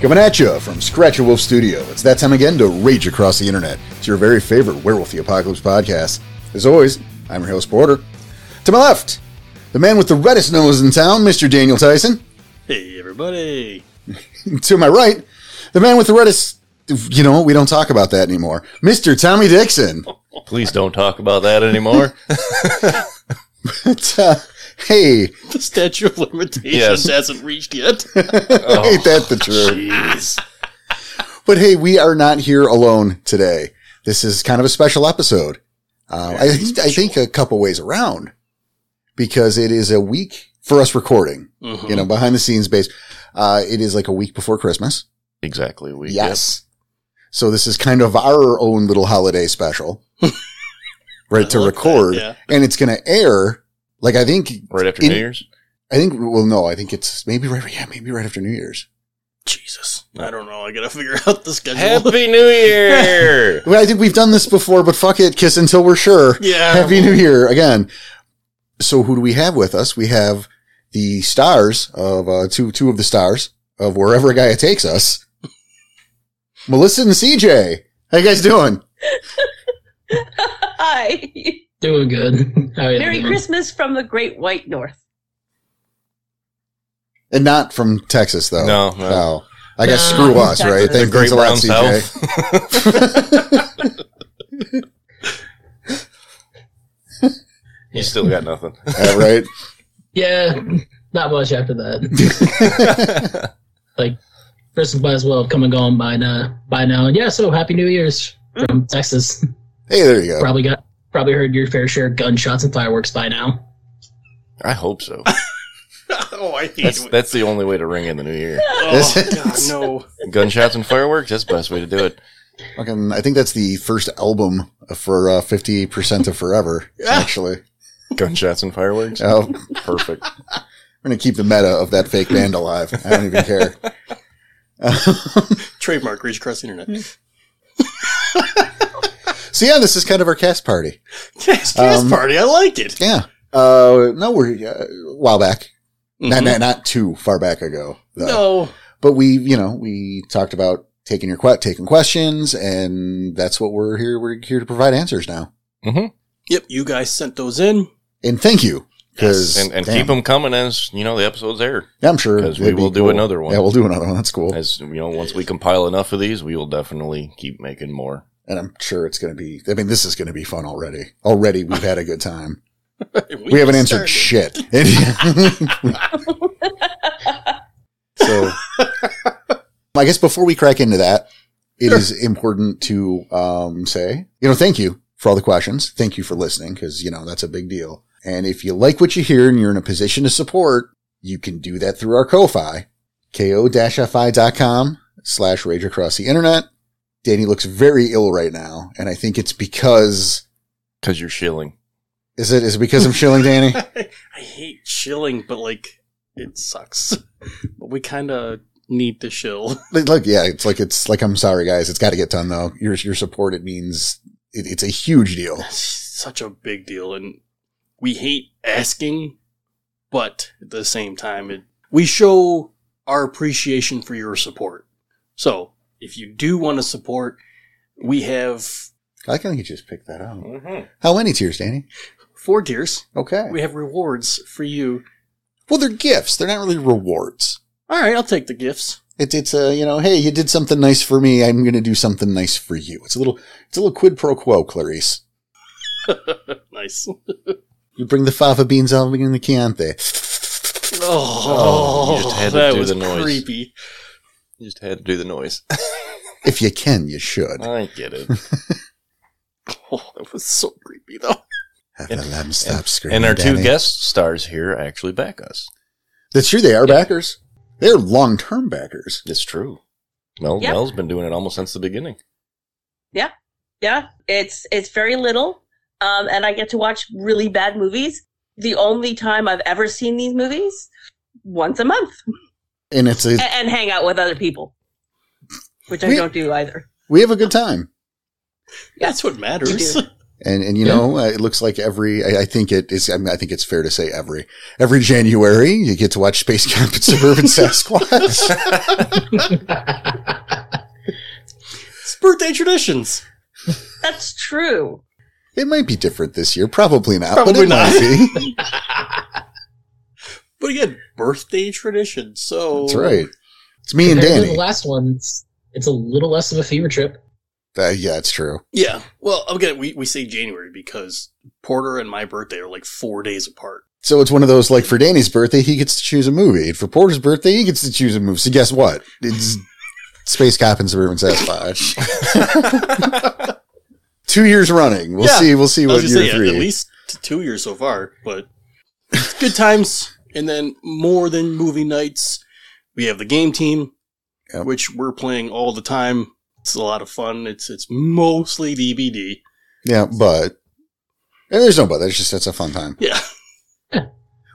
Coming at you from Scratch a Wolf Studio, it's that time again to rage across the internet. It's your very favorite Werewolf the Apocalypse podcast. As always, I'm your host, Porter. To my left, the man with the reddest nose in town, Mr. Daniel Tyson. Hey, everybody. to my right, the man with the reddest. You know, we don't talk about that anymore. Mr. Tommy Dixon. Please don't talk about that anymore. But, uh, hey, The statute of limitations Yes. hasn't reached yet. ain't that the truth? Jeez. But hey, we are not here alone today. This is kind of a special episode. Uh, I, think- I think a couple ways around because it is a week for us recording, Uh-huh. you know, behind the scenes base. Uh, it is like a week before Christmas. exactly. We Yes. So this is kind of our own little holiday special, right? To love that, record yeah. and it's going to air. Like I think, right after In- New Year's. I think, well, no, I think it's maybe right. Yeah. Maybe right after New Year's. Jesus. I don't know. I got to figure out the schedule. Happy New Year! Well, I think we've done this before, but fuck it. Kiss until we're sure. Yeah. Um, Happy New Year again. So who do we have with us? We have the stars of uh, two two of the stars of wherever a guy takes us. Melissa and CJ, how you guys doing? Hi. Doing good. How you Merry doing? Christmas from the Great White North. And not from Texas though. No, no. Oh. I guess No, screw from us, Texas. right? The Thank- Great thanks a Brown lot, CJ. South. You still got nothing. Yeah, right? Yeah, not much after that. Christmas might as well have come and gone by now. By now, and yeah. So happy New Year's from Texas. Hey, there you go. Probably got probably heard your fair share of gunshots and fireworks by now. I hope so. oh, I hate That's it. that's the only way to ring in the new year. Oh, This God, is- no. Gunshots and fireworks. That's the best way to do it. Fucking, I think that's the first album for uh, 50% of Forever, Yeah. actually. Gunshots and fireworks. Oh, Perfect. I'm going to keep the meta of that fake band alive. I don't even care. Trademark reach across the internet. So yeah, this is kind of our cast party. Yes, yes, Um, party. I like it. Yeah. Uh, no, we're uh, a while back. Not, Mm-hmm. Mhm. not not too far back ago. Though. No. But we, you know, we talked about taking your que- taking questions, and that's what we're here. We're here to provide answers now. Yep, you guys sent those in. And thank you. Because And, and keep them coming as you know the episode's air. I'm sure 'cause we it'd be will do another one. Yeah, we'll do another one. That's cool. As you know, once we compile enough of these, we will definitely keep making more. And I'm sure it's going to be. I mean, this is going to be fun already. Already, we've had a good time. We, we haven't just answered started. shit. so, I guess before we crack into that, it is important to um, say, you know, thank you for all the questions. Thank you for listening because, you know, that's a big deal. And if you like what you hear and you're in a position to support, you can do that through our Ko-Fi, ko-fi.com slash rage across the internet. Danny looks very ill right now. And I think it's because, Because you're shilling. is it, is it because I'm shilling Danny? I hate chilling, but like, it sucks. But we kind of need to chill. Like, Look, yeah, it's like it's like I'm sorry, guys. It's got to get done though. Your your support it means it, it's a huge deal. such a big deal and we hate asking but at the same time it, we show our appreciation for your support so if you do want to support we have I think you just picked that up. Mm-hmm. How many tiers, Danny? four tiers Okay. we have rewards for you Well, they're gifts. They're not really rewards. all right i'll take the gifts It's it's a you know, hey, you did something nice for me. I'm gonna do something nice for you. It's a little it's a little quid pro quo, Clarice. nice Oh, You bring the fava beans, I'll bring the Chianti. oh, you just had to that do was the noise. creepy You just had to do the noise. If you can, you should. I get it. oh that was so creepy though Have and- the lamb stop screaming. and our two Danny. guest stars here actually back us. That's true. They are backers. They're long term backers. It's true. Mel Yeah. Mel's been doing it almost since the beginning. Yeah, it's it's very little, um, and I get to watch really bad movies. The only time I've ever seen these movies, once a month, And it's a and, and hang out with other people, which I We- don't do either. we have a good time. that's what matters And, and you Yeah. know, uh, it looks like every, I, I think it is, I, mean, I think it's fair to say every, every January you get to watch Space Camp and Suburban Sasquatch. It's birthday traditions. That's true. It might be different this year. Probably not, but Probably it might be. But again, birthday traditions. So That's right. It's me and Compared to Danny. the last one, it's, it's a little less of a fever trip. Uh, yeah, it's true. Yeah. Well, again, we, we say January because Porter and my birthday are like four days apart. So it's one of those like for Danny's birthday, he gets to choose a movie. And for Porter's birthday, he gets to choose a movie. So guess what? It's Space Cop and Suburban Sasquatch. Two years running. We'll Yeah. see. We'll see I what was year gonna say, yeah, three. at least t- two years so far, but it's good times. And then more than movie nights, we have the game team, Yep. which we're playing all the time. It's a lot of fun. It's it's mostly DVD. yeah, but and there's no but. It's just it's a fun time. Yeah.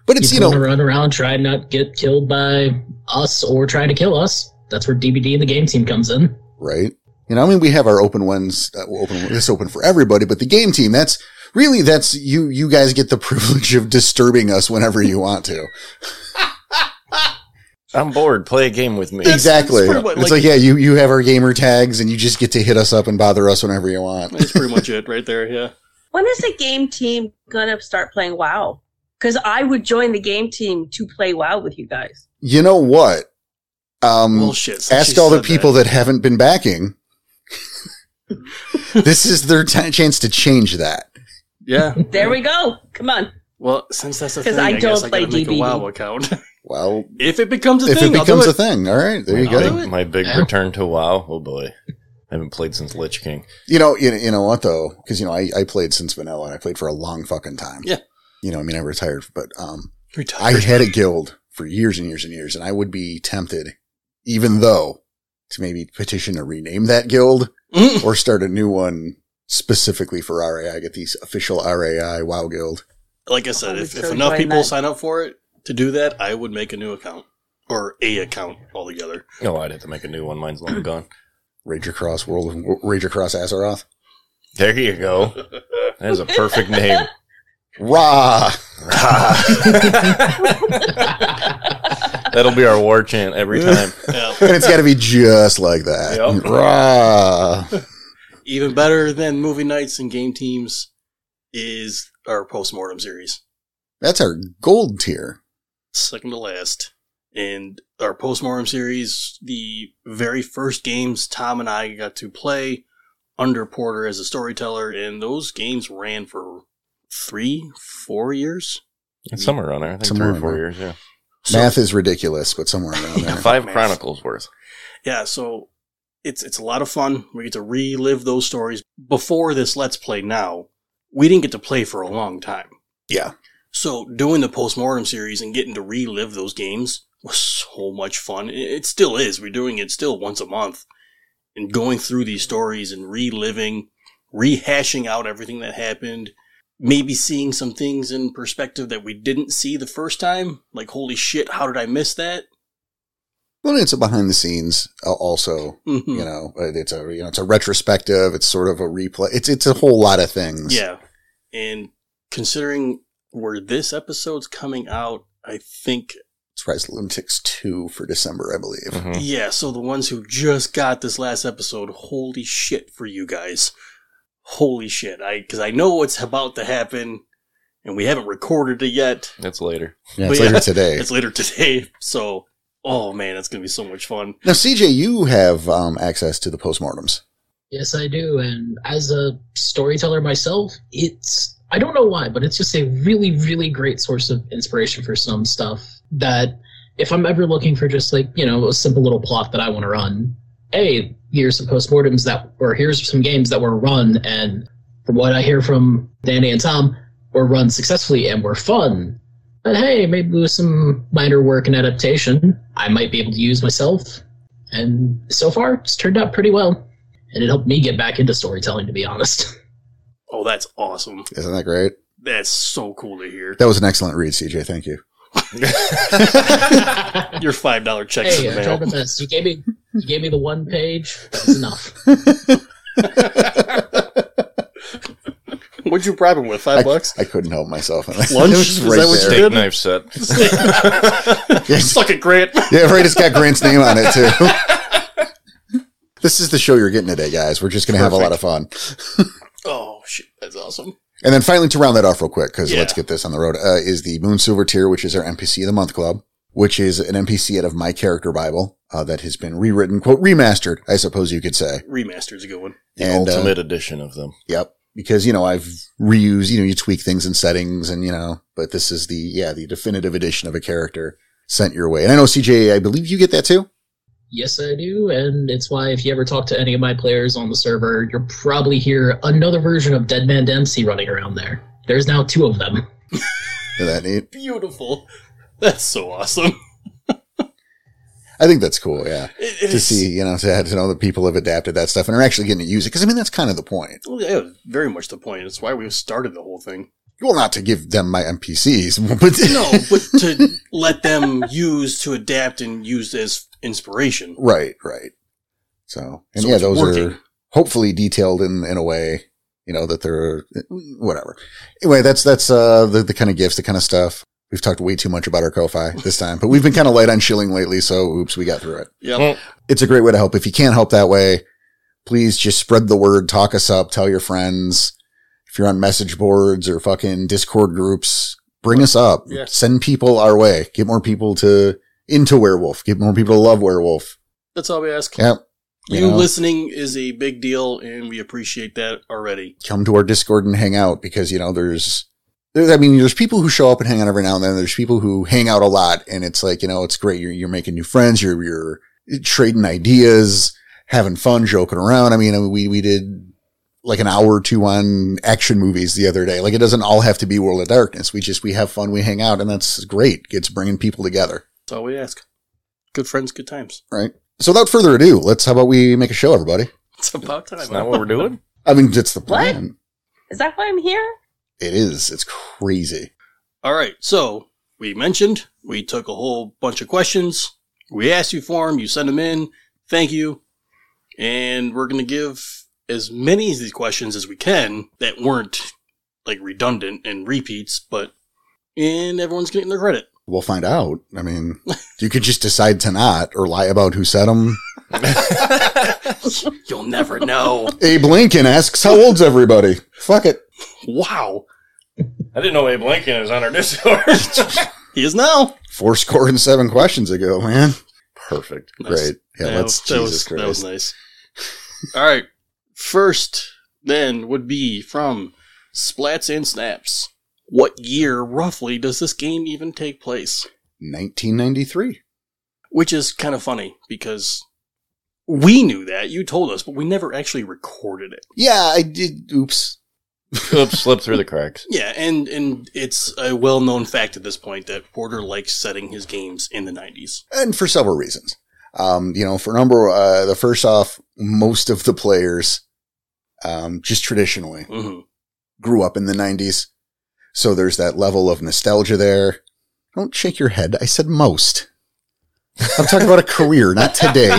But it's you People know wanna run around, try not get killed by us or trying to kill us. That's where DVD and the game team comes in. right? You know, I mean, we have our open ones. Uh, well, open this open for everybody, but the game team. That's really that's you. You guys get the privilege of disturbing us whenever you want to. I'm bored. Play a game with me. It's- exactly. It's, it's pretty much like, like- yeah, you you have our gamer tags, and you just get to hit us up and bother us whenever you want. That's pretty much it right there. Yeah. When is the game team gonna start playing WoW? Because I would join the game team to play WoW with you guys. You know what? Um, Well, shit. since ask you all the said people that, that. haven't been backing. this is their ti- chance to change that. Yeah. There we go. Come on. Well, since that's the 'Cause thing, I I, guess don't I gotta play make a DVD. WoW account. Well, if it becomes a if thing, it becomes I'll do a thing, all right, there you I'll go. do it. My big Yeah. return to WoW. Oh boy, I haven't played since Lich King. You know, you, you know what though? Because you know, I, I played since vanilla, and I played for a long fucking time. Yeah. You know, I mean, I retired, but um, it. Retire. I had a guild for years and years and years, and I would be tempted, even though, to maybe petition to rename that guild Mm. or start a new one specifically for RAI. Get these official RAI WoW guild. like I I said, would if, so if enough join people that. sign up for it to do that, I would make a new account or a account altogether. No, I'd have to make a new one. Mine's long gone. Rage across world, of- Rage across Azeroth. There you go. That is a perfect name. Rah! Ah. That'll be our war chant every time. Yeah. And it's got to be just like that. Yep. Rah! Even better than movie nights and game teams is our postmortem series, That's our gold tier. second to last. And our postmortem series, the very first games Tom and I got to play under Porter as a storyteller, and those games ran for three, four years. It's somewhere around there. I think Somewhere three or four around years. Yeah, So- Math is ridiculous, but somewhere around there. five Math. chronicles worth. yeah, so it's it's a lot of fun. We get to relive those stories. Before this Let's Play now, we didn't get to play for a long time. Yeah. So doing the postmortem series and getting to relive those games was so much fun. It it still is. We're doing it still once a month and going through these stories and reliving, rehashing out everything that happened, maybe seeing some things in perspective that we didn't see the first time. Like, holy shit, how did I miss that? Well, it's a behind the scenes uh, also. Mhm. You know, uh, it's a you know it's a retrospective. It's sort of a replay. It's it's a whole lot of things. Yeah. And considering where this episode's coming out, I think it's Rise Olympics two for December, I believe. Mhm. yeah, so the ones who just got this last episode, holy shit for you guys. Holy shit. I cuz I know what's about to happen and we haven't recorded it yet. That's later. Yeah, it's But yeah, later today. It's later today. So, oh man, that's going to be so much fun. now, CJ, you have um, access to the postmortems. Yes, I do. And as a storyteller myself, it's I don't know why, but it's just a really, really great source of inspiration for some stuff that if I'm ever looking for just like, you know, a simple little plot that I want to run, hey, here's some postmortems that or here's some games that were run and from what I hear from Danny and Tom, were run successfully and were fun. But hey, maybe with some minor work and adaptation, I might be able to use myself. And so far, it's turned out pretty well and it helped me get back into storytelling to be honest Oh, that's awesome. Isn't that great? That's so cool to hear. That was an excellent read, CJ. Thank you. Your $5 checks hey uh, in i tried my the best you gave me you gave me the one page that's enough mail. What'd you bribe him with? Five I- bucks? I couldn't help myself. Lunch? Lunch? was Is right that what you there. did? Steak knife set. Suck it, Grant. Yeah, right. It's got Grant's name on it too. this is the show you're getting today, guys. We're just going to have a lot of fun. Oh, shit. That's awesome. And then finally, to round that off real quick, because Yeah. let's get this on the road, uh, is the Moon Silver tier, which is our NPC of the Month Club, which is an NPC out of my character Bible uh, that has been rewritten, quote, remastered, I suppose you could say. Remaster's a good one. The And, uh, ultimate edition of them. Yep. Because, you know, I've reused, you know, you tweak things in settings and, you know, but this is the, yeah, the definitive edition of a character sent your way. And I know, CJ, I believe you get that too. Yes, I do, and it's why if you ever talk to any of my players on the server, you'll probably hear another version of Dead Man Dempsey running around there. There's now two of them. Isn't that neat? Beautiful. That's so awesome. I think that's cool. Yeah. It, To see, you know, to, to know that people have adapted that stuff and are actually getting to use it. Cause I mean, that's kind of the point. Well, yeah, very much the point. It's why we started the whole thing. Well, not to give them my NPCs, but No, but to let them use, to adapt, and use as inspiration. Right, right. So, and So yeah, it's those working. are hopefully detailed in, in a way, you know, that they're whatever. Anyway, that's, that's, uh, the, the kind of gifts, the kind of stuff. We've talked way too much about our Ko-Fi this time, but we've been kind of light on shilling lately. So oops, we got through it. Yep. It's a great way to help. If you can't help that way, please just spread the word, talk us up, tell your friends. If you're on message boards or fucking discord groups, bring us up, Yeah. send people our way, get more people to into werewolf, get more people to love werewolf. That's all we ask. Yep. You know? listening is a big deal, and we appreciate that already. come to our Discord and hang out because you know there's there's I mean there's people who show up and hang out every now and then. There's people who hang out a lot, and it's like you know it's great. You're you're making new friends. You're you're trading ideas, having fun, joking around. I mean we we did like an hour or two on action movies the other day. Like it doesn't all have to be World of Darkness. We just we have fun, we hang out, and that's great. It's bringing people together, That's all we ask. Good friends, good times. right? So without further ado, let's how about we make a show, everybody? It's about time. That's not what we're doing. I mean it's the What? plan. Is that why I'm here? It is. It's crazy. All right. So we mentioned we took a whole bunch of questions. We asked you for them. You sent them in. Thank you. And we're going to give as many of these questions as we can that weren't like redundant and repeats, but and everyone's getting their credit. We'll find out. I mean, you could just decide to not or lie about who said them. You'll never know. Abe Lincoln asks, How old's everybody? Fuck it. wow. I didn't know Abe Lincoln was on our Discord. He is now. Four score and seven questions ago, man. Perfect. Nice. Great. Yeah, let's that Jesus was, Christ. That was nice. All right. First, then, would be from Splats and Snaps. What year, roughly, does this game even take place? 1993. Which is kind of funny because we knew that. You told us, but we never actually recorded it. Yeah, I did. Oops. Oops, slipped through the cracks. Yeah, and, and it's a well known fact at this point that Porter likes setting his games in the 90s. and for several reasons. Um, you know, for a number, uh, the first off, most of the players, um, just traditionally hmm grew up in the 90s. So there's that level of nostalgia there. Don't shake your head. I said most. I'm talking about a career, not today.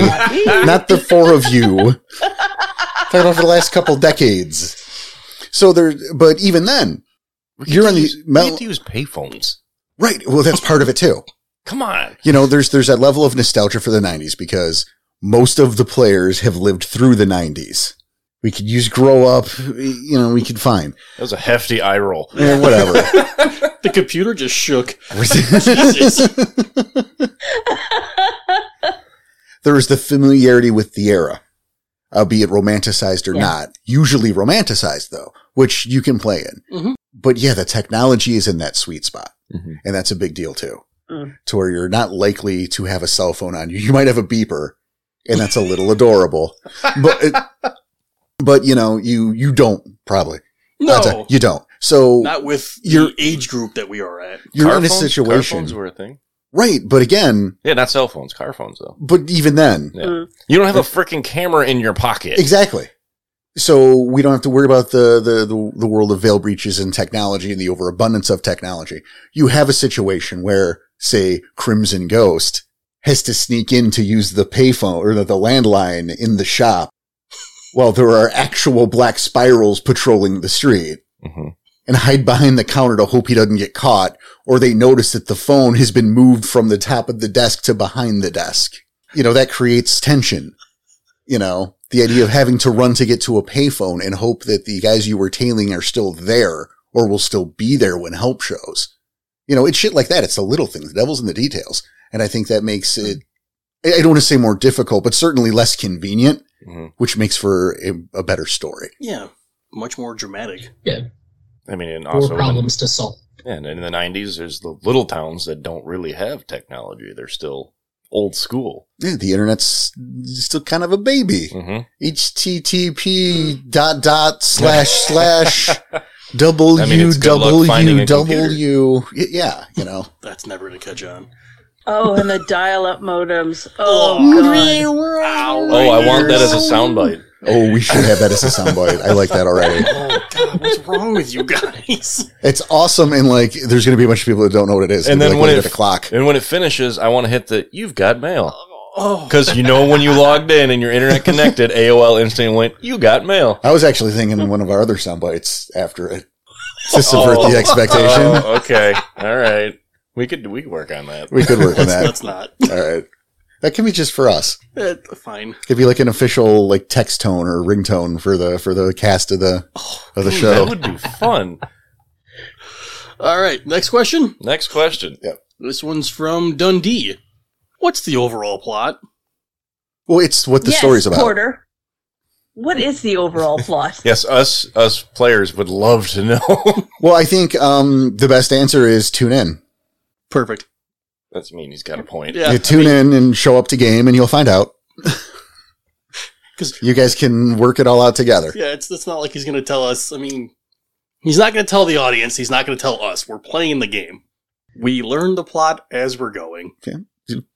not the four of you. Talking about for the last couple decades. So there, but even then, We You're get on to the use- mel- We get to use payphones. right? Well, that's part of it too. Come on. You know, there's there's that level of nostalgia for the '90s because most of the players have lived through the '90s. We could use grow up. You know, we could find That was a hefty eye roll. eh, whatever. The computer just shook. there is the familiarity with the era, uh, be it romanticized or Yeah. not. Usually romanticized though, which you can play in. Mm-hmm. Mhm. But yeah, the technology is in that sweet spot. Mhm. And that's a big deal too, Mm. to where you're not likely to have a cell phone on you. You might have a beeper and that's a little adorable, but, but you know, you, you don't probably, No, you don't. So not with your You're- age group that we are at. you're Car in a phones? Car situation, phones were a thing. right? But again, Yeah, not cell phones. Car phones, though. but even then, Yeah. Mm. You don't have a freaking camera in your pocket. Exactly. So we don't have to worry about the, the, the, the world of veil breaches and technology and the overabundance of technology. You have a situation where, say, Crimson Ghost has to sneak in to use the payphone or the, the landline in the shop while there are actual black spirals patrolling the street. hmm and hide behind the counter to hope he doesn't get caught, or they notice that the phone has been moved from the top of the desk to behind the desk. You know, that creates tension. You know, the idea of having to run to get to a payphone and hope that the guys you were tailing are still there or will still be there when help shows. You know, it's shit like that. It's the little things, the devil's in the details. And I think that makes it, I I don't want to say more difficult, but certainly less convenient, hmm which makes for a, a better story. Yeah, much more dramatic. I mean, and More also in, problems to solve. and in the '90s, there's the little towns that don't really have technology; they're still old school. Yeah, the internet's still kind of a baby. hmm http dot dot slash slash w I mean, it's good luck w finding a w Y- yeah you know That's never going to catch on. Oh, and the dial-up modems. Oh, Oh, God. Oh, I want that as a soundbite. oh we should have that as a soundbite i like that already Oh God, what's wrong with you guys? it's awesome and like there's gonna be a bunch of people that don't know what it is And They'll be then like, when look it- at the clock And when it finishes, I want to hit the "You've got mail" Oh, because you know when you logged in and your internet connected, AOL instantly went, "You got mail." i was actually thinking one of our other soundbites after it to subvert Oh. the expectation Oh, okay, all right. We could we could work on that. we could work on let's, that let's not. all right that can be just for us Eh, fine. could be like an official like text tone or ringtone for the for the cast of the of the Ooh, show That would be fun. All right, next question. Next question. This one's from Dundee. What's the overall plot? Well, it's what the yes, story's about. Porter. What is the overall plot? Yes, us us players would love to know. Well, I think um, the best answer is tune in. Perfect. That's mean. He's got a point. Yeah, you tune in and show up to game, and you'll find out. 'Cause- you guys can work it all out together. yeah. It's it's not like he's going to tell us. I mean, he's not going to tell the audience. He's not going to tell us. We're playing the game. We learn the plot as we're going. You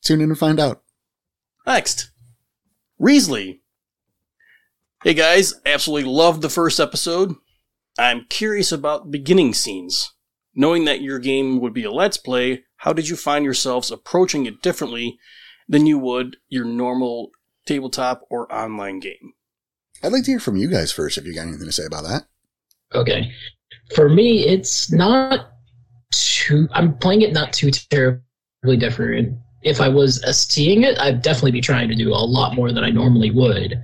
Tune in and find out. Next, Reesley. Hey guys, absolutely loved the first episode. I'm curious about beginning scenes. Knowing that your game would be a Let's Play, how did you find yourselves approaching it differently than you would your normal tabletop or online game? I'd like to hear from you guys first if you got anything to say about that. Okay. For me, it's not too. I'm playing it not too terribly different. If I was STing it, I'd definitely be trying to do a lot more than I normally would.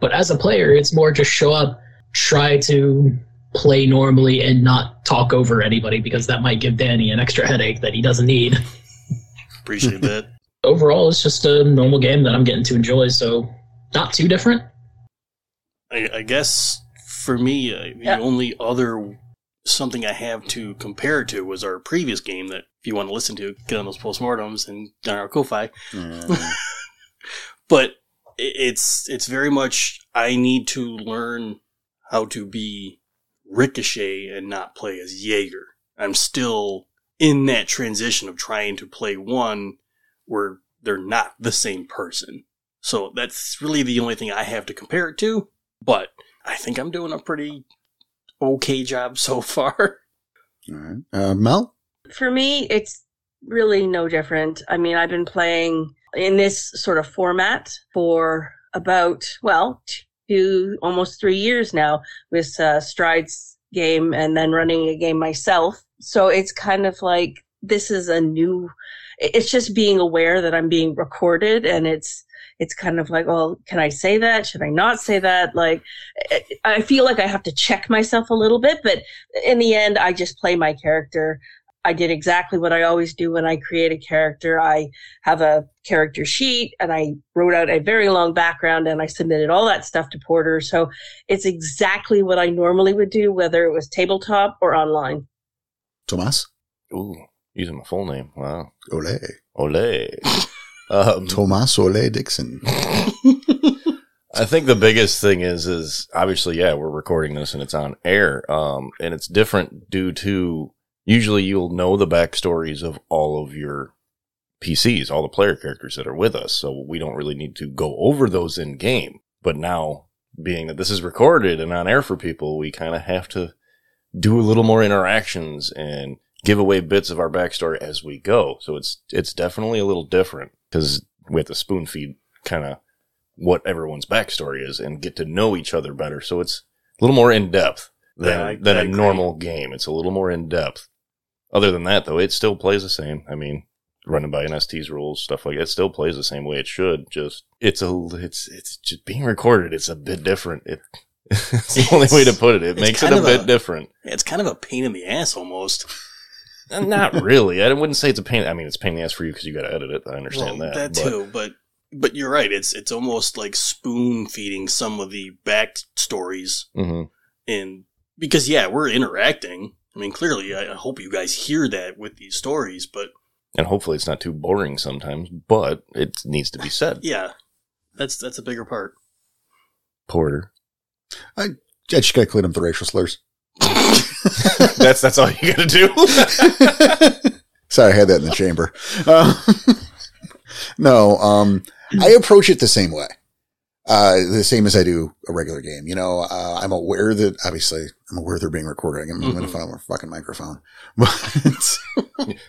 But as a player, it's more just show up, try to play normally, and not talk over anybody because that might give Danny an extra headache that he doesn't need. Appreciate that. Overall, it's just a normal game that I'm getting to enjoy, so not too different. I, I guess for me, uh, the Yeah. only other something I have to compare it to was our previous game that if you want to listen to, get on those postmortems and on our Ko-Fi. Uh, but i- it's it's very much I need to learn how to be Ricochet and not play as Jaeger. I'm still in that transition of trying to play one where they're not the same person. So that's really the only thing I have to compare it to, but I think I'm doing a pretty okay job so far. all right. uh, Mel? for me, it's really no different. I mean, I've been playing in this sort of format for about, well, two, almost three years now with uh, Stride's game and then running a game myself. So it's kind of like this is a new, it- it's just being aware that I'm being recorded and it's, it's kind of like, well, can I say that? Should I not say that? Like, I- I feel like I have to check myself a little bit, but in the end, I just play my character I did exactly what I always do when I create a character. I have a character sheet and I wrote out a very long background and I submitted all that stuff to Porter. So it's exactly what I normally would do, whether it was tabletop or online. Tomas? Ooh, using my full name. Wow. Ole. Ole. Um, Tomas Ole Dixon. I think the biggest thing is is obviously yeah we're recording this and it's on air um and it's different due to usually you'll know the backstories of all of your PCs all the player characters that are with us so we don't really need to go over those in game but now being that this is recorded and on air for people we kind of have to do a little more interactions and give away bits of our backstory as we go so it's it's definitely a little different because we have to spoon feed kind of what everyone's backstory is and get to know each other better. So it's a little more in depth. than, Yeah, I- than I a agree. normal game. It's a little more in depth. Other than that, though, it still plays the same. I mean, running by NST's rules, stuff like that, it still plays the same way it should. Just it's a it's it's just being recorded. It's a bit different. It, it's the only way to put it. It It's makes it kind a of bit a- different. Yeah, it's kind of a pain in the ass almost. Uh, Not really. I wouldn't say it's a pain. I mean, it's a pain in the ass for you because you got to edit it. I understand Well, that. but- too, but but you're right. It's it's almost like spoon feeding some of the back stories Mhm. and because yeah, we're interacting. I mean, clearly, I I hope you guys hear that with these stories, but And hopefully, it's not too boring sometimes. But it needs to be said. yeah, that's that's a bigger part. Porter. I just gotta clean up the racial slurs. That's that's all you got to do. Sorry, I had that in the chamber. Uh, no, um, I approach it the same way, uh, the same as I do a regular game. You know, uh, I'm aware that obviously I'm aware they're being recorded. I'm going to Mhm. find my fucking microphone, but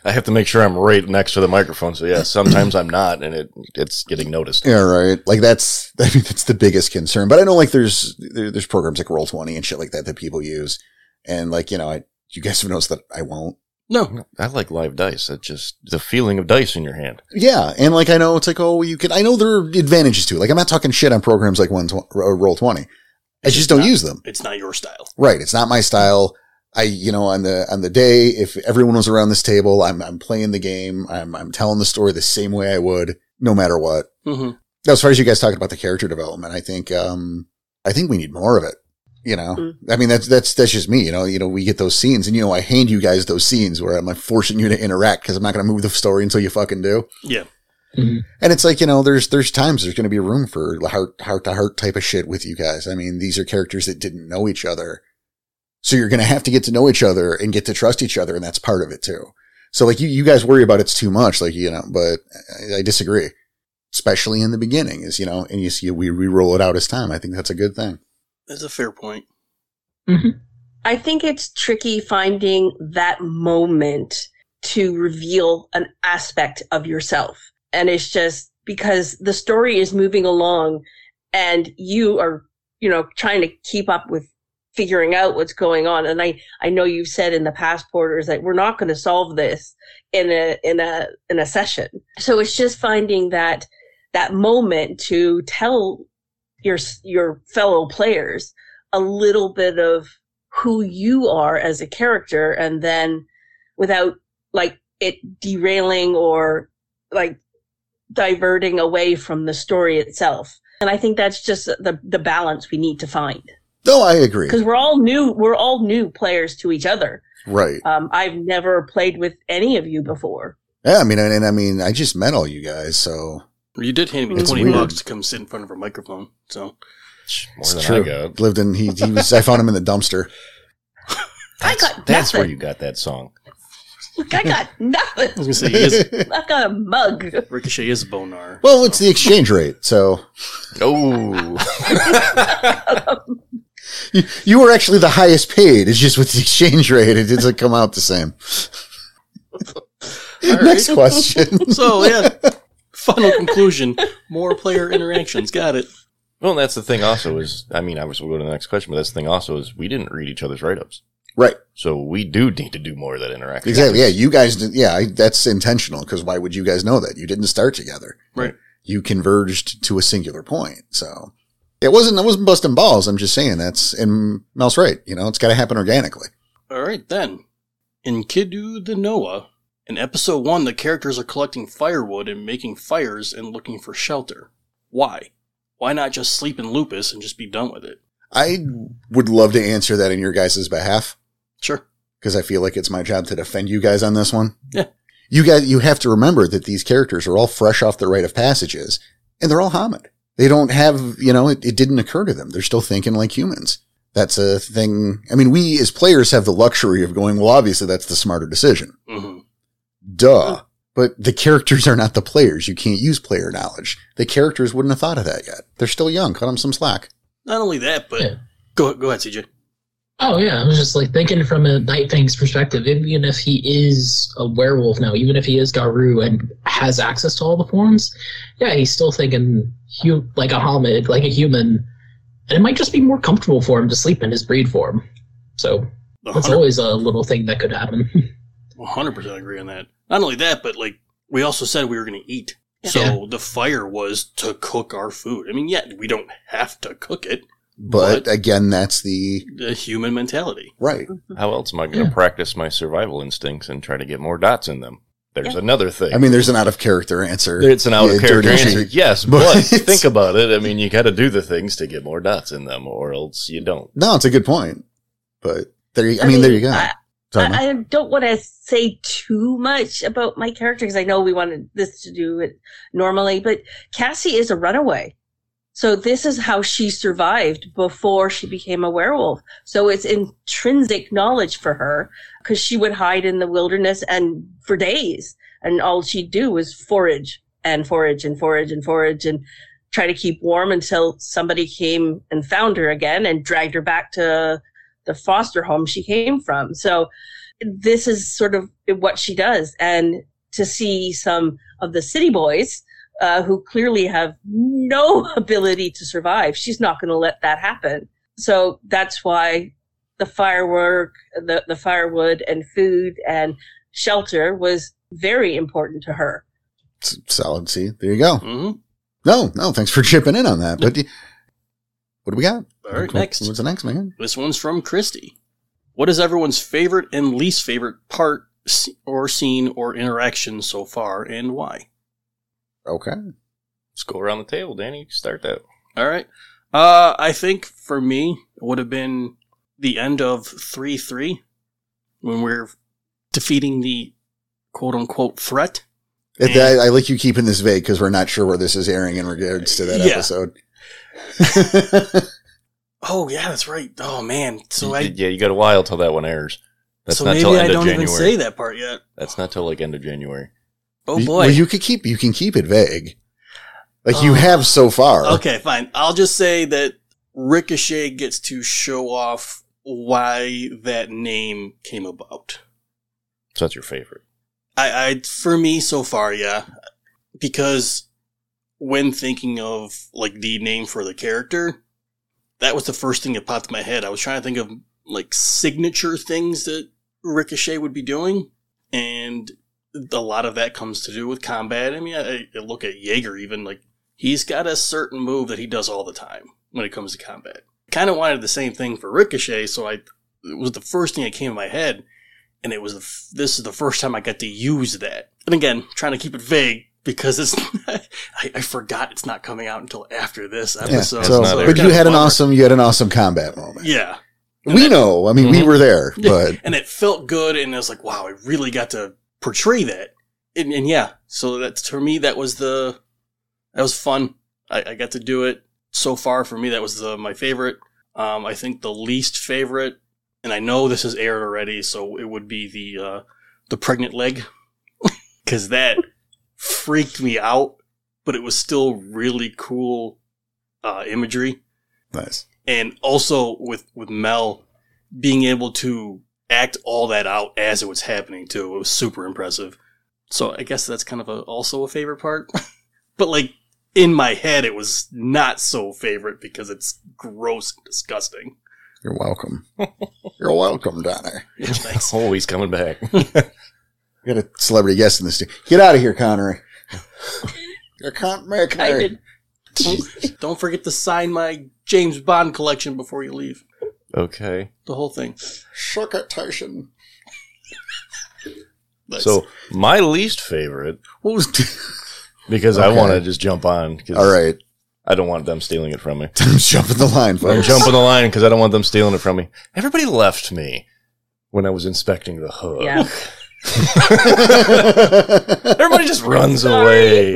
I have to make sure I'm right next to the microphone. So yeah, sometimes I'm not, and it it's getting noticed. yeah, right. Like that's I mean that's the biggest concern. But I know like there's there, there's programs like Roll Twenty and shit like that that people use, and like you know I you guys have noticed that I won't. No, I like live dice. That just the feeling of dice in your hand. Yeah, and like I know it's like oh you can I know there are advantages to it. Like I'm not talking shit on programs like one tw- uh, Roll Twenty. I just don't not- use them. it's not your style. Right. It's not my style. I, you know, on the, on the day, if everyone was around this table, I'm, I'm playing the game. I'm, I'm telling the story the same way I would, no matter what. Mm-hmm. Now, as far as you guys talking about the character development, I think, um, I think we need more of it. You know, Mm. I mean, that's, that's, that's just me. You know, you know, we get those scenes and, you know, I hand you guys those scenes where I'm like forcing you to interact because I'm not going to move the story until you fucking do. Yeah. Mhm. And it's like, you know, there's, there's times there's going to be room for heart, heart to heart type of shit with you guys. I mean, these are characters that didn't know each other. So you're going to have to get to know each other and get to trust each other. And that's part of it too. So like you, you guys worry about it's too much. Like, you know, but I, I disagree, especially in the beginning is, you know, and you see, we re-roll it out as time. I think that's a good thing. That's a fair point. I think it's tricky finding that moment to reveal an aspect of yourself. And it's just because the story is moving along and you are, you know, trying to keep up with figuring out what's going on. And I, I know you've said in the past, Porter, is that we're not going to solve this in a, in a, in a session. So it's just finding that, that moment to tell your, your fellow players a little bit of who you are as a character and then without like it derailing or like diverting away from the story itself and i think that's just the the balance we need to find No, I agree. because we're all new we're all new players to each other Right. um, i've never played with any of you before Yeah. I mean, and, and I mean, I just met all you guys. So You did hand me It's twenty weird. bucks to come sit in front of a microphone, so More it's than I got. Lived in, he, he was, I found him in the dumpster. I That's, got that's where nothing. you got that song. i got I nothing was gonna say he is, i've got a mug Ricochet is a bonar. well, it's so- the exchange rate. So Oh, you, you were actually the highest paid. It's just with the exchange rate, it doesn't come out the same. right. Next question. so yeah. Final conclusion: more player interactions. Got it. well, that's the thing. Also, is I mean, obviously we'll go to the next question, but that's the thing. Also, is we didn't read each other's write-ups, Right. So we do need to do more of that interaction. Exactly. Yeah. You guys did. Yeah. I, that's intentional because why would you guys know that? You didn't start together. Right. You converged to a singular point. So it wasn't, I wasn't busting balls. I'm just saying that's, and Mel's right. You know, it's got to happen organically. All right, then. In Kiddu the Noah, in episode 1, the characters are collecting firewood and making fires and looking for shelter. Why? Why not just sleep in Lupus and just be done with it? I would love to answer that in your guys' behalf. Sure. because I feel like it's my job to defend you guys on this one. Yeah. You guys, you have to remember that these characters are all fresh off the rite of passages and they're all Hamid. They don't have, you know, it, it didn't occur to them. They're still thinking like humans. That's a thing. I mean, we as players have the luxury of going, well, obviously that's the smarter decision. hmm Duh. But the characters are not the players. You can't use player knowledge. The characters wouldn't have thought of that yet. They're still young. Cut them some slack. Not only that, but Yeah. go go ahead, CJ. Oh yeah, I was just like thinking from a Night Fang's perspective. Even if he is a werewolf now, even if he is Garu and has access to all the forms, yeah, he's still thinking hu- like a homid, like a human, and it might just be more comfortable for him to sleep in his breed form. So that's 100 always a little thing that could happen. 100% agree on that. Not only that, but like we also said we were going to eat. Yeah. So the fire was to cook our food. I mean, yeah, we don't have to cook it. But again, that's the The human mentality. right. How else am I going to Yeah. practice my survival instincts and try to get more dots in them? There's another thing. I mean, there's an out of character answer. it's an out of Yeah, character dirty answer. sheet. Yes, But- but think about it. I mean, you got to do the things to get more dots in them, or else you don't. No, it's a good point. But there, you, I, mean, there you go. I, Sorry, Mike. I, I don't want to say too much about my character because I know we wanted this to do it normally, but Cassie is a runaway. So this is how she survived before she became a werewolf. So it's intrinsic knowledge for her because she would hide in the wilderness and for days, and all she'd do was forage and forage and forage and forage and try to keep warm until somebody came and found her again and dragged her back to the foster home she came from. So this is sort of what she does. And to see some of the city boys uh, who clearly have no ability to survive, she's not going to let that happen. So that's why the firework, the, the firewood and food and shelter was very important to her. S- solid. See, there you go. Mm-hmm. No, no, thanks for chipping in on that. But y- what do we got? All What- right, next. What's the next, man? This one's from Christy. What is everyone's favorite and least favorite part s- or scene or interaction so far and why? Okay. Let's go around the table, Danny. Start that. All right. Uh, I think for me, it would have been the end of 3 3 when we're defeating the quote unquote threat. It- I, I like you keeping this vague because we're not sure where this is airing in regards to that Yeah. episode. Oh, yeah, that's right. Oh, man. So I. yeah, you got a while till that one airs. That's so not maybe till I end of don't even January. say that part yet. That's not till like end of January. Oh You- boy. well, you could keep you can keep it vague, like Oh. you have so far. Okay, fine. I'll just say that Ricochet gets to show off why that name came about. So that's your favorite. I, I for me so far, yeah, because when thinking of like the name for the character, that was the first thing that popped in my head. I was trying to think of like signature things that Ricochet would be doing, and a lot of that comes to do with combat. I mean, I, I look at Jaeger even like he's got a certain move that he does all the time when it comes to combat. Kind of wanted the same thing for Ricochet, so I it was the first thing that came to my head and it was the f- this is the first time I got to use that. And again, trying to keep it vague because it's I, I forgot it's not coming out until after this Yeah. episode. So, That's not it's there. but kinda you had an bummer. awesome you had an awesome combat moment. yeah, Mm-hmm. we know. I mean, we Mhm. were there, Yeah. but and it felt good, and I was like, wow, I really got to portray that, and, and yeah, so that's for me that was the that was fun. I, I got to do it so far for me. That was the my favorite. Um, I think the least favorite, and I know this is aired already, so it would be the uh, the pregnant leg because that freaked me out, but it was still really cool uh, imagery nice. and also with with Mel being able to act all that out as it was happening too. It was super impressive. So I guess that's kind of a, also a favorite part. but like in my head it was not so favorite because it's gross and disgusting. You're welcome. You're welcome, Donner. Yeah, thanks. Oh, he's coming back. We got a celebrity guest in this. Too. Get out of here, Connery. you can't make I her. did. Don't forget to sign my James Bond collection before you leave. okay. The whole thing. Succotation. Nice. So my least favorite What was? because I Okay. want to just jump on. 'cause All right, I don't want them stealing it from me. I'm jumping the line, I'm folks. jumping the line because I don't want them stealing it from me. Everybody left me when I was inspecting the hood. Yeah. Everybody just runs Sorry.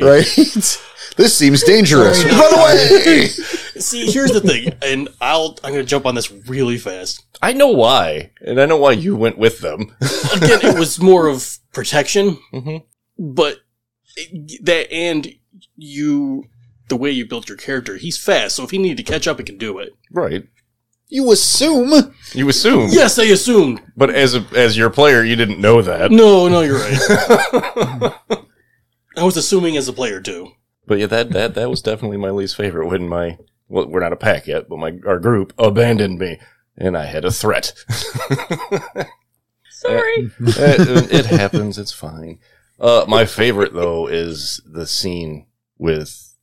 away. right? This seems dangerous. Sorry. Run away! see, here's the thing, and I'll I'm gonna jump on this really fast. I know why, and I know why you went with them. Again, it was more of protection Mhm. Mm-hmm. but it- that and you the way you built your character he's fast so if he needed to catch up he can do it Right. You assume You assume. yes i assumed But as a, as your player, you didn't know that. no no you're right i was assuming as a player too But yeah, that that that was definitely my least favorite when my well, we're not a pack yet, but my our group abandoned me. and I had a threat. Sorry. it, it happens. It's fine. Uh, my favorite though is the scene with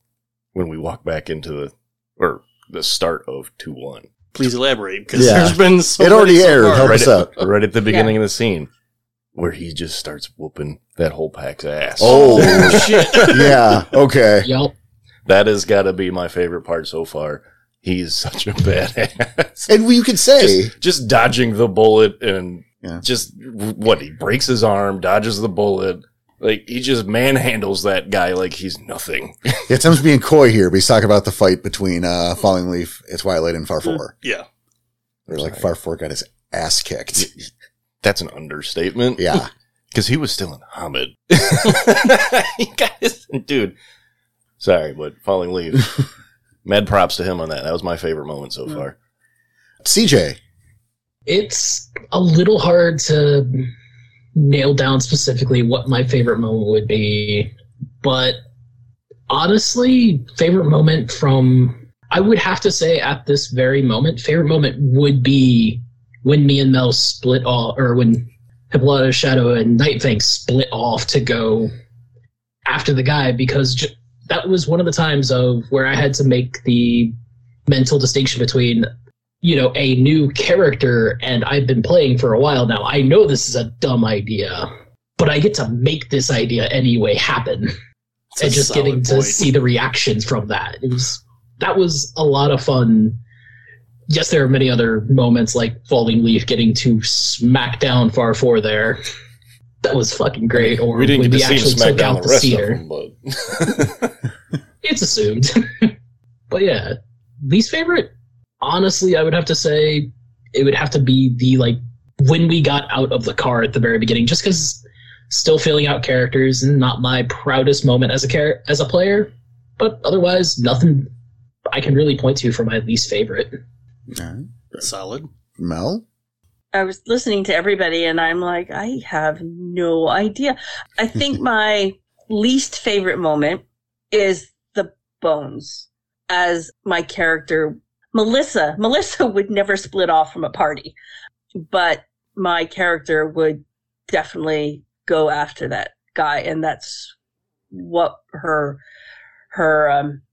when we walk back into the or the start of two one. Please elaborate because Yeah. there's been so It already many so aired. far. Help right us at, out. Right at the beginning of the scene where he just starts whooping that whole pack's ass. Oh, Shit. yeah. Okay. Yep. that has got to be my favorite part so far. He's such a badass. And we- you could say, just, just dodging the bullet and Yeah. just what he breaks his arm, dodges the bullet. Like he just manhandles that guy like he's nothing. yeah, Tim's being coy here, but he's talking about the fight between uh, Falling Leaf, Twilight, and Far Four. Yeah. They're like, Sorry. Far Four got his ass kicked. That's an understatement. Yeah. because he was still in Hamid. he got his, dude. Sorry, but falling leaf. Mad props to him on that. That was my favorite moment so far. CJ. It's a little hard to nail down specifically what my favorite moment would be, but honestly, favorite moment from I would have to say at this very moment, favorite moment would be when me and Mel split off, or when Hippolyta Shadow and Nightfang split off to go after the guy because j- that was one of the times of where I had to make the mental distinction between you know a new character and I've been playing for a while now. I know this is a dumb idea, but I get to make this idea anyway happen It's a and just solid getting to point. see the reactions from that. It was that was a lot of fun. Yes, there are many other moments like Falling Leaf getting to smack down Far Four there. That was fucking great. Or we didn't when get to we see him actually smack took down the out the, rest cedar. of them, but It's assumed. but yeah, least favorite. Honestly, I would have to say it would have to be the like when we got out of the car at the very beginning, just because still filling out characters and not my proudest moment as a char- as a player. But otherwise, nothing I can really point to for my least favorite. Alright. solid. Mel. I was listening to everybody and I'm like, I have no idea. I think my least favorite moment is the bones as my character Melissa. Melissa would never split off from a party, but my character would definitely go after that guy and that's what her her um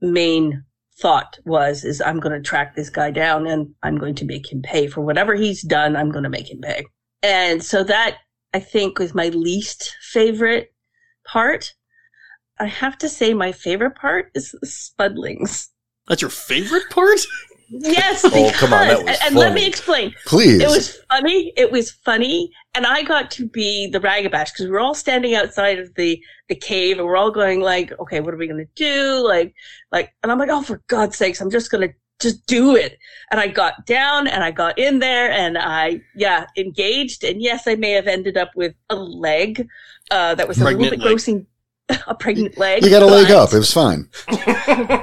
main thought was is i'm going to track this guy down and i'm going to make him pay for whatever he's done i'm going to make him pay and so that i think was my least favorite part i have to say my favorite part is the spudlings That's your favorite part? yes Oh, because, come on, that was and, and let funny. me explain Please. it was funny. It was funny, and I got to be the ragabash because we were all standing outside of the the cave, and we're all going like, "Okay, what are we gonna do?" Like, like, and I'm like, "Oh, for God's sakes, I'm just gonna just do it." And I got down, and I got in there, and I yeah engaged, and yes, I may have ended up with a leg uh, that was a little Pregnant bit leg. grossing, a pregnant leg. you got a leg but- up. It was fine.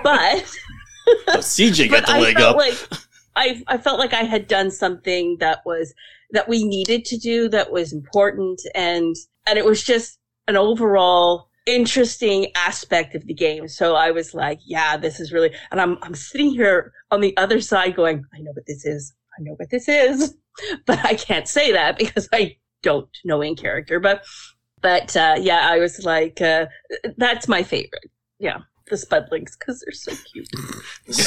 but Oh, CJ got but the I leg felt up. like I I felt like I had done something that was that we needed to do that was important and and it was just an overall interesting aspect of the game. So I was like, yeah, this is really and I'm I'm sitting here on the other side going, I know what this is. I know what this is. But I can't say that because I don't know in character. But but uh, yeah, I was like, uh, that's my favorite. Yeah, the Spudlings because they're so cute.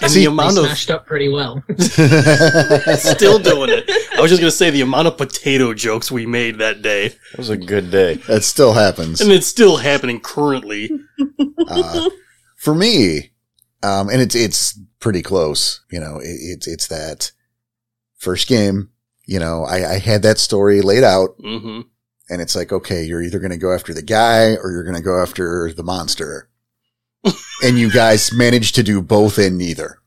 and See, the They amount of smashed up pretty well. still doing it. I was just gonna say the amount of potato jokes we made that day, it was a good day. that still happens. and it's still happening currently. Uh, for me, um, and it's it's pretty close. You know, it, it's it's that first game. You know, I, I had that story laid out, hmm and it's like, okay, you're either going to go after the guy or you're going to go after the monster, and you guys managed to do both and neither.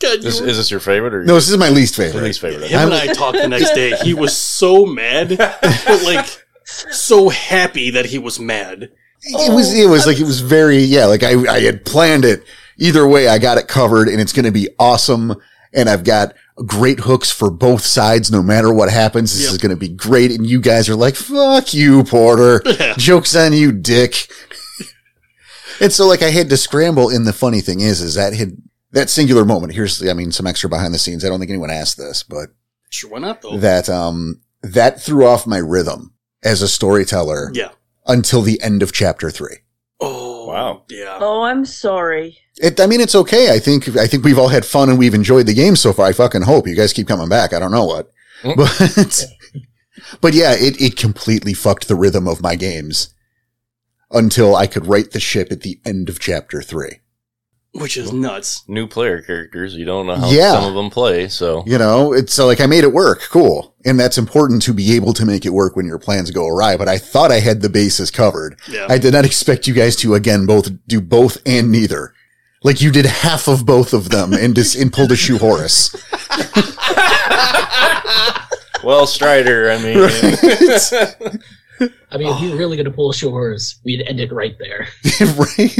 God, This, you- is this your favorite or No, this is my least your favorite. least favorite? him and I talked the next day. He was so mad, but like so happy that he was mad. Oh. It was it was like it was very yeah. Like I I had planned it. Either way, I got it covered, and it's going to be awesome. And I've got great hooks for both sides. No matter what happens, this Yep. is going to be great. And you guys are like, "Fuck you, Porter." Yeah. Jokes on you, dick. and so like I had to scramble. And the funny thing is, is that had that singular moment. Here's, I mean, some extra behind the scenes. I don't think anyone asked this, but Sure, why not though? that um that threw off my rhythm as a storyteller yeah. until the end of chapter three. Oh Wow. Yeah. Oh, I'm sorry. It, I mean, it's okay. I think I think we've all had fun and we've enjoyed the game so far. I fucking hope you guys keep coming back. I don't know what, Mm. but but yeah, it it completely fucked the rhythm of my games until I could right the ship at the end of chapter three. Which is nuts. New player characters. You don't know how Yeah. some of them play. So You know, it's so like I made it work, cool, and that's important to be able to make it work when your plans go awry. But I thought I had the bases covered. Yeah. I did not expect you guys to again both do both and neither. Like you did half of both of them and just and pulled a shoe Horace. well, Strider. I mean, Right? I mean, if Oh. you were really going to pull shores, we'd end it right there. right?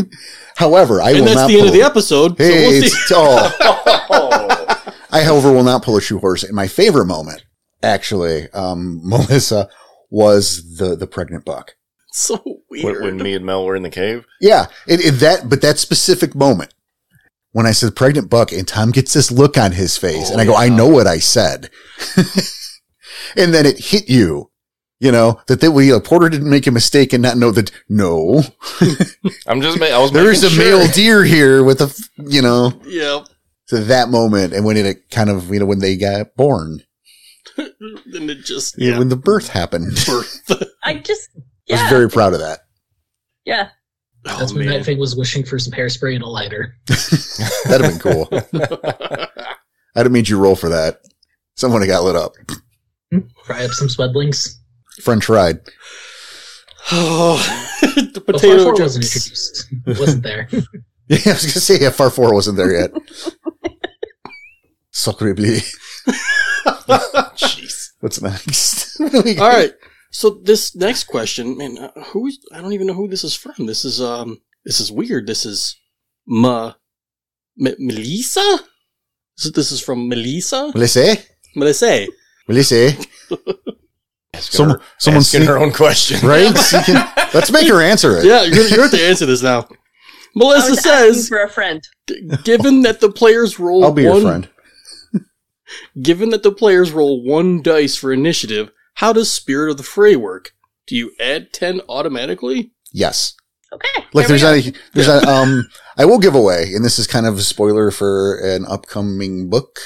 However, I will and that's not the end of pull- the episode. so Hey, we'll see. it's, oh, I however will not pull a shoe horse. And my favorite moment, actually, um, Melissa was the the pregnant buck. It's so when weird. when me and Mel were in the cave. Yeah, it, it, that but that specific moment when I said pregnant buck and Tom gets this look on his face Oh, and I go, I know what I said. and then it hit you, you know, that they, we, uh, Porter didn't make a mistake and not know that, no, I'm just. ma- I was. there is a making sure. male deer here with a, f- you know, yeah. so that moment and when it kind of, you know, when they got born, Then it just you know, yeah. when the birth happened, birth. I just I was yeah very proud of that. yeah. That's Oh, when man. that thing was wishing for some hairspray and a lighter. That'd have been cool. I'd have made you roll for that. Someone got lit up. Fry up some swedlings. French ride. oh, the But Far potato Four wasn't jokes. introduced. It wasn't there. Yeah, I was gonna say yeah, Far Four wasn't there yet. Sacre bleu. Jeez. What's next? All right. So this next question, man, uh, who is? I don't even know who this is from. This is um, this is weird. This is Ma, M- Melissa. So this is from Melissa. Melissa, Melissa. Melissa, Asking Some, her- someone's asking seeking, her own question. right? Seeking, let's make her answer it. Yeah, you're, you're to answer this now. I Melissa was asking says, for a friend. g- given that the players roll I'll be one, your friend. given that the players roll one dice for initiative, how does Spirit of the Fray work? Do you add ten automatically? Yes. Okay. Like there we there's go. not a, there's not um I will give away, and this is kind of a spoiler for an upcoming book.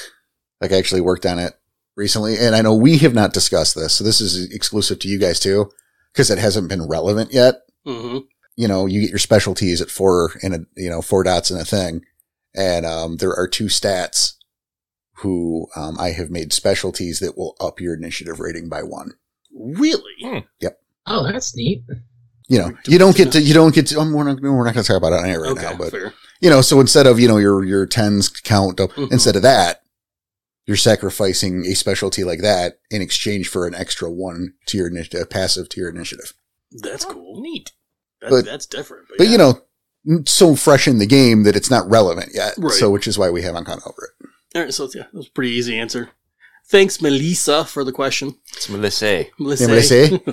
Like I actually worked on it recently, and I know we have not discussed this, so this is exclusive to you guys too, because it hasn't been relevant yet. Mm-hmm. you know, you get your specialties at four and a, you know, four dots and a thing. And, um, there are two stats who, um, I have made specialties that will up your initiative rating by one. Really? Oh, that's neat. You know, you don't get to, you don't get to, um, we're not, we're not going to talk about it on air right okay, now, but fair. you know, so instead of, you know, your, your tens count up, Mhm. instead of that, you're sacrificing a specialty like that in exchange for an extra one to your initiative, passive to your initiative. That's cool. Neat. That, But- that's different. But, But yeah. you know, so fresh in the game that it's not relevant yet. Right. So, which is why we haven't gone over it. All right, so it's- yeah, that was a pretty easy answer. Thanks, Melissa, for the question. It's Melissa. Melissa. Yeah, but I say,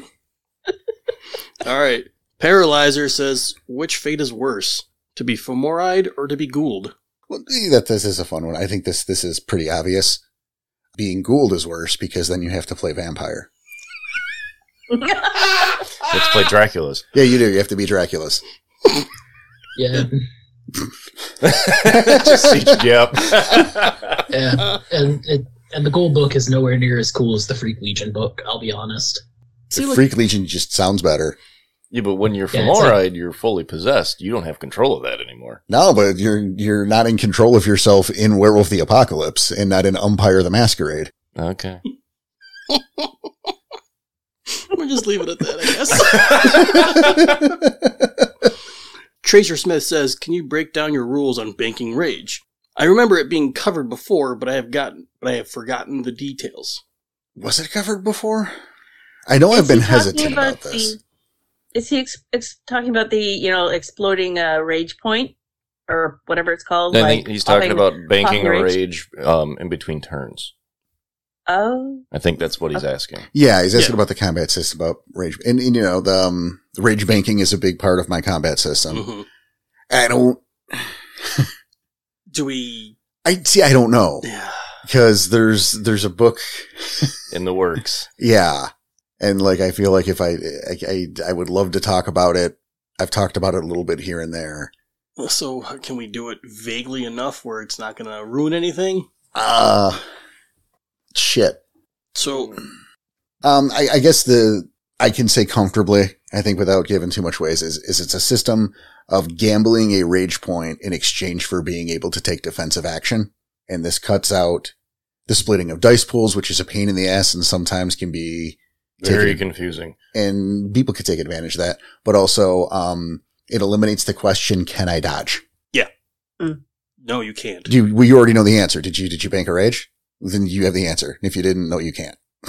All right. Paralyzer says, which fate is worse, to be Fomoride or to be Gould? well, eh, that this is a fun one. I think this this is pretty obvious. Being ghouled is worse because then you have to play vampire. Let's play Dracula's. Yeah, you do. You have to be Dracula's. Yeah, Just see- yep. yeah. And it, and the gold book is nowhere near as cool as the Freak Legion book. I'll be honest. See, The like- Freak Legion just sounds better. yeah, but when you're Yeah, it's Fomoride, you're fully possessed. You don't have control of that anymore. No, but you're you're not in control of yourself in Werewolf the Apocalypse and not in Umpire the Masquerade. Okay. We'll just leave it at that, I guess. Tracer Smith says, can you break down your rules on banking rage? I remember it being covered before, but I have gotten, but I have forgotten the details. Was it covered before? I know Oh, I've Is been he talking hesitant about this. The, is he ex- ex- talking about the you know exploding uh, rage point or whatever it's called? I like, think he's talking popping- about banking a popping rage um, in between turns. Oh, I think that's what he's asking. Yeah, he's asking Yeah. about the combat system about rage, and, and, you know the um, the rage Um, Mm-hmm. banking is a big part of my combat system. Mhm. I don't. Do we? I see. I don't know Yeah. because there's there's a book. in the works. Yeah, and like I feel like if I I I, I would love to talk about it. I've talked about it a little bit here and there. So can we do it vaguely enough where it's not going to ruin anything? Uh shit. Hmm. So Um, I, I guess the I can say comfortably, I think, without giving too much ways, is is it's a system of gambling a rage point in exchange for being able to take defensive action, and this cuts out the splitting of dice pools, which is a pain in the ass and sometimes can be, Very Taking- confusing. and people could take advantage of that. But also, um, it eliminates the question, "Can I dodge?" no, you can't. Do you, well, you already know the answer? Did you did you bank a rage? Then you have the answer. If you didn't, no, you can't.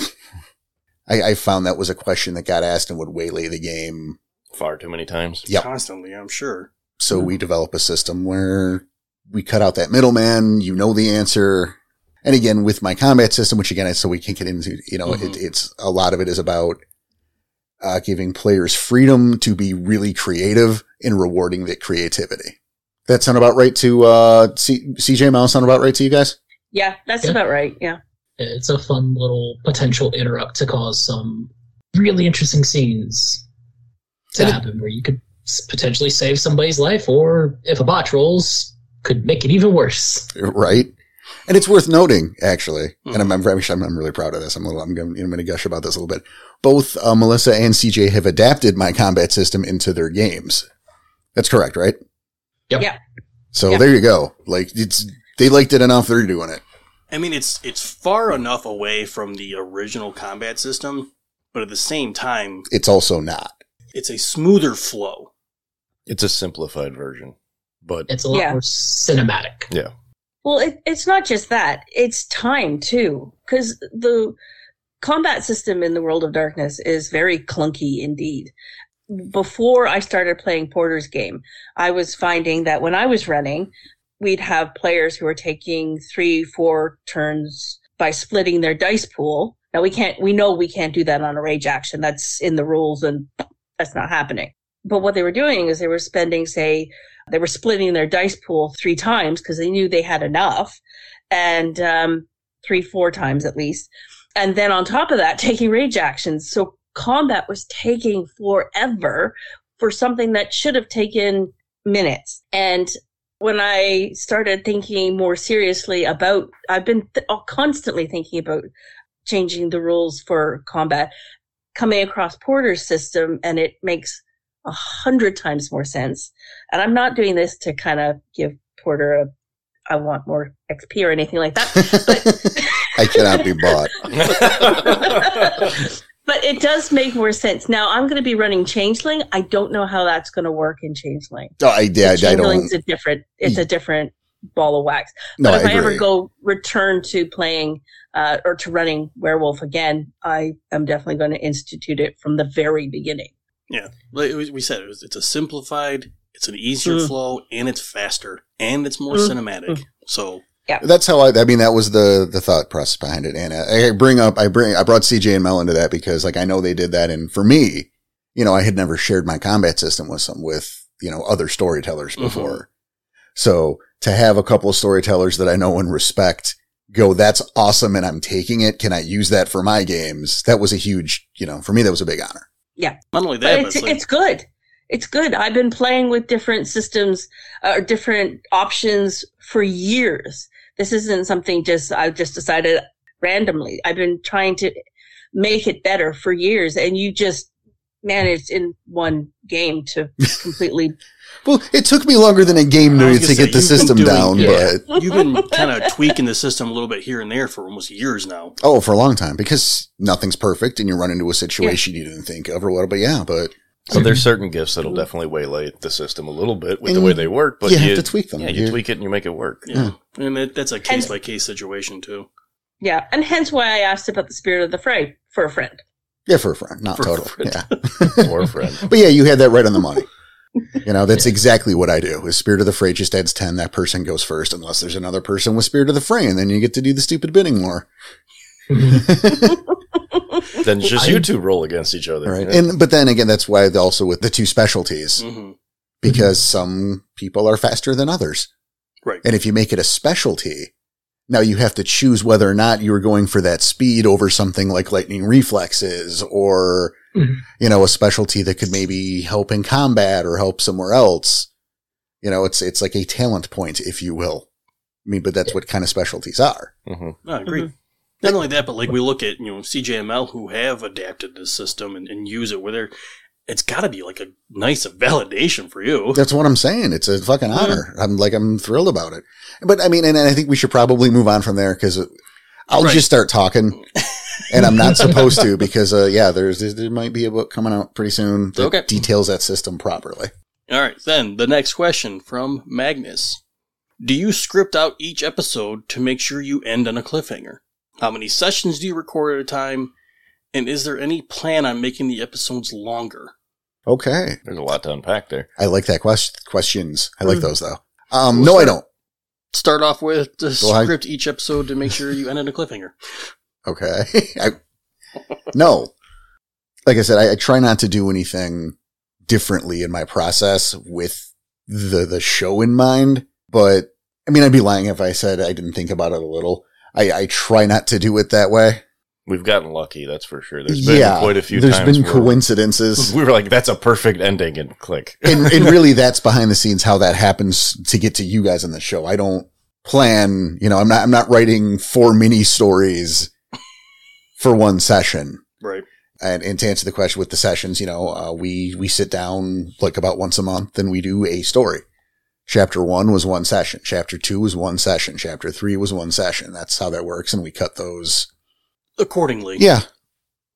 I, I found that was a question that got asked and would waylay the game Far too many times. Yep. Constantly, I'm sure. So we develop a system where we cut out that middleman. You know the answer. And again, with my combat system, which again, so we can get into, you know, Mhm. it, it's a lot of it is about uh, giving players freedom to be really creative and rewarding that creativity. That sound about right to uh, C- CJ Mouse? Sound about right to you guys? Yeah, that's Yeah. about right. Yeah. It's a fun little potential interrupt to cause some really interesting scenes to And it- happen where you could s- potentially save somebody's life, or if a bot rolls, could make it even worse. Right. And it's worth noting, actually, and I'm, Mhm. I'm, actually, I'm, I'm really proud of this. I'm a little, I'm going I'm to gush about this a little bit. Both uh, Melissa and CJ have adapted my combat system into their games. That's correct, right? Yep. Yeah. So Yeah. there you go. Like it's, they liked it enough. They're doing it. I mean, it's it's far enough away from the original combat system, but at the same time, It's also not. it's a smoother flow. It's a simplified version, but It's a lot Yeah. more cinematic. yeah, Well, it, it's not just that; it's time too, because the combat system in the World of Darkness is very clunky indeed. Before I started playing Porter's game, I was finding that when I was running, we'd have players who were taking three, four turns by splitting their dice pool. Now we can't, we know we can't do that on a rage action. That's in the rules, and that's not happening. But what they were doing is they were spending, say, they were splitting their dice pool three times because they knew they had enough and um, three four times at least and then on top of that taking rage actions so combat was taking forever for something that should have taken minutes and when i started thinking more seriously about i've been th- oh, constantly thinking about changing the rules for combat coming across porter's system and it makes a hundred times more sense and I'm not doing this to kind of give Porter a I want more XP or anything like that. I cannot be bought. but it does make more sense. Now I'm going to be running Changeling. I don't know how that's going to work in Changeling. No, I, yeah, I, I don't. Changeling's a different. It's a different ball of wax. No, but if I I, ever agree. go return to playing uh, or to running Werewolf again, I am definitely going to institute it from the very beginning. Yeah, like we we said, it was, it's a simplified, it's an easier Mm. flow, and it's faster, and it's more Mm. cinematic. So That's how I. I mean, that was the the thought process behind it. And uh, I, I bring up, I bring, I brought CJ and Mel into that because, like, I know they did that. And for me, you know, I had never shared my combat system with some with you know other storytellers Mhm. before. So to have a couple of storytellers that I know and respect go, that's awesome, and I'm taking it. Can I use that for my games? That was a huge, you know, for me, that was a big honor. not only that, but but it's, it's like, it's good. It's good. I've been playing with different systems uh, or different options for years. This isn't something just I've just decided randomly. I've been trying to make it better for years, and you just managed in one game to completely. Well, it took me longer than a game I to, was to gonna say, get the you've been system doing- down, yeah. but you've been kind of tweaking the system a little bit here and there for almost years now. Oh, for a long time because nothing's perfect and you run into a situation you didn't think of or whatever. But yeah, but so there's certain gifts that'll definitely waylay the system a little bit with the way they work, but you, have to tweak them. yeah, you You- tweak it and you make it work. Yeah, and that, that's a And- case by case situation too. yeah, and hence why I asked about the spirit of the fray for a friend. yeah, for a friend, not For a total. friend. Yeah. Or friend. But yeah, you had that right on the money. You know, that's exactly what I do. Is Spirit of the Fray just adds 10, that person goes first, unless there's another person with Spirit of the Fray, and then you get to do the stupid bidding war. Then it's just I- you two roll against each other. Right. And, but then again, that's why the- also with the two specialties, hmm because some people are faster than others. Right. And if you make it a specialty, now you have to choose whether or not you are going for that speed over something like lightning reflexes or, Mhm. you know, a specialty that could maybe help in combat or help somewhere else. You know, it's, it's like a talent point, if you will. I mean, but that's what kind of specialties are. Mhm. No, I agree. Not only that, but like we look at you know CJML who have adapted this system and, and use it where they're, it's got to be like a nice validation for you. That's what I'm saying. It's a fucking honor. I'm like, I'm thrilled about it. But I mean, and, and I think we should probably move on from there because I'll Right. just start talking and I'm not supposed to because, uh, yeah, there's, there's, there might be a book coming out pretty soon that Okay. details that system properly. All right, then the next question from Magnus: Do you script out each episode to make sure you end on a cliffhanger? How many sessions do you record at a time? And is there any plan on making the episodes longer? Okay. There's a lot to unpack there. I like that question. Questions. I like Mhm. those though. Um, Hmm. We'll no, I start- don't. Start off with to Go ahead. script each episode to make sure you end on a cliffhanger. Okay. I, no. Like I said, I, I try not to do anything differently in my process with the the show in mind. But I mean, I'd be lying if I said I didn't think about it a little. I, I try not to do it that way. We've gotten lucky, that's for sure. There's been quite a few There's times been where coincidences. we were like, that's a perfect ending and click. and, and really that's behind the scenes how that happens to get to you guys on the show. I don't plan, you know, I'm not, I'm not writing four mini stories for one session. Right. And, and to answer the question with the sessions, you know, uh, we, we sit down like about once a month and we do a story. Chapter one was one session. Chapter two was one session. Chapter three was one session. That's how that works. And we cut those. Accordingly. Yeah.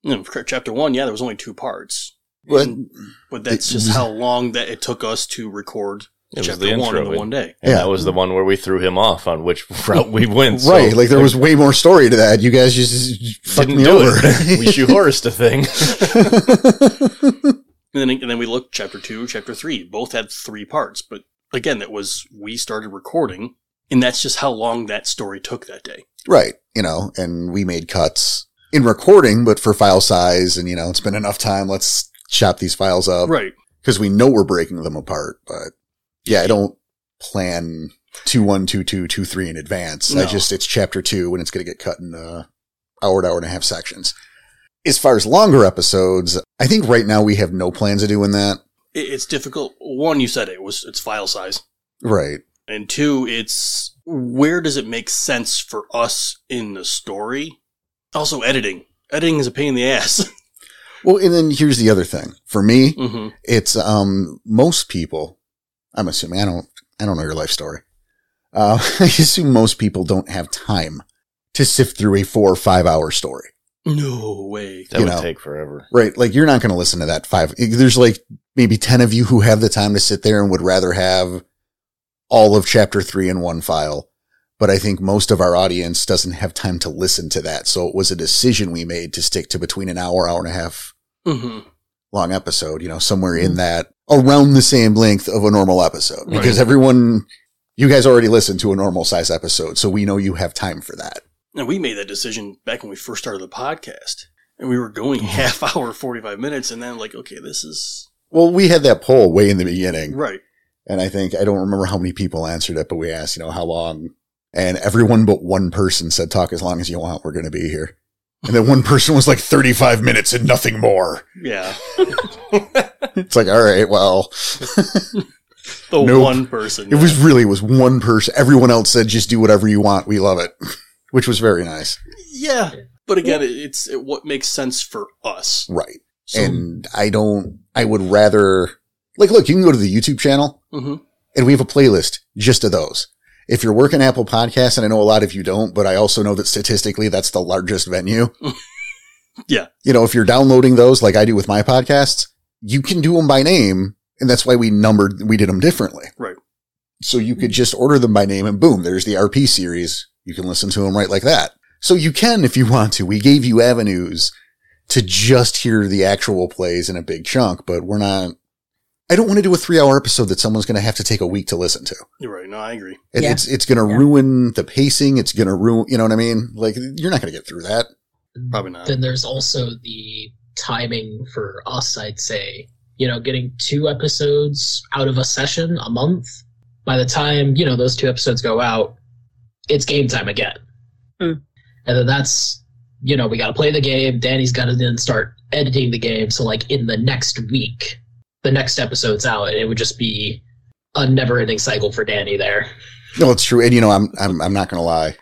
You know, for chapter one, yeah, there was only two parts. But And- but that's It just was- how long that it took us to record It was chapter the one in intro. the It- one day. And Yeah. that was the one where we threw him off on which route we went. Mm-hmm. so- right. Like there was way more story to that. You guys just fucked Didn't me do over. It. we shoehorse a thing. And then, and then we looked chapter two, chapter three. Both had three parts, but again, that was we started recording, and that's just how long that story took that day. Right. You know, and we made cuts in recording, but for file size and, you know, it's been enough time. Let's chop these files up Right. because we know we're breaking them apart. But yeah, I don't plan two, one, two, two, two, three in advance. I No. just, it's chapter two and it's going to get cut in uh, hour to hour and a half sections. As far as longer episodes, I think right now we have no plans of doing that. It, it's difficult. One, you said it was it's file size, Right. and two, it's where does it make sense for us in the story? Also, editing. Editing is a pain in the ass. Well, and then here's the other thing for me. Mm-hmm. hmm it's um most people i'm assuming i don't i don't know your life story uh, i assume most people don't have time to sift through a four or five hour story No way. That You would know. take forever. right like you're not going to listen to that five there's like maybe 10 of you who have the time to sit there and would rather have all of chapter three in one file but i think most of our audience doesn't have time to listen to that so it was a decision we made to stick to between an hour hour and a half hmm long episode, you know, somewhere in that around the same length of a normal episode Right. because everyone, you guys already listened to a normal size episode. So we know you have time for that. And we made that decision back when we first started the podcast. And we were going half hour, 45 minutes, and then like, okay, this is Well, we had that poll way in the beginning right. and I think, I don't remember how many people answered it, but we asked, you know, how long and everyone but one person said, talk as long as you want. We're going to be here. And then one person was like 35 minutes and nothing more. Yeah. It's like, all right, well, The Nope. one person. it was really was one person. Everyone else said, just do whatever you want. We love it, which was very nice. Yeah. But again, it it's it, what makes sense for us. Right. So, and I don't, I would rather, like, look, you can go to the YouTube channel mhm. and we have a playlist just of those. If you're working Apple Podcasts, and I know a lot of you don't, but I also know that statistically that's the largest venue. Yeah. You know, if you're downloading those like I do with my podcasts, you can do them by name. And that's why we numbered, we did them differently. Right. So you could just order them by name and boom, there's the RP series. You can listen to them right like that. So you can, if you want to, we gave you avenues to just hear the actual plays in a big chunk, but we're not, I don't want to do a three hour episode that someone's going to have to take a week to listen to. You're right. No, I agree. It, Yeah. It's it's going to Yeah. ruin the pacing. It's going to ruin. You know what I mean? Like you're not going to get through that. Probably not. Then there's also the timing for us, I'd say. You know, getting two episodes out of a session a month by the time you know those two episodes go out, it's game time again. Mm. And then that's you know we got to play the game. Danny's got to then start editing the game. So like in the next week, the next episode's out, and it would just be a never-ending cycle for Danny there. No, it's true. And you know, I'm I'm I'm not gonna lie.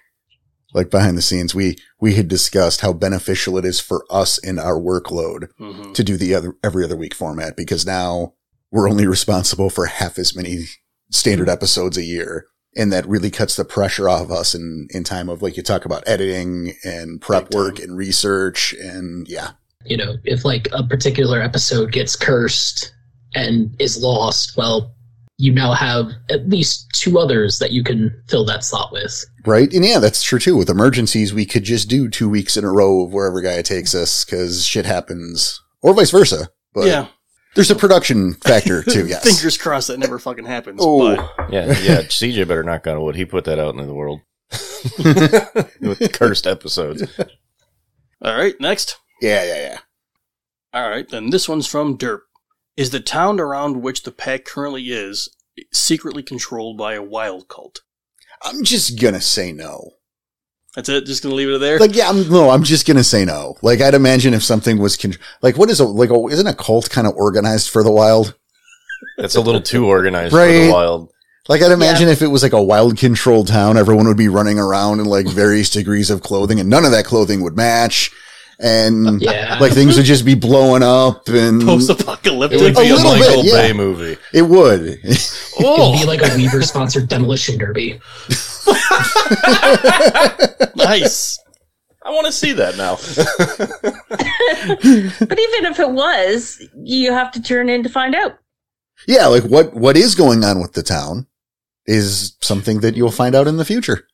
Like behind the scenes, we we had discussed how beneficial it is for us in our workload hmm to do the other every other week format because now we're only responsible for half as many standard episodes a year. And that really cuts the pressure off us in, in time of like you talk about editing and prep Big time. work and research and yeah. you know, if like a particular episode gets cursed and is lost, well, you now have at least two others that you can fill that slot with. Right. And yeah, that's true too. With emergencies, we could just do two weeks in a row of wherever guy takes us because shit happens or vice versa. But yeah. there's a production factor too. Yes. Fingers crossed that never fucking happens. Oh. But Yeah, yeah. CJ better knock on wood. He put that out into the world with cursed episodes. all right, next. Yeah, yeah, yeah. All right, then this one's from Derp. Is the town around which the pack currently is secretly controlled by a wild cult? I'm just gonna say no. That's it. Just gonna leave it there. Like, yeah, I'm, no, I'm just gonna say no. Like, I'd imagine if something was con- like, what is a like? A, isn't a cult kind of organized for the wild? That's a little too organized for Right. the wild. Like, I'd imagine if it was like a wild controlled town, everyone would be running around in like various degrees of clothing, and none of that clothing would match, and Yeah. like things would just be blowing up, Mm. and It Post-apocalyptic. would be A a, little Michael bit, yeah. Bay movie. it would. It'd be oh, like a Weaver sponsored demolition derby. nice. I want to see that now. But even if it was, you have to turn in to find out. yeah, like what what is going on with the town is something that you'll find out in the future,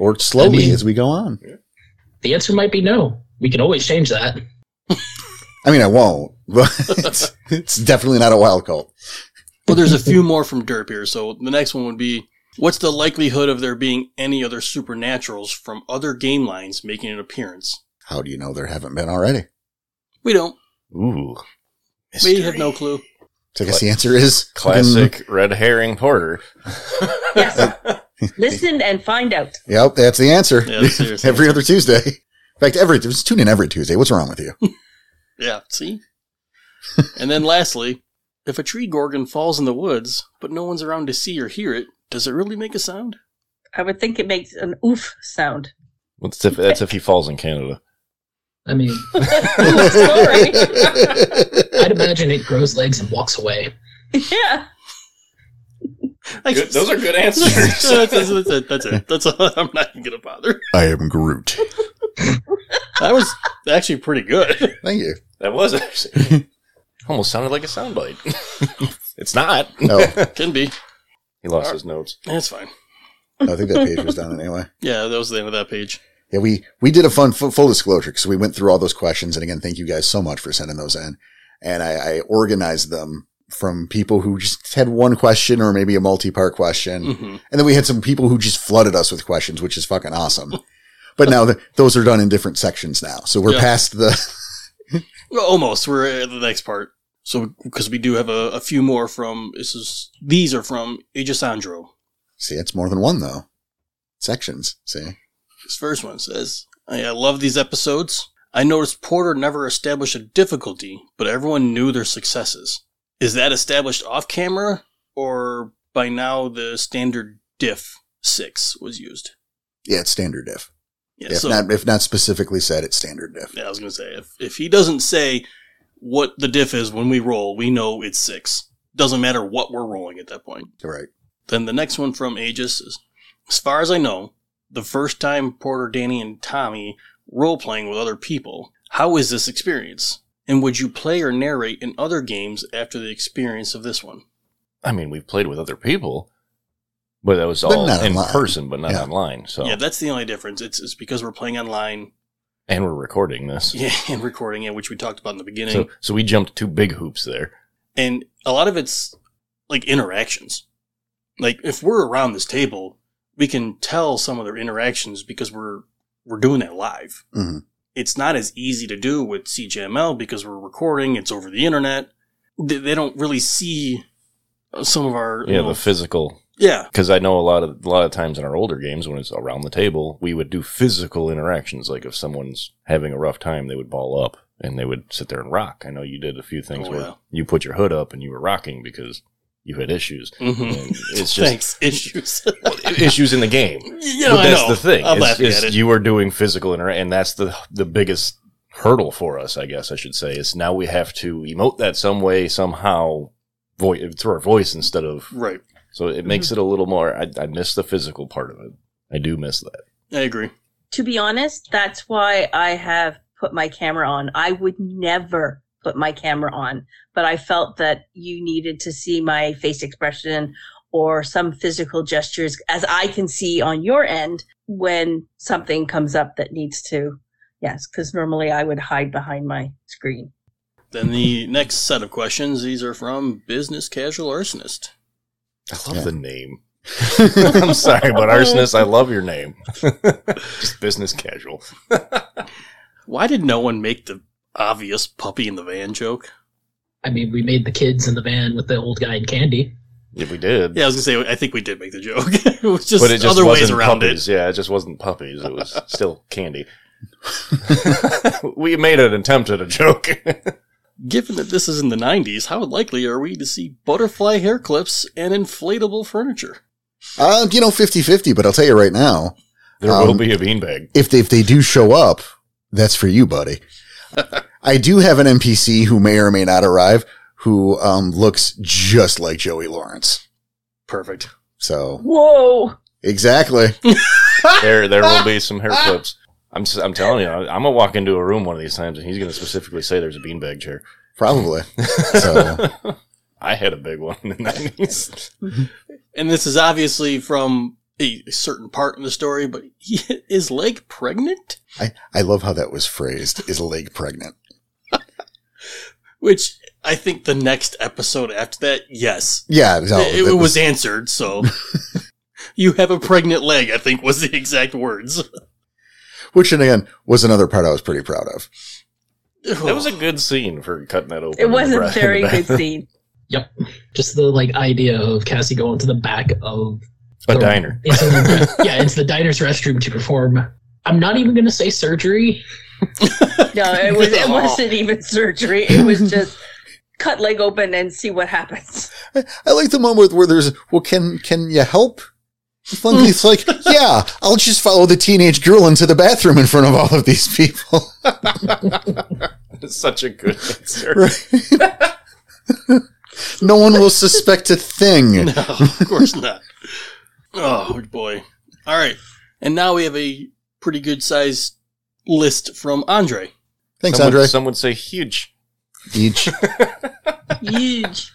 or slowly I mean- as we go on. The answer might be no. We can always change that. I mean, I won't, but it's, it's definitely not a wild cult. Well, there's a few more from Derp here. So the next one would be What's the likelihood of there being any other supernaturals from other game lines making an appearance? How do you know there haven't been already? We don't. Ooh, We have no clue. So I guess the answer is classic Mm. red herring porter. Yes. Listen and find out. Mm, yep, that's the answer. Yeah, seriously. every other Tuesday. In fact, every just tune in every Tuesday. What's wrong with you? Yeah, see? and then lastly, if a tree gorgon falls in the woods, but no one's around to see or hear it, does it really make a sound? I would think it makes an oof sound. That's if, that's if he falls in Canada. I mean, Sorry. I'd imagine it grows legs and walks away. yeah. I guess- those are good answers. that's, that's, that's it. That's it. That's all. I'm not even gonna bother. I am Groot. That was actually pretty good. Thank you. That was actually almost sounded like a soundbite. it's not. Oh, Can be. He lost his notes. That's fine. I think that page was done anyway. Yeah, that was the end of that page. Yeah, we we did a fun full, full disclosure because we went through all those questions, and again, thank you guys so much for sending those in. And I, I organized them from people who just had one question or maybe a multi-part question, hmm and then we had some people who just flooded us with questions, which is fucking awesome. But now th- those are done in different sections now, so we're Yeah. past the Well, almost. We're at the next part. So, because we do have a, a few more from this is these are from Aegisandro. See, it's more than one though. Sections. See, This first one says, I, I love these episodes. I noticed Porter never established a difficulty, but everyone knew their successes. Is that established off camera, or by now the standard diff 6 was used? yeah, it's standard diff. Yeah, if so, not, if not specifically said, it's standard diff. yeah, I was going to say, if, if he doesn't say what the diff is when we roll, we know it's 6. Doesn't matter what we're rolling at that point. Right. Then the next one from Aegis is As far as I know, the first time Porter, Danny, and Tommy role playing with other people, how is this experience? And would you play or narrate in other games after the experience of this one? I mean, we've played with other people, but that was But all not in online. person, but not Yeah. online. So, Yeah, that's the only difference. It's, it's because we're playing online and we're recording this. yeah, and recording it, which we talked about in the beginning. So, so we jumped two big hoops there. and a lot of it's like interactions. Like if we're around this table, we can tell some of their interactions because we're we're doing it live. Mhm. It's not as easy to do with CJML because we're recording. It's over the internet. They, they don't really see uh, some of our you Yeah, know, the physical Yeah. because I know a lot of a lot of times in our older games when it's around the table, we would do physical interactions. Like if someone's having a rough time, they would ball up and they would sit there and rock. I know you did a few things Oh, where yeah. you put your hood up and you were rocking because you had issues. Mm-hmm. And it's just Thanks. Issues. issues in the game. you know, but I that's know. the thing. I'm is- laughing is at it. You are doing physical inter- and that's the the biggest hurdle for us, I guess I should say, is now we have to emote that some way, somehow, vo- through our voice instead of right. so it makes it a little more. I, I miss the physical part of it. I do miss that. I agree. To be honest, that's why I have put my camera on. I would never put my camera on, but I felt that you needed to see my face expression or some physical gestures as I can see on your end when something comes up that needs to. Yes, because normally I would hide behind my screen. Then the next set of questions. These are from Business Casual Arsonist. I love love the the name. I'm sorry, but arsonist, I love your name. Just business casual. Why did no one make the obvious puppy in the van joke? I mean, we made the kids in the van with the old guy and candy. If we did, Yeah, I was gonna say. I think we did make the joke. it was just, but it just other ways wasn't around it. puppies. Yeah, it just wasn't puppies. It was still candy. we made an attempt at a joke. Given that this is in the 90s, how likely are we to see butterfly hair clips and inflatable furniture? Um, you know, 50 50, but I'll tell you right now, there will Um, be a beanbag. if they, if they do show up, that's for you, buddy. I do have an NPC who may or may not arrive who um, looks just like Joey Lawrence. Perfect. So Whoa! exactly. There, there will be some hair clips. I'm, s am telling you, I- I'm gonna walk into a room one of these times, and he's gonna specifically say there's a beanbag chair. Probably. So I had a big one in the 90s. And this is obviously from a certain part in the story, but he, is Leg pregnant? I, I love how that was phrased. Is a leg pregnant? Which I think the next episode after that, yes. Yeah. No, it that it was answered, so. you have a pregnant leg, I think was the exact words. which and again was another part I was pretty proud of. That was a good scene for cutting that open. It in the was bra- a in the very back. good scene. Just the like idea of Cassie going to the back of A the- diner. into the- yeah, into the diner's restroom to perform. I'm not even going to say surgery. No, it was it Oh. wasn't even surgery. It was just cut leg open and see what happens. I like the moment where there's, well, can can you help? Flunky's like, yeah, I'll just follow the teenage girl into the bathroom in front of all of these people. It's such a good answer. No one will suspect a thing. No, of course not. Oh boy. All right. And now we have a pretty good sized list from Andre. Thanks, some Andre. Would, some would say huge. Each. Huge.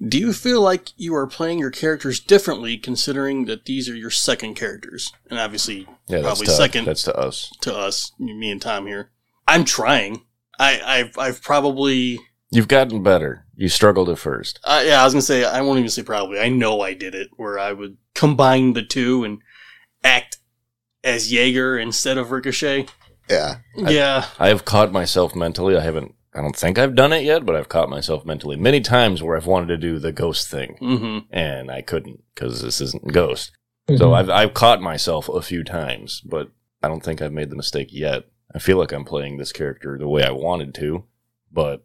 Do you feel like you are playing your characters differently considering that these are your second characters? And obviously Yeah, that's Probably to- second. That's to us. to us, me and Tom here. I'm trying. I, I've I've probably You've gotten better. You struggled at first. uh, yeah, I was gonna say I won't even say probably. I know I did it where I would combine the two and act as Jaeger instead of Ricochet. Yeah. yeah. I have caught myself mentally. I haven't. I don't think I've done it yet, but I've caught myself mentally many times where I've wanted to do the ghost thing Mm-hmm. and I couldn't because this isn't ghost. Mm-hmm. So I've I've caught myself a few times, but I don't think I've made the mistake yet. I feel like I'm playing this character the way I wanted to, but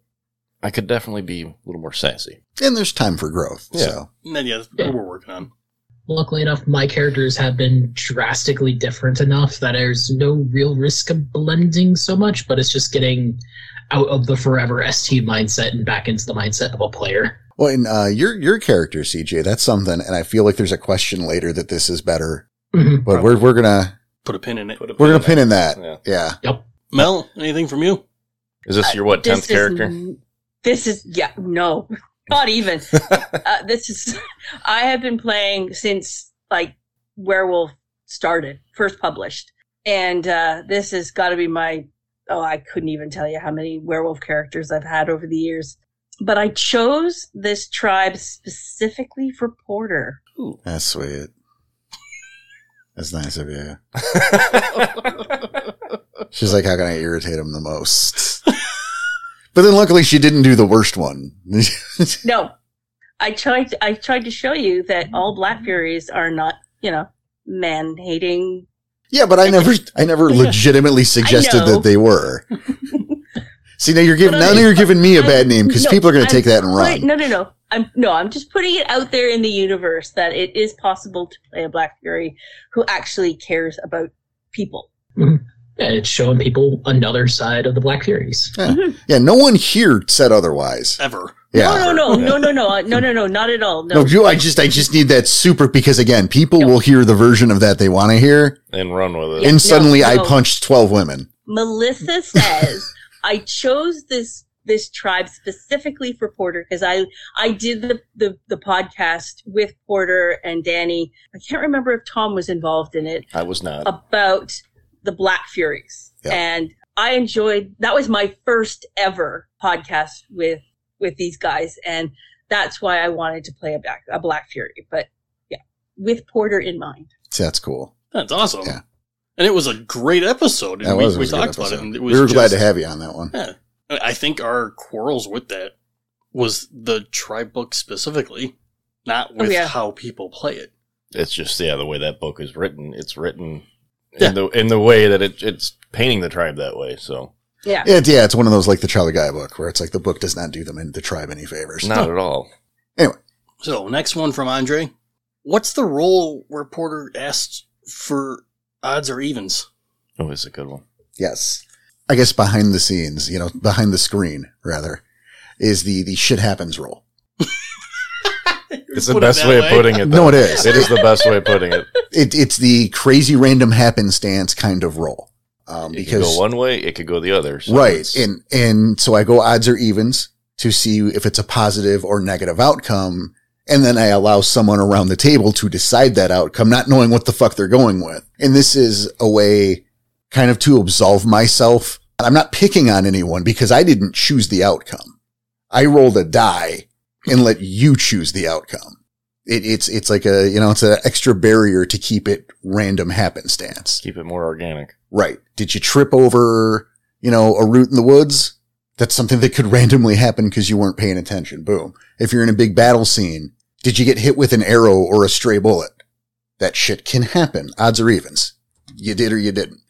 I could definitely be a little more sassy. And there's time for growth. Yeah. So And then yeah, that's what Yeah. we're working on. Luckily enough, my characters have been drastically different enough that there's no real risk of blending so much, but it's just getting out of the forever ST mindset and back into the mindset of a player. well, and uh, your your character, CJ, that's something. And I feel like there's a question later that this is better, Mhm. but we're we're gonna Put a pin in it. we're gonna pin in that. Yeah. Yeah. Mel, anything from you? Is this your what tenth This is- character? This is yeah, no. Not even. uh, this is I have been playing since like Werewolf started, first published. And uh this has got to be my oh, I couldn't even tell you how many werewolf characters I've had over the years. But I chose this tribe specifically for Porter. That's sweet. That's nice of you. She's like, how can I irritate him the most? but then luckily she didn't do the worst one. No, I tried. I tried to show you that all Black Furies are not, you know, man hating. Yeah, but I never, I never legitimately suggested know. that they were. See, now you're giving, But now I- you're giving me a bad name because no, people are going I'm to take that and Right? run. No, no, no. I'm no. I'm just putting it out there in the universe that it is possible to play a Black Fury who actually cares about people. Yeah, it's showing people another side of the Black Furies. Yeah, no one here said otherwise. ever. Yeah. Oh, No, no, no, no, no, no, no, no, no, not at all. No, No. you, I just, I just need that super because again, people No. will hear the version of that they want to hear, and run with it. and suddenly I no. punched twelve women. Melissa says I chose this this tribe specifically for Porter because I I did the, the the podcast with Porter and Danny. I can't remember if Tom was involved in it. I was Uh, not. about the Black Furies, Yeah. and I enjoyed. That was my first ever podcast with with these guys, and that's why I wanted to play a black a Black Fury. But yeah, with Porter in mind. So that's cool. That's awesome. Yeah. And it was a great episode. And That we, was, we was a good talked about it. episode. And it we was were glad just- to have you on that one. Yeah. I think our quarrels with that was the tribe book specifically, not Oh, with yeah. how people play it. It's just yeah, the way that book is written. It's written Yeah. in the in the way that it, it's painting the tribe that way. So Yeah, It, yeah, it's one of those like the Charlie Guy book where it's like the book does not do them in the tribe any favors. not at all. So, next one from Andre. What's the role where Porter asks for odds or evens? Oh, it's a good one. Yes. I guess behind the scenes, you know, behind the screen rather, is the the shit happens rule. It's the best way, of putting it. No, though. it is. it is the best way of putting it. It, it's the crazy random happenstance kind of role. Um, it could because go one way, it could go the other. So right, it's- and and so I go odds or evens to see if it's a positive or negative outcome, and then I allow someone around the table to decide that outcome, not knowing what the fuck they're going with. And this is a way, kind of, to absolve myself. And I'm not picking on anyone because I didn't choose the outcome. I rolled a die and let you choose the outcome. It, it's it's like a you know it's an extra barrier to keep it random happenstance. keep it more organic. Right. Did you trip over, you know, a root in the woods? That's something that could randomly happen because you weren't paying attention. Boom. If you're in a big battle scene, did you get hit with an arrow or a stray bullet? That shit can happen. Odds or evens. You did or you didn't.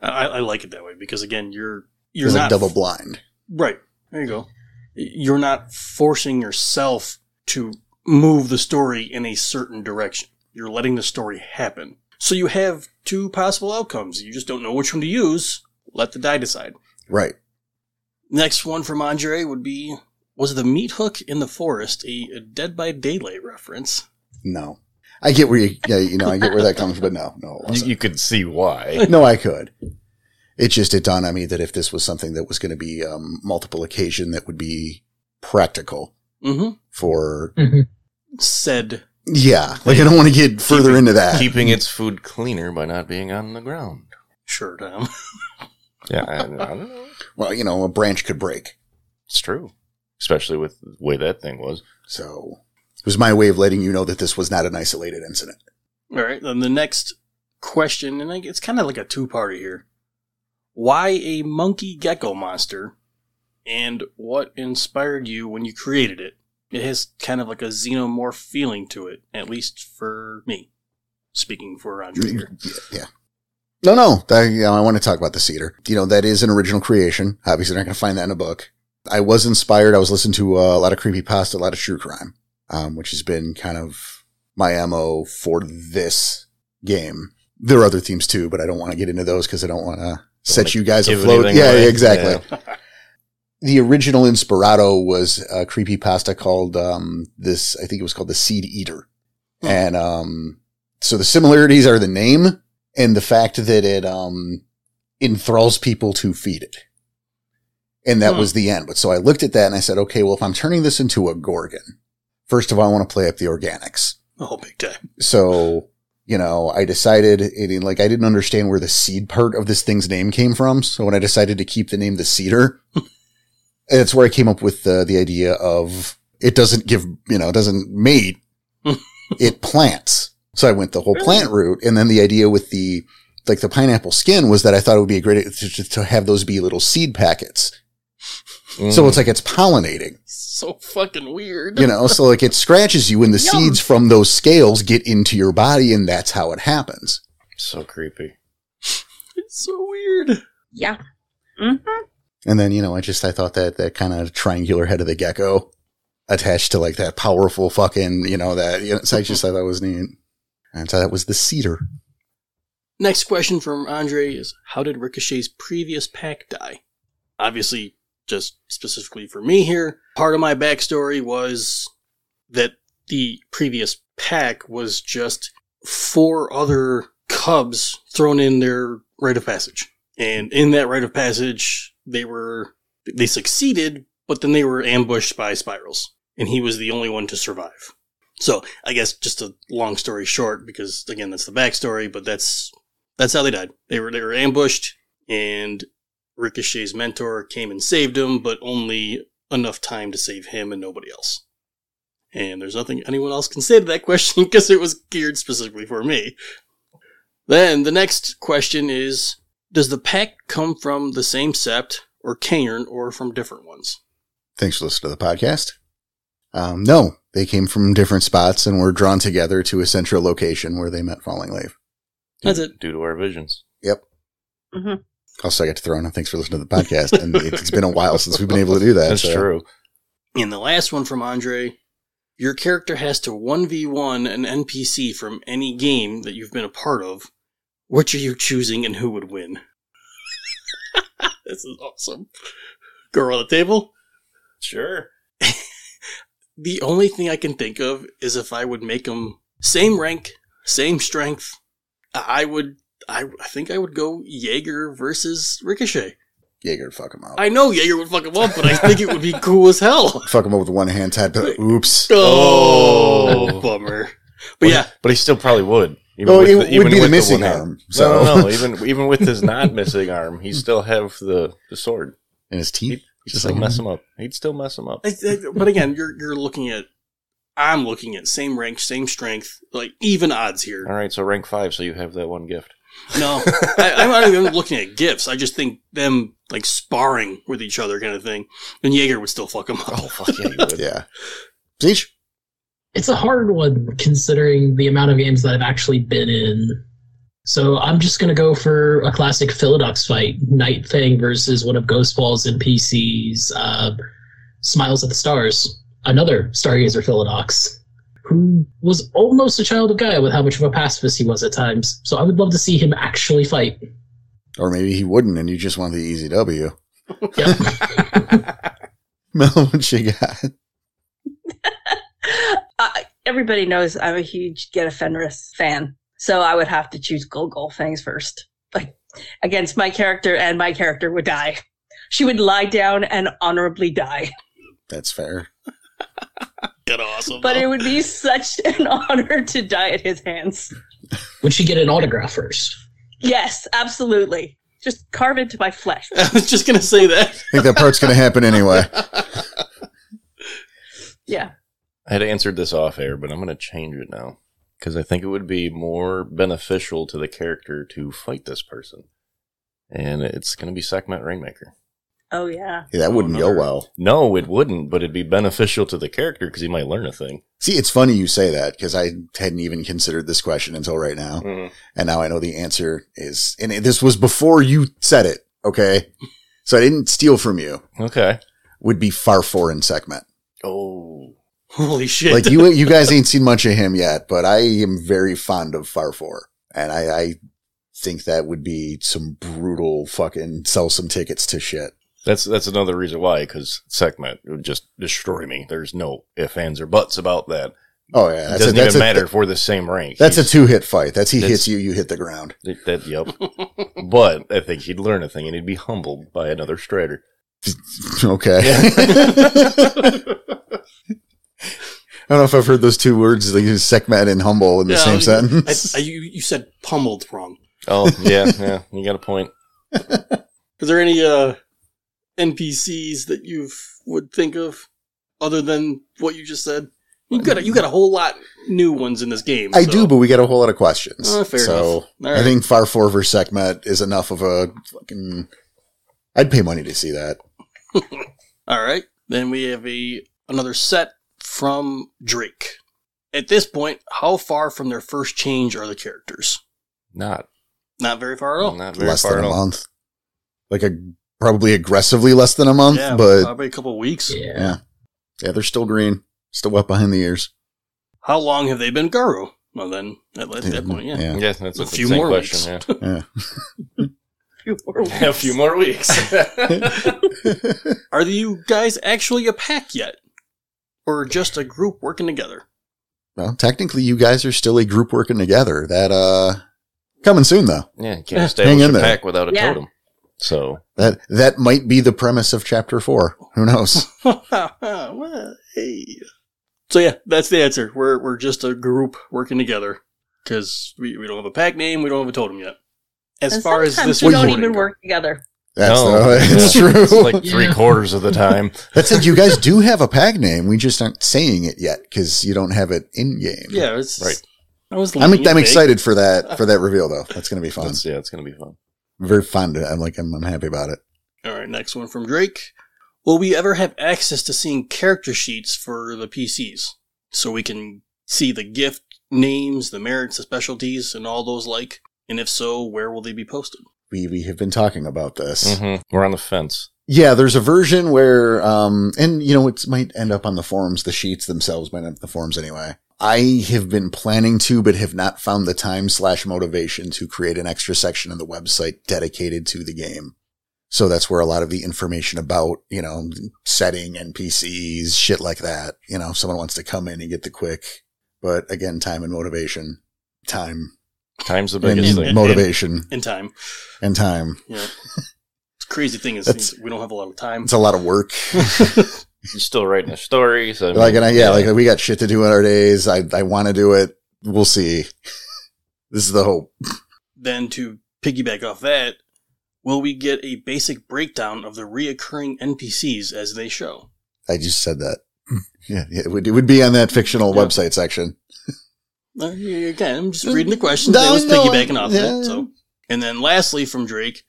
I, I like it that way because, again, you're, you're It's like not double blind. Right. There you go. You're not forcing yourself to move the story in a certain direction. You're letting the story happen. So you have two possible outcomes. You just don't know which one to use. Let the die decide. Right. Next one from Andre would be Was the meat hook in the forest a, a Dead by Daylight reference? No. I get where you, yeah, you know, I get where that comes from, but no, no. it You, wasn't. you could see why. no, I could. It just it dawned on me that if this was something that was going to be um, multiple occasion, that would be practical Mm for Mhm. hmm. Said. yeah. Like I don't want to get further into that. Keeping its food cleaner by not being on the ground. Sure, Tom. Yeah, I, I don't know. well, you know, a branch could break. It's true, especially with the way that thing was. So it was my way of letting you know that this was not an isolated incident. All right. Then the next question, and I- it's kind of like a two-parter here. Why a monkey gecko monster, and what inspired you when you created it? It has kind of like a xenomorph feeling to it, at least for me. Speaking for Andre here. Yeah. No, no. That, you know, I want to talk about the cedar. You know, that is an original creation. Obviously, you're not going to find that in a book. I was inspired. I was listening to uh, a lot of creepypasta, a lot of true crime, um, which has been kind of my MO for this game. There are other themes too, but I don't want to get into those because I don't want to set make- you guys give afloat. anything Yeah, away. exactly. Yeah. the original Inspirado was a creepy pasta called um, this. I think it was called the Seed Eater, Hmm. and um, so the similarities are the name and the fact that it um, enthralls people to feed it, and that Hmm. was the end. But so I looked at that and I said, okay, well, if I'm turning this into a gorgon, first of all, I want to play up the organics. Oh, big time. So you know, I decided, it, like, I didn't understand where the seed part of this thing's name came from. So when I decided to keep the name the cedar, that's where I came up with the, the idea of it doesn't give, you know, it doesn't mate, it plants. So I went the whole plant route. And then the idea with the, like the pineapple skin was that I thought it would be a great to, to have those be little seed packets. Mm. So it's like it's pollinating, So fucking weird. you know? So like it scratches you and the Yum. seeds from those scales get into your body and that's how it happens. so creepy. It's so weird. Yeah. hmm And then, you know, I just, I thought that, that kind of triangular head of the gecko attached to like that powerful fucking, you know, that, you know, so I just thought that was neat. And so that was the cedar. Next question from Andre is How did Ricochet's previous pack die? Obviously, just specifically for me here, part of my backstory was that the previous pack was just four other cubs thrown in their rite of passage. And in that rite of passage, they were, they succeeded, but then they were ambushed by spirals. And he was the only one to survive. So I guess just a long story short, because again, that's the backstory, but that's that's how they died. They were they were ambushed, and Ricochet's mentor came and saved him, but only enough time to save him and nobody else. And there's nothing anyone else can say to that question because it was geared specifically for me. Then the next question is: Does the pack come from the same sept or cairn, or from different ones? Thanks for listening to the podcast. Um, no, they came from different spots and were drawn together to a central location where they met Falling Leaf. That's it. Due to our visions. hmm Also, I got to throw in, uh, thanks for listening to the podcast. And it's been a while since we've been able to do that. That's so. true. And the last one from Andre Your character has to 1v1 an NPC from any game that you've been a part of. Which are you choosing and who would win? this is awesome. Girl on the table? Sure. The only thing I can think of is if I would make them same rank, same strength, I would. I, I think I would go Jaeger versus Ricochet. Jaeger, fuck him up. I know Jaeger would fuck him up, but I think it would be cool as hell. fuck him up with one hand tied, but oops. Oh. bummer. But yeah, But he still probably would. Even Oh, it the- would even be the with missing one hand. arm, so. No, no, no. even even with his not missing arm, he still have the, the sword. And his teeth. He'd Just still like- mess him up. He'd still mess him up. I, I, but again, you're you're looking at. I'm looking at same rank, same strength, like even odds All here. right, so rank five, so you have that one gift. No, I, I'm not even looking at gifts. I just think them like sparring with each other, kind of thing. And Jaeger would still fuck him up. Oh fuck yeah, you would. Yeah. Zeech? It's a hard one considering the amount of games that I've actually been in. So I'm just gonna go for a classic Philodox fight, Night Thing versus one of Ghost Falls NPCs, uh, Smiles at the Stars, another Stargazer Philodox, who was almost a child of Gaia with how much of a pacifist he was at times. So I would love to see him actually fight. Or maybe he wouldn't and you just want the easy W. Yep. Mel, what you got? I, Uh, everybody knows I'm a huge Get a Fenris fan, so I would have to choose Golgol Fangs first. Like against my character, and my character would die. She would lie down and honorably die. That's fair. Get awesome. But it though. would be such an honor to die at his hands. would she get an autograph first? Yes, absolutely. Just carve into my flesh. I was just gonna say that. I think that part's going to happen anyway. Yeah. I had answered this off air, but I'm going to change it now because I think it would be more beneficial to the character to fight this person, and it's going to be Sekhmet Rainmaker. Oh yeah. Yeah, that wouldn't go well. No, it wouldn't, but it'd be beneficial to the character because he might learn a thing. See, it's funny you say that because I hadn't even considered this question until right now. And now I know the answer is, and it- this was before you said it. Okay. So I didn't steal from you Okay. would be far foreign segment. Oh, Holy shit! Like you, you guys ain't seen much of him yet, but I am very fond of far four and I, I think that would be some brutal fucking sell some tickets to shit. that's that's another reason why because Sekhmet would just destroy me. There's no ifs, ands, or buts about that. Oh yeah. it doesn't that's even matter if we're the same rank. That's a He's- two hit fight. That's he That's- hits you, you hit the ground. That, that- yep. but I think he'd learn a thing, and he'd be humbled by another Strider. Okay. I don't know if I've heard those two words, like Sekhmet and humble in the Yeah, same I, sentence. I, you, you said pummeled wrong. Oh yeah, yeah. You got a point. Is there any uh NPCs that you would think of other than what you just said? You got a, you got a whole lot new ones in this game. I, so- do, but we got a whole lot of questions. Oh, fair so enough. All right. I think Far Four versus Sekhmet is enough of a fucking. I'd pay money to see that. All right. Then we have a another set from Drake. At this point, how far from their first change are the characters? Not, Not very far at all. not very less far than a at all. month. Like a probably aggressively less than a month, yeah, but probably a couple weeks. Yeah. yeah. Yeah, they're still green. Still wet behind the ears. How long have they been Garu? Well, then at, at that point, yeah. Yeah. Yes, that's A a, few few more more question. Few more Yeah. a weeks. few more weeks. Are you guys actually a pack yet, or just a group working together? well, technically you guys are still a group working together. That uh coming soon though. yeah, you Yeah. can't establish Hang in a there. pack without a Yeah. totem. So That that might be the premise of chapter four. Who knows? well, hey. So yeah, that's the answer. We're we're just a group working together because we, we don't have a pack name, we don't have a totem yet. As And far as sometimes this we don't recording even goes. work together. That's No. the, it's Yeah. true. it's like three Yeah. quarters of the time. That's it. You guys do have a pack name. We just aren't saying it yet because you don't have it in game. Yeah, it's Right. I was I'm, leaning I'm big. excited for that for that reveal though. That's gonna be fun. That's, yeah, it's gonna be fun. I'm very fond of it. I'm like I'm, I'm happy about it. All right, next one from Drake. Will we ever have access to seeing character sheets for the PCs so we can see the gift names, the merits, the specialties, and all those like? And if so, where will they be posted? We we have been talking about this. Mhm. We're on the fence. Yeah, there's a version where, um, and you know, it might end up on the forums. The sheets themselves might end up the forums anyway. I have been planning to, but have not found the time slash motivation to create an extra section on the website dedicated to the game. So that's where a lot of the information about, you know, setting NPCs, shit like that. You know, if someone wants to come in and get the quick, but again, time and motivation, time Time's the biggest and thing. motivation In time. and time. Yeah. It's crazy thing is That's- is we don't have a lot of time. It's a lot of work. You're still writing a story, so I like, mean, and I, yeah, like we got shit to do in our days. I, I want to do it. We'll see. this is the hope. then to piggyback off that, will we get a basic breakdown of the reoccurring NPCs as they show? I just said that. Hmm. yeah, yeah, it would, it would be on that fictional Yeah. website section. Uh, yeah, Again, I'm just reading the questions. Mm, No, I was no, piggybacking off yeah. it. So, and then lastly from Drake,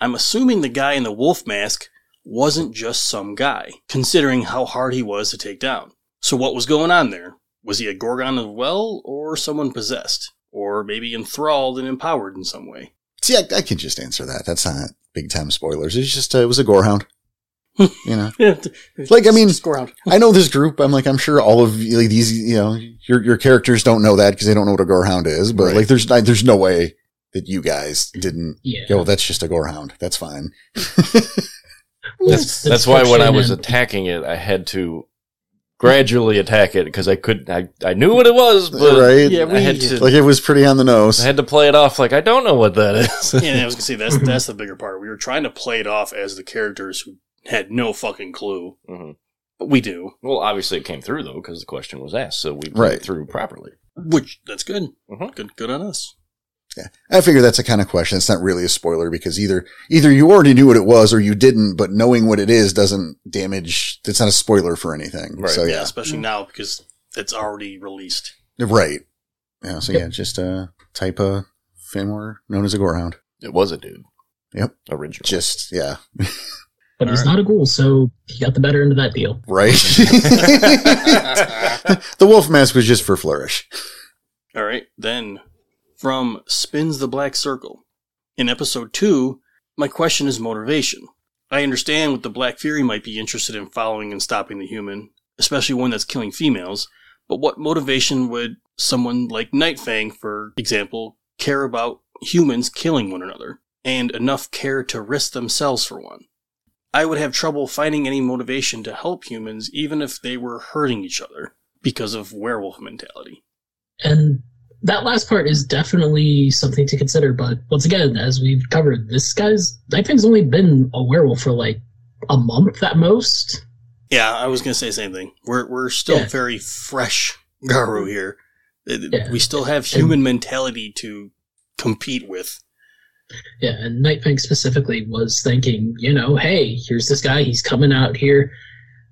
I'm assuming the guy in the wolf mask wasn't just some guy, considering how hard he was to take down. So, what was going on there? Was he a Gorgon as well, or someone possessed, or maybe enthralled and empowered in some way? See, I, I can just answer that. That's not big time spoilers. It's just uh, it was a gorehound. you know, Like, I mean- Just go around. I know this group. I'm like, I'm sure all of you- like, these, you know, your your characters don't know that because they don't know what a gorehound is. But Right. like, there's I- there's no way that you guys didn't Yeah. go. That's just a gorehound. That's fine. that's, The that's why when I description was and- attacking it, I had to gradually attack it because I couldn't. I, I knew what it was, but right? Yeah, I had we- to Like it was pretty on the nose. I had to play it off like I don't know what that is. Yeah, I was gonna say that's that's the bigger part. We were trying to play it off as the characters who had no fucking clue. Mhm. But we do, Well, obviously it came through though because the question was asked, so we played Right. it through properly. which that's good. Mhm. Good, good on us. I figure that's a kind of question. It's not really a spoiler because either either you already knew what it was or you didn't, but knowing what it is doesn't damage. It's not a spoiler for anything. Right. So yeah, Oh, yeah, especially now because it's already released. right. Yeah. So Yep. yeah, just a type of fanware known as a gorehound. It was a dude. Yep. Original. Just yeah, But he's Alright. not a ghoul, so he got the better end of that deal. right. the wolf mask was just for flourish. All right, then from Spins the Black Circle. In episode 2, my question is motivation. I understand what the Black Fury might be interested in following and stopping the human, especially one that's killing females, but what motivation would someone like Nightfang, for example, care about humans killing one another, and enough care to risk themselves for one? I would have trouble finding any motivation to help humans even if they were hurting each other because of werewolf mentality. And that last part is definitely something to consider. But once again, as we've covered, this guy's Nightfang's only been a werewolf for like a month at most. Yeah, I was gonna say the same thing. We're we're still Yeah. very fresh Garu here. It- Yeah. We still have human mentality to compete with. Yeah, and Nightfang specifically was thinking, you know, hey, here's this guy. He's coming out here,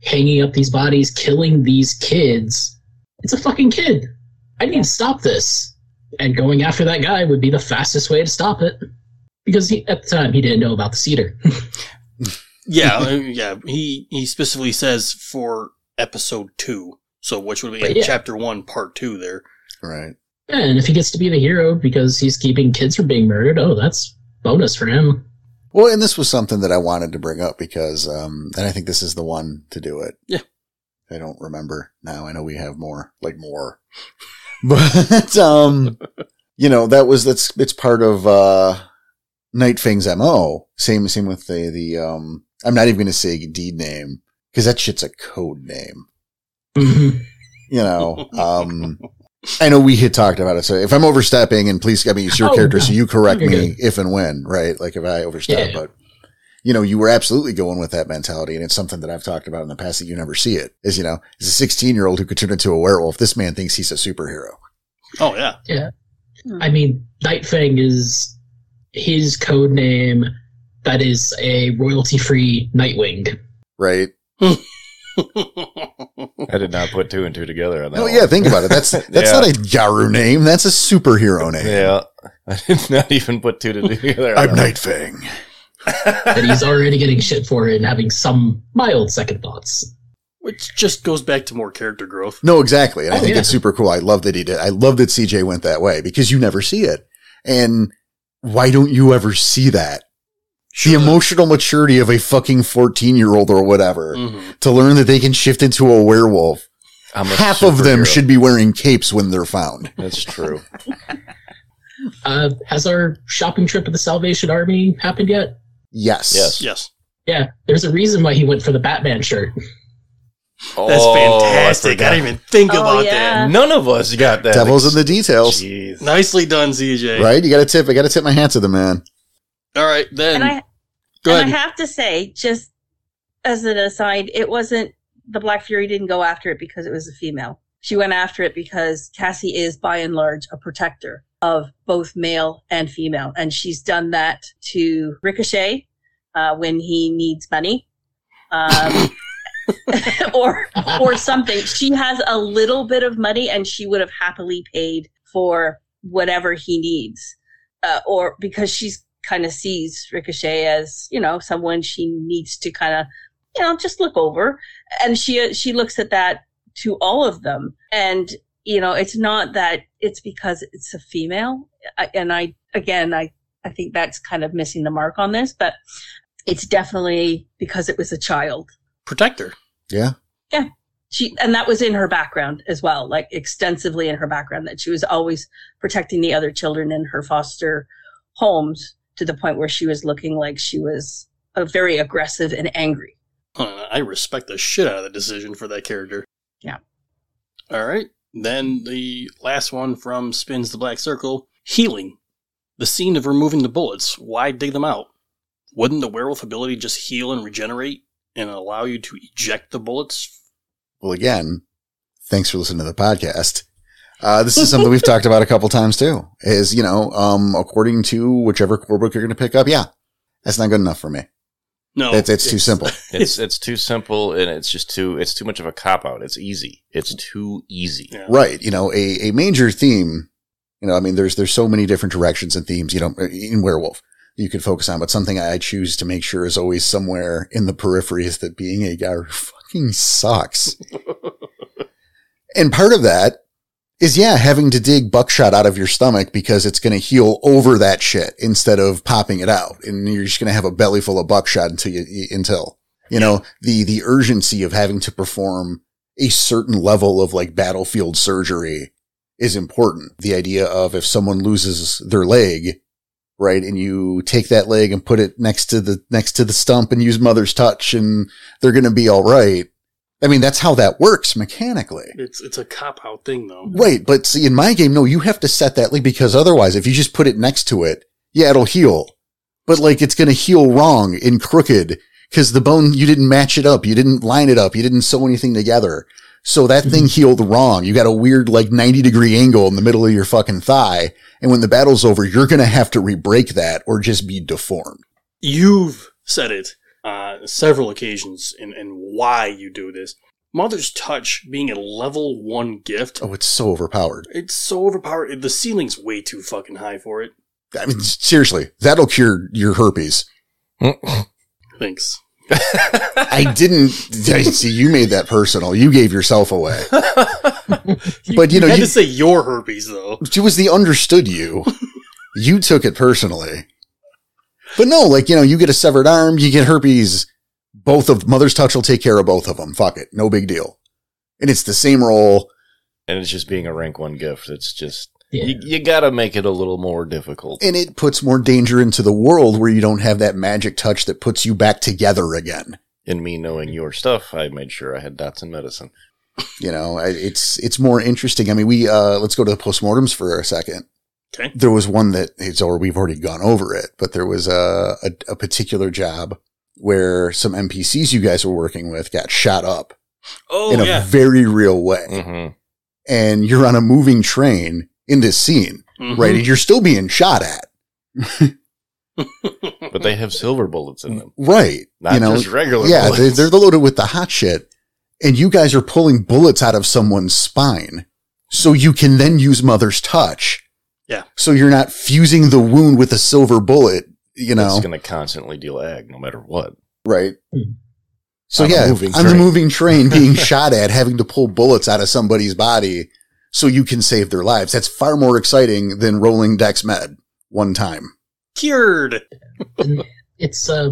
hanging up these bodies, killing these kids. It's a fucking kid. I need to stop this. And going after that guy would be the fastest way to stop it. Because he, at the time, he didn't know about the cedar. Yeah, uh, yeah. He he specifically says for episode two, so which would be But yeah. chapter one, part two. There, Right. Yeah, and if he gets to be the hero because he's keeping kids from being murdered, oh, that's bonus for him. Well, and this was something that I wanted to bring up because, um, and I think this is the one to do it. Yeah. I don't remember now. I know we have more, like more, but, um, you know, that was, that's, it's part of, uh, Nightfang's MO. Same, same with the, the, um, I'm not even going to say deed name because that shit's a code name, Mhm. you know, um, I know we had talked about it. So if I'm overstepping and please, I mean, it's your Oh, character. no. So you correct You're me if and when, right? Like if I overstep, Yeah. but you know, you were absolutely going with that mentality. And it's something that I've talked about in the past that you never see it is, you know, as a 16 year old who could turn into a werewolf. This man thinks he's a superhero. oh yeah, I mean, Nightfang is his code name that is a royalty free Nightwing. Right. I did not put two and two together on that. Oh one. yeah. Think about it. That's, that's Yeah. not a Yaru name. That's a superhero name. Yeah, I did not even put two to two together. I'm Nightfang. That he's already getting shit for it and having some mild second thoughts. which just goes back to more character growth. No, exactly. And I Oh, think yeah. it's super cool. I love that he did. I love that CJ went that way because you never see it. And why don't you ever see that? The emotional maturity of a fucking 14 year old or whatever Mm. Mhm. to learn that they can shift into a werewolf. I'm a Half of them superhero. should be wearing capes when they're found. That's true. Uh, has our shopping trip at the Salvation Army happened yet? Yes. Yes. Yes, Yeah, there's a reason why he went for the Batman shirt. that's fantastic. I, Oh, forgot. didn't even think Oh, about yeah. that. None of us got that. Devil's in the details. Jeez. Nicely done, ZJ. Right? You got to tip. I got to tip my hat to the man. All right, then and I go and ahead. I have to say, just as an aside, it wasn't the Black Fury didn't go after it because it was a female. She went after it because Cassie is by and large a protector of both male and female, and she's done that to Ricochet uh, when he needs money, um, or or something. She has a little bit of money, and she would have happily paid for whatever he needs, uh, or because she's kind of sees Ricochet as you know someone she needs to kind of you know just look over, and she uh, she looks at that to all of them, and you know it's not that it's because it's a female, I, and I again I I think that's kind of missing the mark on this, but it's definitely because it was a child Protector. Yeah. she and that was in her background as well like extensively in her background that she was always protecting the other children in her foster homes to the point where she was looking like she was uh, very aggressive and angry Uh, I respect the shit out of the decision for that character. Yeah. All right. Then the last one from Spins the Black Circle Healing. The scene of removing the bullets. Why dig them out? Wouldn't the werewolf ability just heal and regenerate and allow you to eject the bullets? Well, again, thanks for listening to the podcast. Uh, this is something we've talked about a couple times too. Is you know, um, according to whichever core book you're going to pick up, yeah, that's not good enough for me. No. That's it's too simple. It's it's too simple and it's just too it's too much of a cop out. It's easy. It's too easy. Yeah. right you know a, a major theme you know i mean there's there's so many different directions and themes you know in werewolf you could focus on but something i choose to make sure is always somewhere in the periphery is that being a guy fucking sucks and part of that is yeah having to dig buckshot out of your stomach because it's going to heal over that shit instead of popping it out and you're just going to have a belly full of buckshot until you until you know the the urgency of having to perform a certain level of like battlefield surgery is important. The idea of if someone loses their leg, right, and you take that leg and put it next to the next to the stump and use mother's touch and they're going to be all right. I mean, that's how that works mechanically. It's, it's a cop out thing, though. Right, but see in my game no, you have to set that leg because otherwise if you just put it next to it, yeah, it'll heal. But like it's going to heal wrong and crooked cuz the bone you didn't match it up, you didn't line it up, you didn't sew anything together. So that thing healed wrong. You got a weird like 90 degree angle in the middle of your fucking thigh, and when the battle's over, you're going to have to re-break that or just be deformed. You've said it uh, several occasions and, and why you do this. Mother's Touch being a level one gift Oh, it's so overpowered. It's so overpowered. The ceiling's way too fucking high for it. I mean seriously, that'll cure your herpes. Thanks. I didn't I see you made that personal. You gave yourself away. But, you know, had you- to say your herpes though. It was the understood you. You took it personally. But no, like, you know, you get a severed arm, you get herpes. Both of Mother's Touch will take care of both of them. Fuck it. No big deal. And it's the same role. and it's just being a rank one gift. It's just Yeah. you, you got to make it a little more difficult. And it puts more danger into the world where you don't have that magic touch that puts you back together again. In me knowing Mm-hmm. your stuff, I made sure I had dots in medicine. You know, I- it's it's more interesting. I mean, we uh let's go to the postmortems for a second. Okay. there was one that it's or we've already gone over it, but there was a, a a particular job where some NPCs you guys were working with got shot up Oh in a yeah. very real way, Mm-hmm. and you're on a moving train in this scene, Mhm. right? And you're still being shot at, But they have silver bullets in them, right? not you know, just regular. yeah, bullets. they, they're loaded with the hot shit, and you guys are pulling bullets out of someone's spine, so you can then use Mother's Touch. Yeah. So you're not fusing the wound with a silver bullet. You know, It's going to constantly deal ag no matter what. Right. Hmm. So On a yeah, moving on the train. moving train being shot at, having to pull bullets out of somebody's body so you can save their lives. That's far more exciting than rolling Dex Med one time. Cured. And it's uh,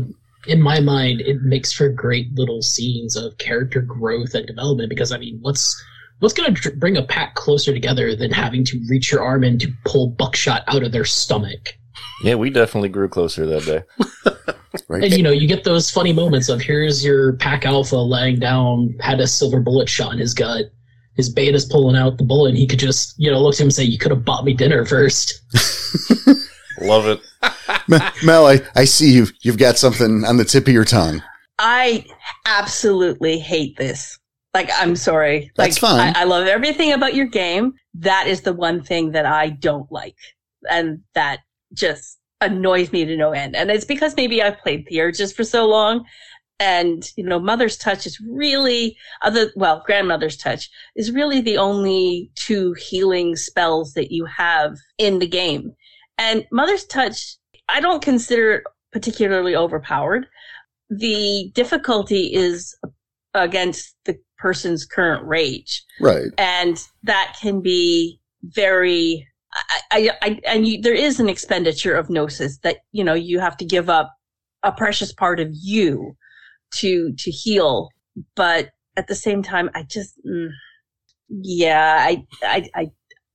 in my mind, it makes for great little scenes of character growth and development. Because I mean, what's what's going to bring a pack closer together than having to reach your arm in to pull buckshot out of their stomach? Yeah, we definitely grew closer that day. Right. And you know, you get those funny moments of here's your pack alpha laying down, had a silver bullet shot in his gut. His beta's pulling out the bullet, and he could just, you know, look to him and say, "You could have bought me dinner first. Love it. Ma- Mel, I, I see you've you've got something on the tip of your tongue. I absolutely hate this. Like, I'm sorry. That's like, fine. I, I love everything about your game. That is the one thing that I don't like. And that just annoys me to no end. And it's because maybe I've played Theater just for so long. And, you know, Mother's Touch is really, other, well, Grandmother's Touch is really the only two healing spells that you have in the game. And Mother's Touch, I don't consider it particularly overpowered the difficulty is against the person's current rage Right. and that can be very I, I, I and you, there is an expenditure of gnosis that you know you have to give up a precious part of you to to heal but at the same time i just mm, yeah I, I i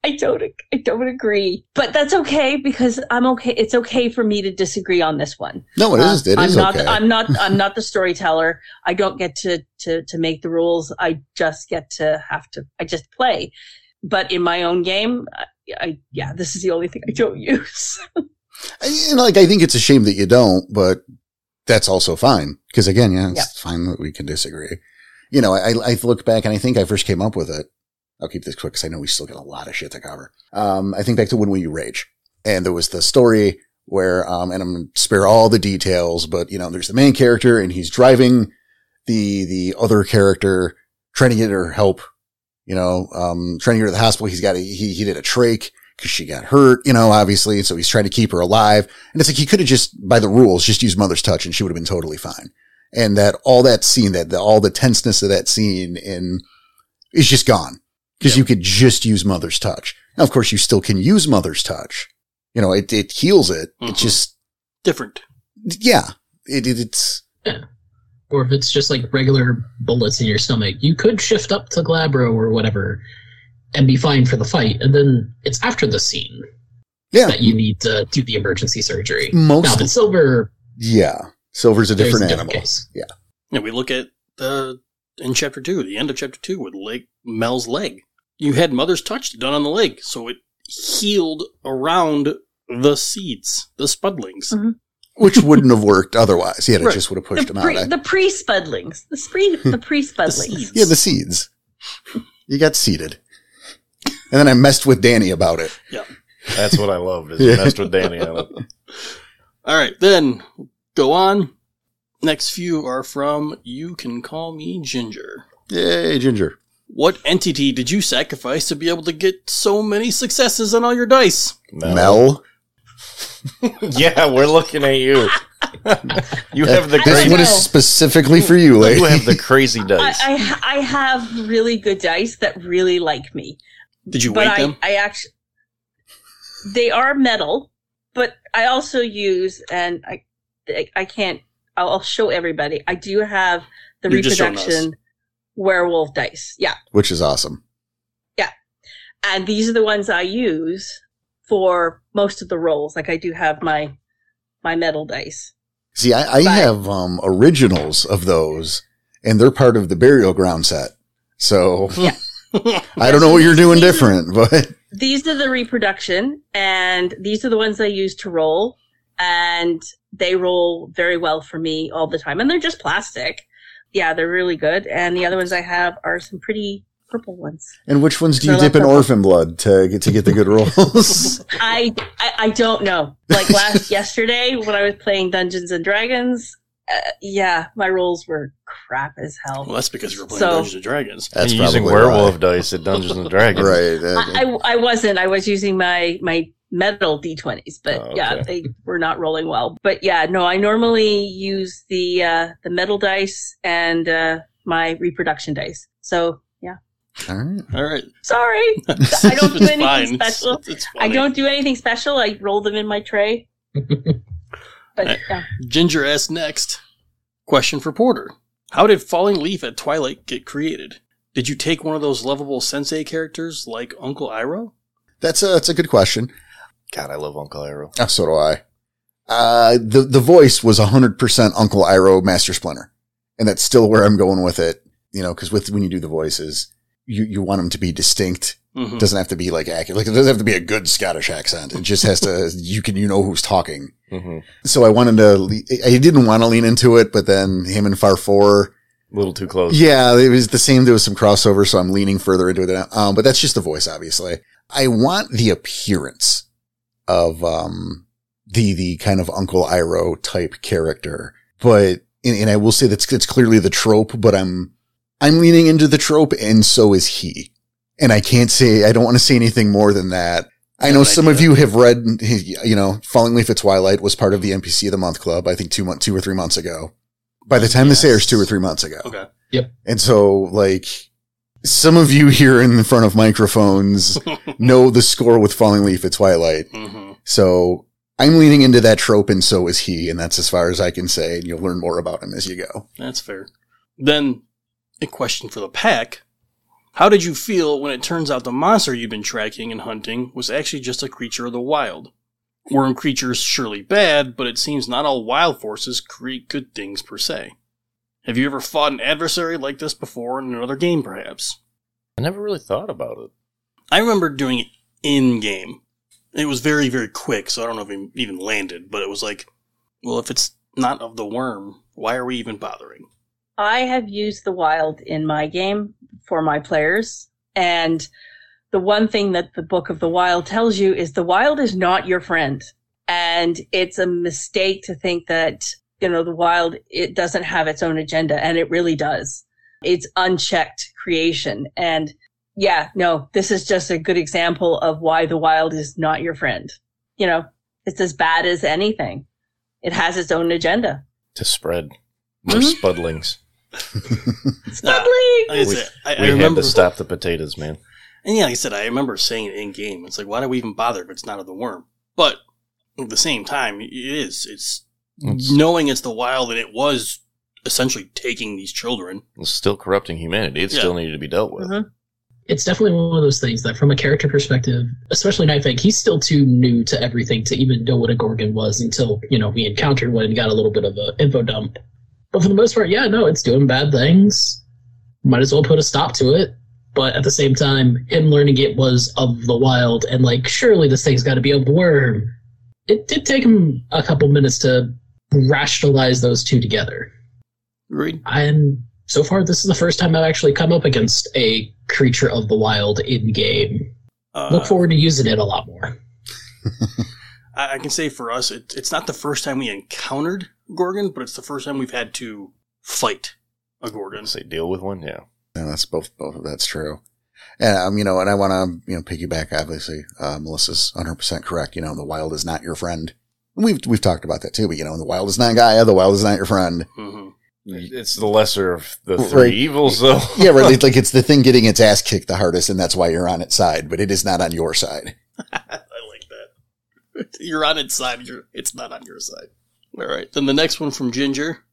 i don't ag- i don't agree but that's okay because i'm okay it's okay for me to disagree on this one No, it is. It Uh, I'm is not. okay. I'm not. I'm not the storyteller. I don't get to to to make the rules. I just get to have to. I just play. But in my own game, I, I yeah, this is the only thing I don't use. and like I think it's a shame that you don't, but that's also fine because again, yeah, it's fine that we can disagree. You know, I, I look back and I think I first came up with it. I'll keep this quick because I know we still got a lot of shit to cover. Um, I think back to when will you rage, and there was the story where, um, and I'm gonna spare all the details, but you know, there's the main character and he's driving the the other character trying to get her help. You know, um, trying to get her to the hospital. He's got a, he he did a trach because she got hurt. You know, obviously, so he's trying to keep her alive. And it's like he could have just, by the rules, just used Mother's Touch and she would have been totally fine. And that all that scene, that the, all the tenseness of that scene and is just gone because you could just use Mother's Touch. Now, of course, you still can use Mother's Touch. You know, it, it heals it. It Mm-hmm. Mhm. just, Different. yeah, it, it it's, Or if it's just like regular bullets in your stomach, you could shift up to Glabro or whatever and be fine for the fight. And then it's after the scene Yeah. that you need to do the emergency surgery. Now, most, the silver, yeah. Silver's a there's different a animal. case. Yeah, we look at the in chapter two, the end of chapter two with leg, Mel's leg. You had Mother's Touch done on the leg, so it healed around the seeds, the spudlings. Mhm. Which wouldn't have worked otherwise. Yeah, it Right. just would have The pushed him out. pre I- the pre spudlings. The pre the pre The spudlings. seeds. Yeah, the seeds. You got seeded. And then I messed with Danny about it. That's what I loved is Yeah. you messed with Danny on it. All right, then go on. Next few are from You Can Call Me Ginger. Yay, Ginger. What entity did you sacrifice to be able to get so many successes on all your dice? Mel. Yeah, we're looking at you. you have the This I one crazy. is know. specifically for you, lady. You have the crazy I, dice. I ha- I have really good dice that really like me. Did you but wait I, them? I actually they are metal, but I also use and I I- I can't. I'll, I'll show everybody. I do have the You're just showing us. reproduction werewolf dice. Yeah, which is awesome. and these are the ones I use for most of the rolls. Like I do have my my metal dice. See, I, I Bye. have um, originals of those, and they're part of the burial ground set. So I don't know what you're doing different, but These are the reproduction, and these are the ones I use to roll, and they roll very well for me all the time. And they're just plastic. Yeah, they're really good. And the other ones I have are some pretty purple ones. and which ones do I you like dip in purple. orphan blood to get to get the good rolls? I, I I don't know. Like last yesterday when I was playing Dungeons and Dragons, uh, yeah, my rolls were crap as hell. well, that's because you were playing So- Dungeons and Dragons. And That's you're using probably werewolf dice at Dungeons and why. Dragons. right? okay. uh, I, I, I wasn't. I was using my my metal d20s, but Oh, yeah, they were not rolling well. But yeah, no, I normally use the uh, the metal dice and uh, my reproduction dice. So yeah, All right. All right. sorry, I don't do It's anything fine. It's- special. it's I funny. don't do anything special. I roll them in my tray. But yeah, Ginger asks next. Question for Porter. How did Falling Leaf at Twilight get created? Did you take one of those lovable sensei characters like Uncle Iroh? That's a that's a good question. God, I love Uncle Iroh. Oh, so do I. Uh, the the voice was hundred percent Uncle Iroh Master Splinter, and that's still where I'm going with it. You know, because with when you do the voices, you you want them to be distinct. Mm-hmm. Hmm. It doesn't have to be like accurate. Like it doesn't have to be a good Scottish accent. It just has to. You can you know who's talking. hmm So I wanted to. le- I didn't want to lean into it, but then him and Far Four. A little too close. Yeah, it was the same. There was some crossover, so I'm leaning further into it now. Um, but that's just the voice, obviously. I want the appearance of um the the kind of Uncle Iroh type character, but and, and I will say that's it's clearly the trope, but I'm I'm leaning into the trope, and so is he. And I can't say I don't want to say anything more than that. I Yeah, know but I some do of that. you have read, you know, Falling Leaf at Twilight was part of the NPC of the Month Club. I think two month, two or three months ago. By the time this Yes. airs, two or three months ago. Okay. And so, like, some of you here in front of microphones know the score with Falling Leaf at Twilight. hmm So I'm leaning into that trope, and so is he. And that's as far as I can say. And you'll learn more about him as you go. That's fair. Then, a question for the pack. How did you feel when it turns out the monster you've been tracking and hunting was actually just a creature of the wild? Worm creatures surely bad, but it seems not all wild forces create good things per se. Have you ever fought an adversary like this before in another game, perhaps? I never really thought about it. I remember doing it in game. It was very, very quick, so I don't know if it even landed, but it was like, well, if it's not of the worm, why are we even bothering? I have used the wild in my game for my players, and the one thing that the Book of the Wild tells you is the wild is not your friend, and it's a mistake to think that you know the wild it doesn't have its own agenda, and it really does. It's unchecked creation, and yeah, no, this is just a good example of why the wild is not your friend. You know, it's as bad as anything. It has its own agenda. To spread. We're Mm-hmm. Mhm. spudlings. Ah, Suddenly- Like I, We- said, I, I we had remember, to stop the potatoes, man. and yeah, like I said, I remember saying it in game. It's like, why do we even bother if it's not of the worm? But at the same time, it is. It's, It's- Mm-hmm. knowing it's the wild and it was essentially taking these children. It's still corrupting humanity. It Yeah. still needed to be dealt with. Mhm. it's definitely one of those things that, from a character perspective, especially Night Fang, he's still too new to everything to even know what a Gorgon was until you know we encountered one and got a little bit of a info dump. But for the most part, yeah, no, it's doing bad things. Might as well put a stop to it. But at the same time, him learning it was of the wild, and like surely this thing's got to be of the worm. It did take him a couple minutes to rationalize those two together. Agreed. And so far, this is the first time I've actually come up against a creature of the wild in game. Uh, Look forward to using it a lot more. I, I can say for us, it, it's not the first time we encountered Gorgon, but it's the first time we've had to fight a Gorgon. Say deal with one, yeah. And that's both, both of that's true. And, um, you know, and I want to, you know, piggyback, obviously. Uh, Melissa's 100% correct. You know, the wild is not your friend. We've we've talked about that too, but you know, the wild is not Gaia, the wild is not your friend. hmm It's the lesser of the Right. three evils, though. Yeah, right. It's like it's the thing getting its ass kicked the hardest, and that's why you're on its side, but it is not on your side. I like that. You're on its side. You're, it's not on your side. All right. Then the next one from Ginger.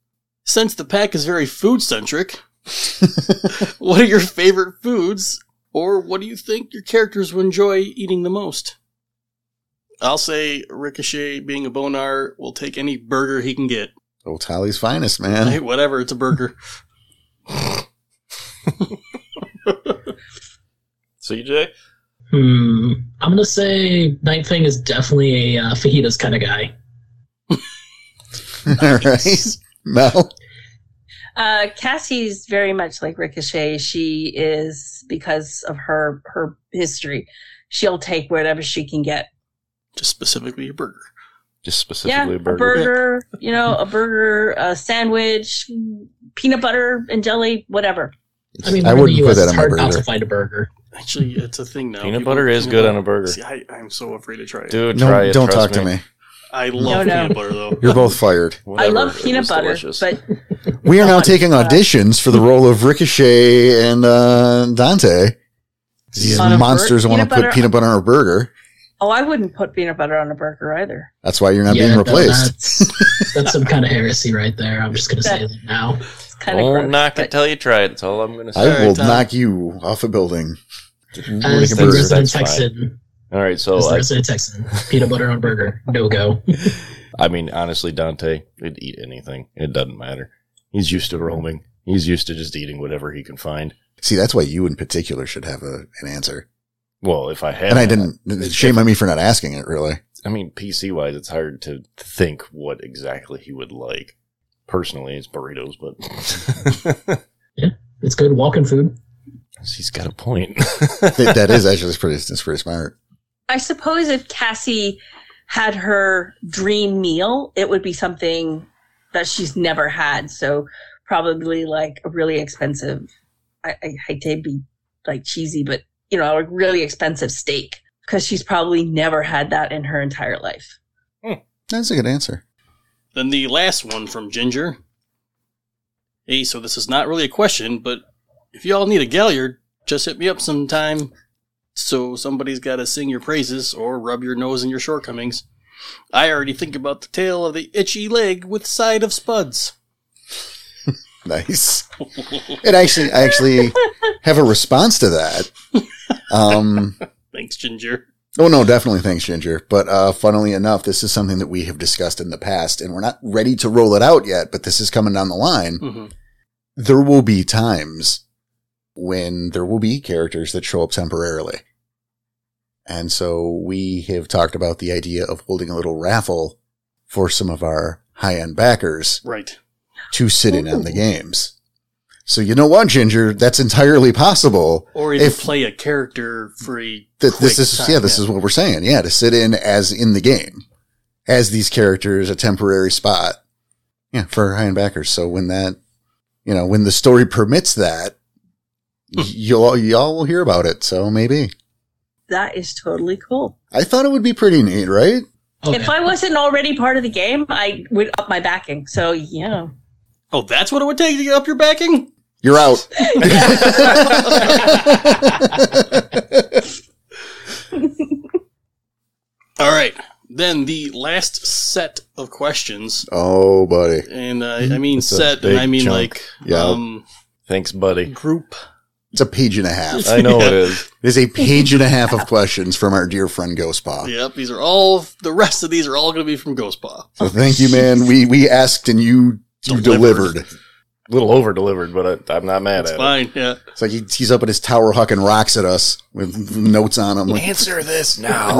Since the pack is very food centric, what are your favorite foods, or what do you think your characters will enjoy eating the most? I'll say Ricochet, being a bonar, will take any burger he can get. Old Tally's finest, man. Hey, whatever, it's a burger. CJ? Hmm. I'm gonna say Night Thing is definitely a uh, fajitas kind of guy. All right. Mel. Uh, Cassie's very much like Ricochet. She is because of her her history. She'll take whatever she can get. Just specifically a burger. Just Yeah, specifically a a burger. burger, you know, a burger, a sandwich, peanut butter and jelly, whatever. I mean, I we're in wouldn't the put US, that it's on my hard not burger. to find a burger. Actually, it's a thing now. Peanut People- butter is peanut good butter- on a burger. See, I, I'm so afraid to try it. Dude, No, try it. don't talk trust to me. I love No, no. peanut butter though. You're both fired. Whatever. I love It peanut was butter, delicious. but We are now Oh, taking God. auditions for the role of Ricochet and uh, Dante. These On a bur- monsters want to peanut put butter- peanut butter on a burger. oh, I wouldn't put peanut butter on a burger either. That's why you're not Yeah, being no, replaced. that's, that's some kind of heresy right there. I'm just gonna say that now. It's kind of don't gross. knock it but- till you try it. That's all I'm going to I say. Alright, will Tom. knock you off a building. As Like the a burger. resident That's fine. Texan, All right, so as the I, resident Texan, peanut butter on burger, no go. I mean, honestly, Dante would eat anything. It doesn't matter. He's used to roaming. He's used to just eating whatever he can find. See, that's why you in particular should have a, an answer. Well, if I had, And I that- didn't. Shame on me for not asking it, really. I mean, PC wise, it's hard to think what exactly he would like. Personally, it's burritos, but It's good walking food. he's got a point. That that is actually pretty, it's pretty smart. I suppose if Cassie had her dream meal, it would be something that she's never had. So probably like a really expensive. I, I hate to be like cheesy, but you know, a really expensive steak because she's probably never had that in her entire life. That's a good answer. Then the last one from Ginger. Hey, so this is not really a question, but if y'all need a galliard, just hit me up sometime. So somebody's got to sing your praises or rub your nose in your shortcomings. I already think about the tail of the itchy leg with side of spuds. Nice. It actually, I actually have a response to that. Um, Thanks, Ginger. oh no, definitely thanks, Ginger. But uh, funnily enough, this is something that we have discussed in the past, and we're not ready to roll it out yet. But this is coming down the line. hmm There will be times when there will be characters that show up temporarily, and so we have talked about the idea of holding a little raffle for some of our high-end backers. Right. to sit in on the games. So you know what, Ginger? That's entirely possible. Or even If- play a character for a That quick this is time, yeah, this is what we're saying. Yeah, to sit in as in the game, as these characters, a temporary spot. Yeah, for high end backers. So when that, you know, when the story permits that, Hmm. y- you'll y'all will hear about it. So maybe That is totally cool. I thought it would be pretty neat, right? Oh, If yeah. I wasn't already part of the game, I would up my backing. So yeah. Oh, that's what it would take to get up your backing? You're out. All right. Then the last set of questions oh, buddy. And uh, I mean Mm-hmm. It's a set, and I big mean chunk. like Yeah. um, Thanks, buddy. group. It's a page and a half. I know it is. It is a page and a half of questions from our dear friend Ghostpaw. Yep, these are all. The rest of these are all going to be from Ghostpaw. So thank you, man. We we asked and you you Delivered. delivered. A little over delivered, but I, I'm not mad It's at fine. Yeah, It's like he, he's up at his tower hucking rocks at us with notes on him. it. Like, Answer this now.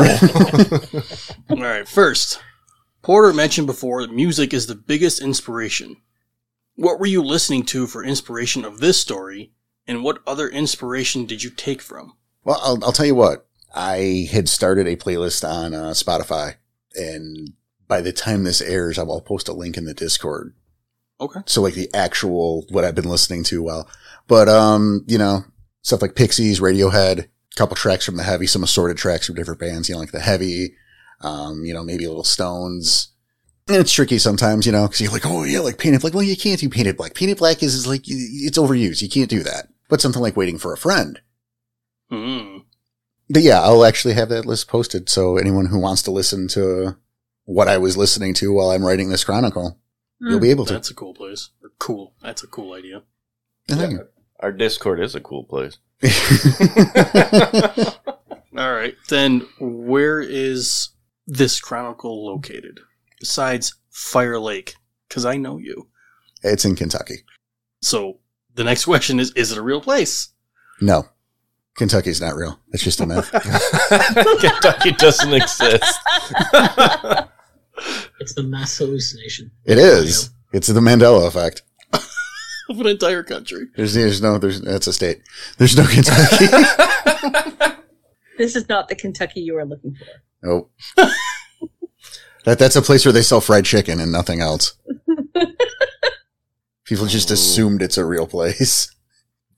all right. First, Porter mentioned before that music is the biggest inspiration. What were you listening to for inspiration of this story, and what other inspiration did you take from? well, I'll, I'll tell you what. I had started a playlist on uh, Spotify, and by the time this airs, I will post a link in the Discord. Okay. So like the actual what I've been listening to while, but um, you know stuff like Pixies, Radiohead, a couple tracks from the heavy, some assorted tracks from different bands. You know, like the heavy. um, you know, maybe little stones. And it's tricky sometimes, you know, because you're like, oh yeah, like painted black. Well, you can't do painted black. Painted black is, is like it's overused. You can't do that. But something like waiting for a friend. Mm. But yeah, I'll actually have that list posted. So anyone who wants to listen to what I was listening to while I'm writing this chronicle, Hmm. you'll be able to. That's a cool place. Or cool. That's a cool idea. Thank you. Our Discord is a cool place. All right. Then where is this chronicle located? Besides Fire Lake, because I know you. it's in Kentucky. So the next question is: Is it a real place? No, Kentucky's not real. It's just a myth. Kentucky doesn't exist. It's the mass hallucination. it is. It's the Mandela effect. of an entire country. There's, there's no, there's, that's a state. There's no Kentucky. This is not the Kentucky you are looking for. nope. That, that's a place where they sell fried chicken and nothing else. People just Ooh. assumed it's a real place.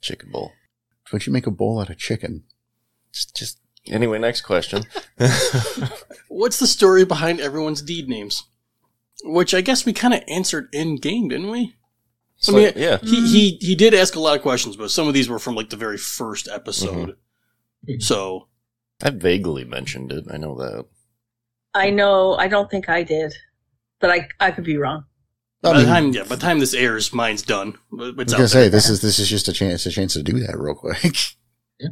Chicken bowl. But you make a bowl out of chicken. Just, just anyway. Next question. What's the story behind everyone's deed names? Which I guess we kind of answered in game, didn't we? So, mean- yeah, He he he did ask a lot of questions, but some of these were from like the very first episode. Mm-hmm. Mhm. So I vaguely mentioned it. I know that. I know. I don't think I did, but I I could be wrong. I by the mean, time yeah, by the time this airs, mine's done. But I was It's gonna out say there. this is this is just a chance a chance to do that real quick. I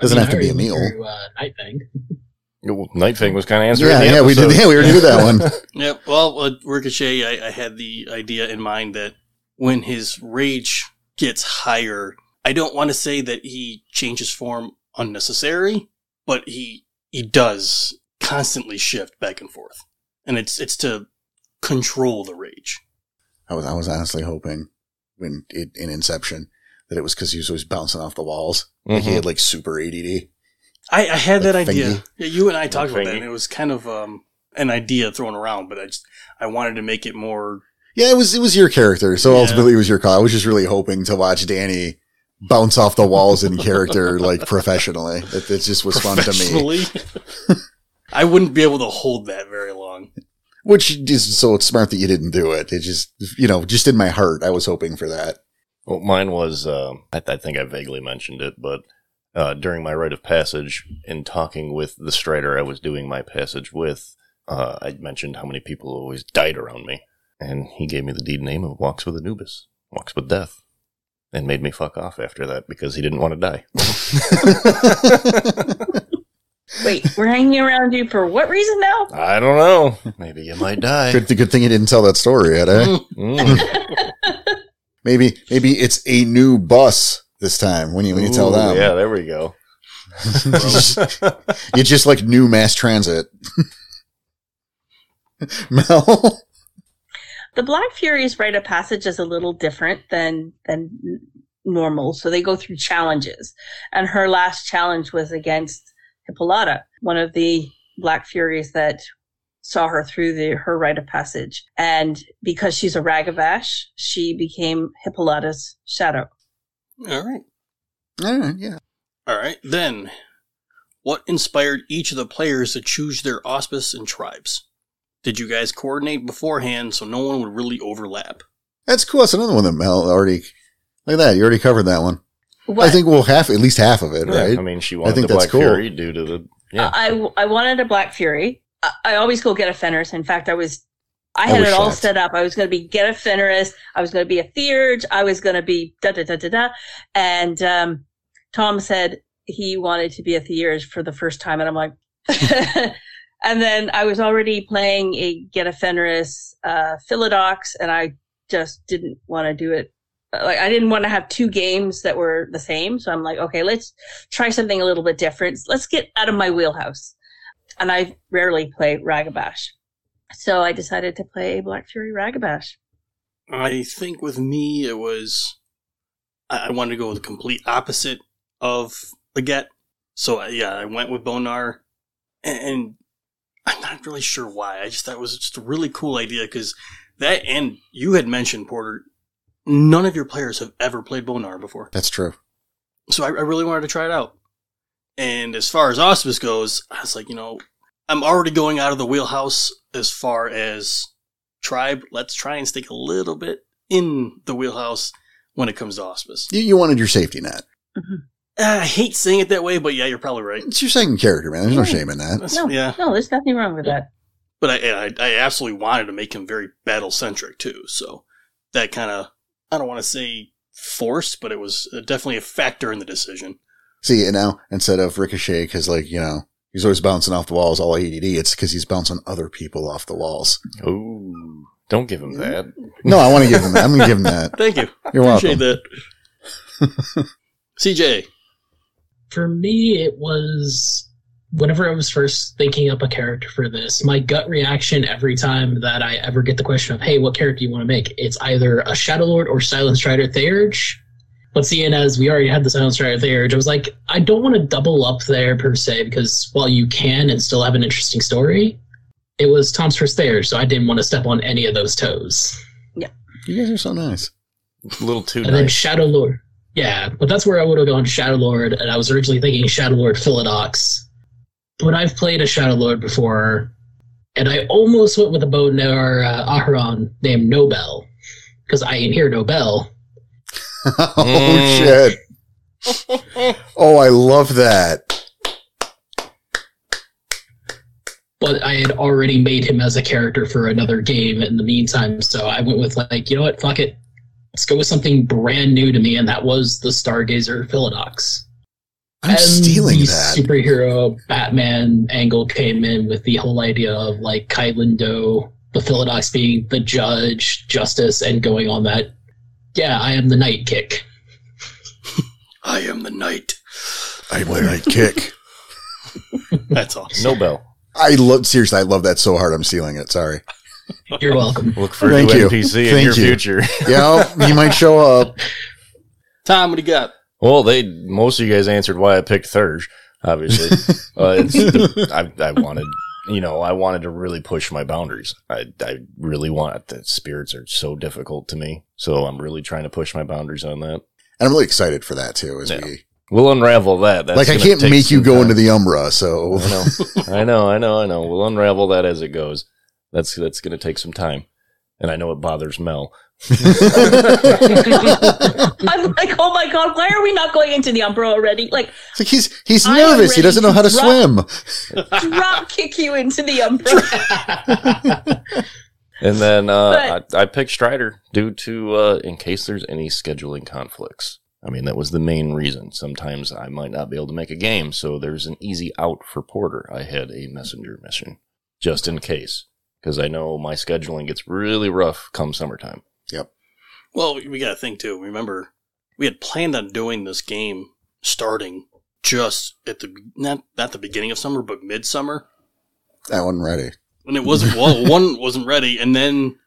Doesn't mean, have to I be a already meal. went through, Uh, Night Fang. Well, Night Fang was kind of answering. yeah, the yeah, we did. episode. Yeah, we already did that one. Yeah, well, uh, Ricochet, I, I had the idea in mind that when his rage gets higher, I don't want to say that he changes form unnecessary, but he he does constantly shift back and forth, and it's it's to control the rage. I was I was honestly hoping when it, in Inception that it was because he was always bouncing off the walls. Like he Mhm. had like super ADD. I, I had Like that idea. Feige? Yeah, you and I talked about that, Feige? and it was kind of um, an idea thrown around, but I just I wanted to make it more. Yeah, it was it was your character. So Yeah. ultimately, it was your call. I was just really hoping to watch Danny bounce off the walls in character, like professionally. It, it just was fun to me. professionally. I wouldn't be able to hold that very long. Which is so it's smart that you didn't do it. It just you know just in my heart, I was hoping for that. Well, Oh, mine was, uh, I, I think I vaguely mentioned it, but uh, during my rite of passage, in talking with the Strider I was doing my passage with, uh, I mentioned how many people always died around me. And he gave me the deed name of Walks with Anubis, Walks with Death, and made me fuck off after that because he didn't want to die. Wait, we're hanging around you for what reason now? I don't know. Maybe you might die. Good, good thing you didn't tell that story yet. Eh? Mm. Maybe maybe it's a new bus this time when you when you tell Ooh, them. Yeah, there we go. you just like new mass transit. Mel, The Black Furies rite of passage is a little different than than n- normal, so they go through challenges. And her last challenge was against Hippolyta, one of the Black Furies that saw her through the her rite of passage. And because she's a Ragavash, she became Hippolyta's shadow. All right. all right, yeah. All right, then. What inspired each of the players to choose their auspice and tribes? Did you guys coordinate beforehand so no one would really overlap? That's cool. That's another one that Mel already. Look at that. You already covered that one. What? I think we'll half, at least half of it, Yeah, right? I mean, she I wanted think the that's Black cool. Fury due to the. Yeah. I, I wanted a Black Fury. I, I always go get a Fenris. In fact, I was, I I had was it all shocked. set up. I was going to be get a Fenris. I was going to be a Theurge. I was going to be da da da da da. And um, Tom said he wanted to be a Theurge for the first time, and I'm like, and then I was already playing a get a Fenris uh, Philodox, and I just didn't want to do it. Like I didn't want to have two games that were the same, so I'm like, okay, let's try something a little bit different. Let's get out of my wheelhouse. And I rarely play Ragabash. So I decided to play a Black Fury Ragabash. I think with me, it was. I, I wanted to go the complete opposite of Leggett. So, I, yeah, I went with Bonar. And, and I'm not really sure why. I just thought it was just a really cool idea because that, and you had mentioned, Porter, none of your players have ever played Bonar before. That's true. so I, I really wanted to try it out. And as far as auspice goes, I was like, you know, I'm already going out of the wheelhouse as far as tribe. Let's try and stick a little bit in the wheelhouse when it comes to hospice. You, you wanted your safety net. Ah, I hate saying it that way, but yeah, you're probably right. It's your second character, man. There's no shame in that. That's- No, Yeah, no, there's nothing wrong with that. but I, I I absolutely wanted to make him very battle centric too. So that kind of I don't want to say forced, but it was definitely a factor in the decision. See, and now instead of Ricochet, because like you know he's always bouncing off the walls, all ADD. It's because he's bouncing other people off the walls. Ooh, don't give him that. No, I want to give him that. I'm gonna give him that. Thank you, You're appreciate welcome. that. CJ, For me, it was whenever I was first thinking up a character for this, my gut reaction every time that I ever get the question of, hey, what character do you want to make? It's either a Shadow Lord or Silence Rider Theurge. But seeing as we already had the Silence Rider Theurge, I was like, I don't want to double up there per se, because while you can and still have an interesting story, it was Tom's first Theurge, so I didn't want to step on any of those toes. You guys are so nice. A little too And then nice. Shadow Lord. Yeah, but that's where I would have gone Shadow Lord, and I was originally thinking Shadow Lord Philodox. But I've played a Shadow Lord before, and I almost went with a bone or uh, Aharon named Nobel, because I ain't here Nobel. oh Mm. shit. Oh, I love that. But I had already made him as a character for another game in the meantime, so I went with like, you know what, fuck it. Let's go with something brand new to me, and that was the Stargazer Philodox. I'm And stealing the that. superhero Batman angle came in with the whole idea of like Kylan Doe, the Philodox being the judge, justice, and going on that. Yeah, I am the night kick. I am the knight. I went I kick. That's awesome. Nobel. I love seriously. I love that so hard. I'm stealing it. Sorry. You're welcome. Look for Thank a new you. NPC in Thank your you. future. Yeah, he might show up. Tom, what do you got? Well, they most of you guys answered why I picked Thurge. Obviously, uh, it's the, I, I wanted you know I wanted to really push my boundaries. I I really want the spirits are so difficult to me, so I'm really trying to push my boundaries on And that. I'm really excited for that too. As Yeah. we We'll unravel that. That's like, I gonna can't take make you some go time. into the Umbra. So I know, I know, I know, I know. We'll unravel that as it goes. That's that's going to take some time, and I know it bothers Mel. Hmm. it's I'm like, oh my god, why are we not going into the Umbra already? Like, like he's he's I nervous. He already doesn't know how to dropped- swim. drop kick you into the Umbra. And then uh, I, I picked Strider due to uh, in case there's any scheduling conflicts. I mean, that was the main reason. Sometimes I might not be able to make a game, so there's an easy out for Porter. I had a messenger mission just in case, because I know my scheduling gets really rough come summertime. Well, we got to think too. Remember, we had planned on doing this game starting just at the not not the beginning of summer, but midsummer, That wasn't ready. and it wasn't. Well, one wasn't ready, and then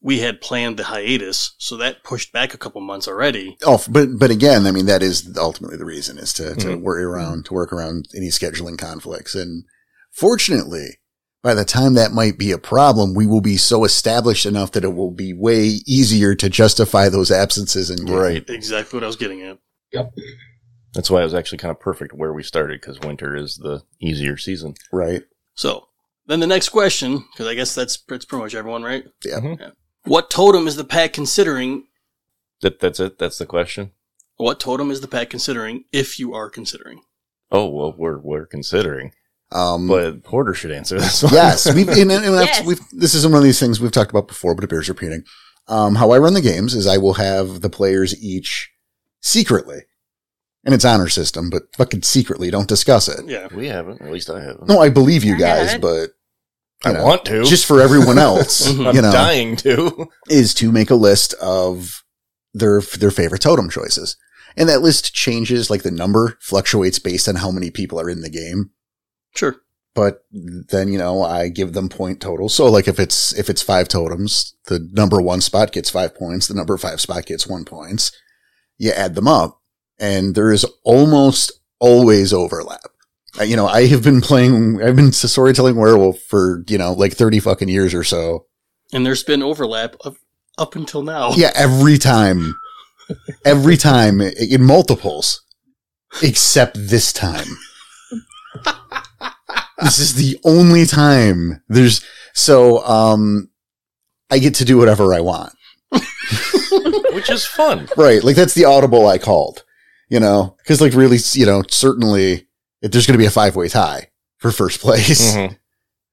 we had planned the hiatus, so that pushed back a couple months already. Oh, but but again, I mean that is ultimately the reason is to, to Mhm. worry around to work around any scheduling conflicts. And fortunately, by the time that might be a problem, we will be so established enough that it will be way easier to justify those absences and Exactly what I was getting at. That's why it was actually kind of perfect where we started, because winter is the easier season. right. So then the next question, because I guess that's that's pretty much everyone, right? Yeah. Mm-hmm. Mhm. What totem is the pack considering? That that's it. That's the question. What totem is the pack considering if you are considering? Oh well, we're we're considering, Um, but Porter should answer this one. yes, we've, and, and that's- Yes. we've, this is one of these things we've talked about before, but it bears repeating. Um, how I run the games is I will have the players each secretly, and it's honor system, but fucking secretly don't discuss it. Yeah. we haven't. At least I haven't. No, I believe you I guys, haven't. but I you know, want to. just for everyone else, Mhm. Mm-hmm. you know, dying to. is to make a list of their their favorite totem choices, and that list changes like the number fluctuates based on how many people are in the game. Sure. but then you know I give them point totals. So like if it's if it's five totems, the number one spot gets five points, the number five spot gets one points. You add them up, and there is almost always overlap. Uh, You know, I have been playing, I've been storytelling werewolf for you know like thirty fucking years or so. And there's been overlap of up until now. Yeah, every time, every time i- in multiples, except this time. this is the only time there's so um I get to do whatever I want. which is fun. Right. Like that's the audible I called, you know, cause like really, you know, certainly if there's going to be a five way tie for first place. Mhm.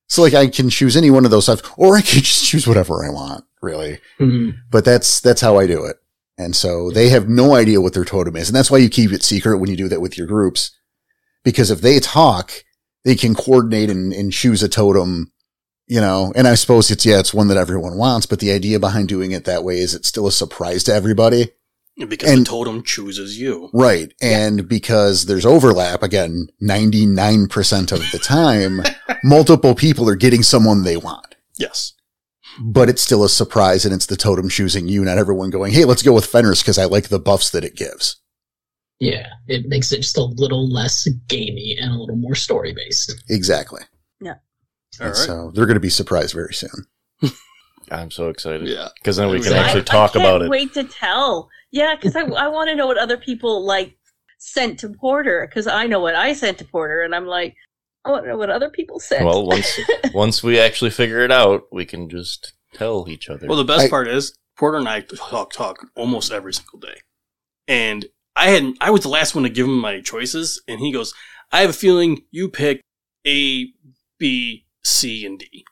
So like I can choose any one of those five or I can just choose whatever I want really. Mhm. But that's, that's how I do it. And so they have no idea what their totem is. And that's why you keep it secret when you do that with your groups. Because if they talk, they can coordinate and, and choose a totem, you know, and I suppose it's, yeah, it's one that everyone wants, but the idea behind doing it that way is it's still a surprise to everybody. Because And- the totem chooses you. Right. And because there's overlap, again, 99% of the time, multiple people are getting someone they want. Yes. But it's still a surprise and it's the totem choosing you, not everyone going, hey, let's go with Fenris because I like the buffs that it gives. Yeah, it makes it just a little less gamey and a little more story based. Exactly. All And right. So they're going to be surprised very soon. I'm so excited Yeah. because then we can I- actually I talk can't about it. Wait to tell. Yeah, because I, I want to know what other people like sent to Porter because I know what I sent to Porter, and I'm like, I want to know what other people sent. Well, once once we actually figure it out, we can just tell each other. Well, the best I- part is Porter and I talk talk almost every single day, and I had I was the last one to give him my choices, and he goes, "I have a feeling you pick A, B, C, and D,"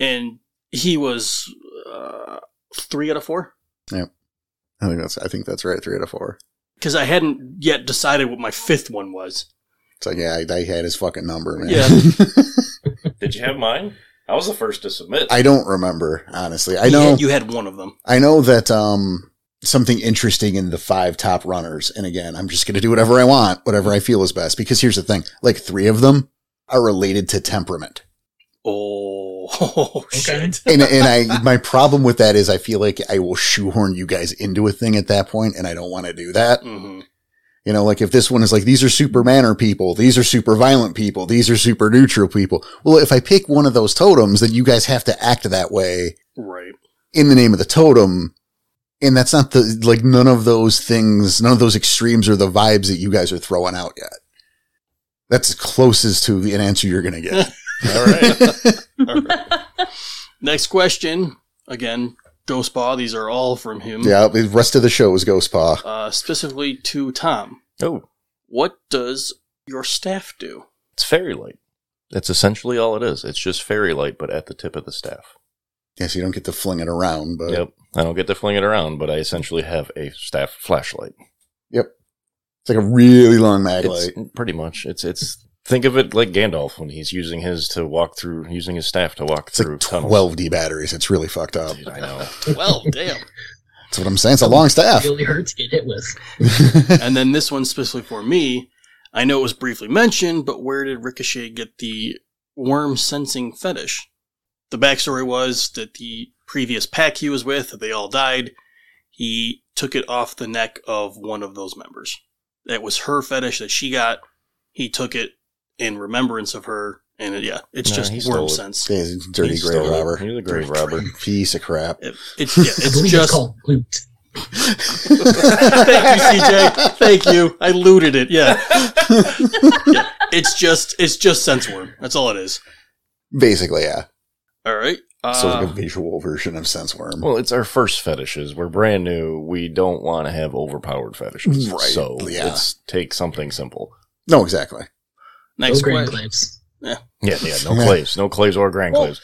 and he was uh, three out of four I think that's, I think that's right. Three out of four. because I hadn't yet decided what my fifth one was. It's like, yeah, I, I had his fucking number, man. Yeah. Did you have mine? I was the first to submit. I don't remember, honestly. I He know. had- you had one of them. I know that um, something interesting in the five top runners, and again, I'm just going to do whatever I want, whatever I feel is best, because here's the thing like three of them are related to temperament. Oh, shit! And, and I, my problem with that is I feel like I will shoehorn you guys into a thing at that point, and I don't want to do that. hmm You know, like if this one is like, these are super manner people, these are super violent people, these are super neutral people. Well, if I pick one of those totems, then you guys have to act that way Right. in the name of the totem. And that's not the, like, none of those things, none of those extremes are the vibes that you guys are throwing out yet. That's the closest to an answer you're going to get. All right. Next question. Again, Ghost Paw. These are all from him. yeah, the rest of the show is Ghost Paw. Uh, specifically to Tom. Oh, What does your staff do? it's fairy light. That's essentially all it is. It's just fairy light, but at the tip of the staff. Yes, you don't get to fling it around, but Yep. I don't get to fling it around, but I essentially have a staff flashlight. it's like a really long mag It's light. pretty much. It's it's. Think of it like Gandalf when he's using his to walk through, using his staff to walk It's through like tunnels. 12D batteries. It's really fucked up. Dude, I know. Well, damn. That's what I'm saying. It's a long staff. Really hard to get hit with. and then this one specifically for me. I know it was briefly mentioned, but where did Ricochet get the worm sensing fetish? The backstory was that the previous pack he was with, that they all died. He took it off the neck of one of those members. That was her fetish that she got. He took it in remembrance of her, and it, yeah, it's No, he just stole worm it. sense. Yeah, dirty He's grave still- robber. He's a grave Dirty robber. Piece of crap. It- it's yeah, I it's believe it's just. called loot. Thank you, CJ. Thank you. I looted it. Yeah. Yeah. It's just it's just sense worm. That's all it is. Basically, yeah. All right. So Uh, like a visual version of sense worm. Well, it's our first fetishes. We're brand new. We don't want to have overpowered fetishes. Right, So yeah. let's take something simple. no, exactly. No next green question. Oh, claims. Yeah, yeah. No Yeah. claves. No claves or grand Well- claves.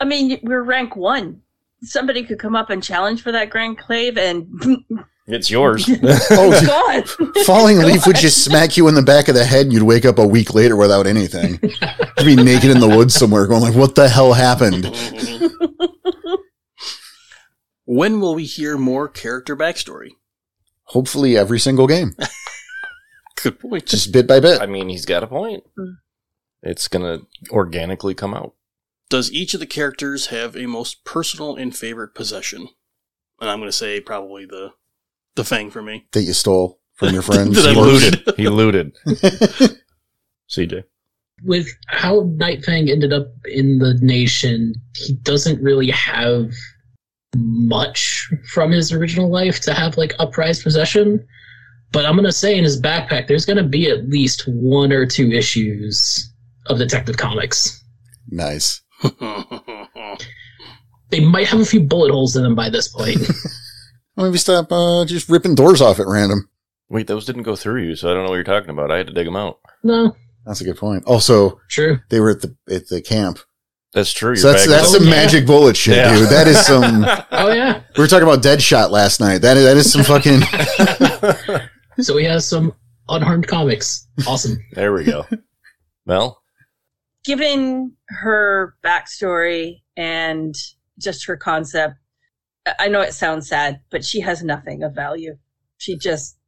I mean, we're rank one. Somebody could come up and challenge for that Grand Clave, and It's yours. Oh, it's dude. gone. Falling leaf would just smack you in the back of the head, and you'd wake up a week later without anything. You'd be naked in the woods somewhere, going like, "What the hell happened?" When will we hear more character backstory? Hopefully, every single game, Good point. just bit by bit. I mean, he's got a point. Mm. It's gonna organically come out. Does each of the characters have a most personal and favorite possession? And I'm going to say probably the the fang for me. That you stole from your friends. That I He Or- looted. He looted. CJ. With how Nightfang ended up in the nation, he doesn't really have much from his original life to have like a prized possession. But I'm gonna say in his backpack, there's gonna be at least one or two issues of Detective Comics. Nice. They might have a few bullet holes in them by this point. Maybe stop uh, just ripping doors off at random. Wait, those didn't go through you, so I don't know what you're talking about. I had to dig them out. no, That's a good point. Also, true. they were at the at the camp. That's true. So your that's bag that's um, was- Oh, some yeah. magic bullet shit, Yeah. dude. That is some. Oh yeah. We were talking about Deadshot last night. That is, that is some fucking. So we have some unharmed comics. Awesome. there we go. Mel, given her backstory and just her concept, I- I know it sounds sad, but she has nothing of value. She just,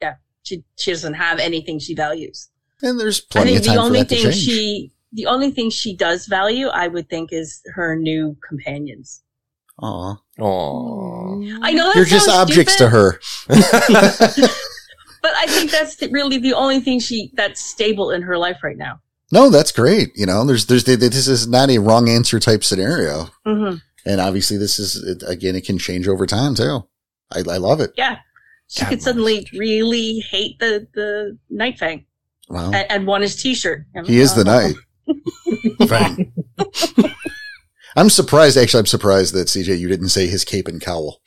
yeah, she she doesn't have anything she values. And there's plenty I of think time the for only that to thing change. she, the only thing she does value, I would think, is her new companions. Aw. oh, I know that You're just sounds objects stupid, to her. but I think that's the, really the only thing she that's stable in her life right now. No, that's great. You know, there's there's this is not a wrong answer type scenario, Mm-hmm. and obviously this is it- again it can change over time too. I, I love it. Yeah. She God, could my suddenly sister. really hate the, the Night Fang Wow, and, and want his Uh-huh. t shirt. he is the knight. Fang. I'm surprised. Actually, I'm surprised that CJ you didn't say his cape and cowl.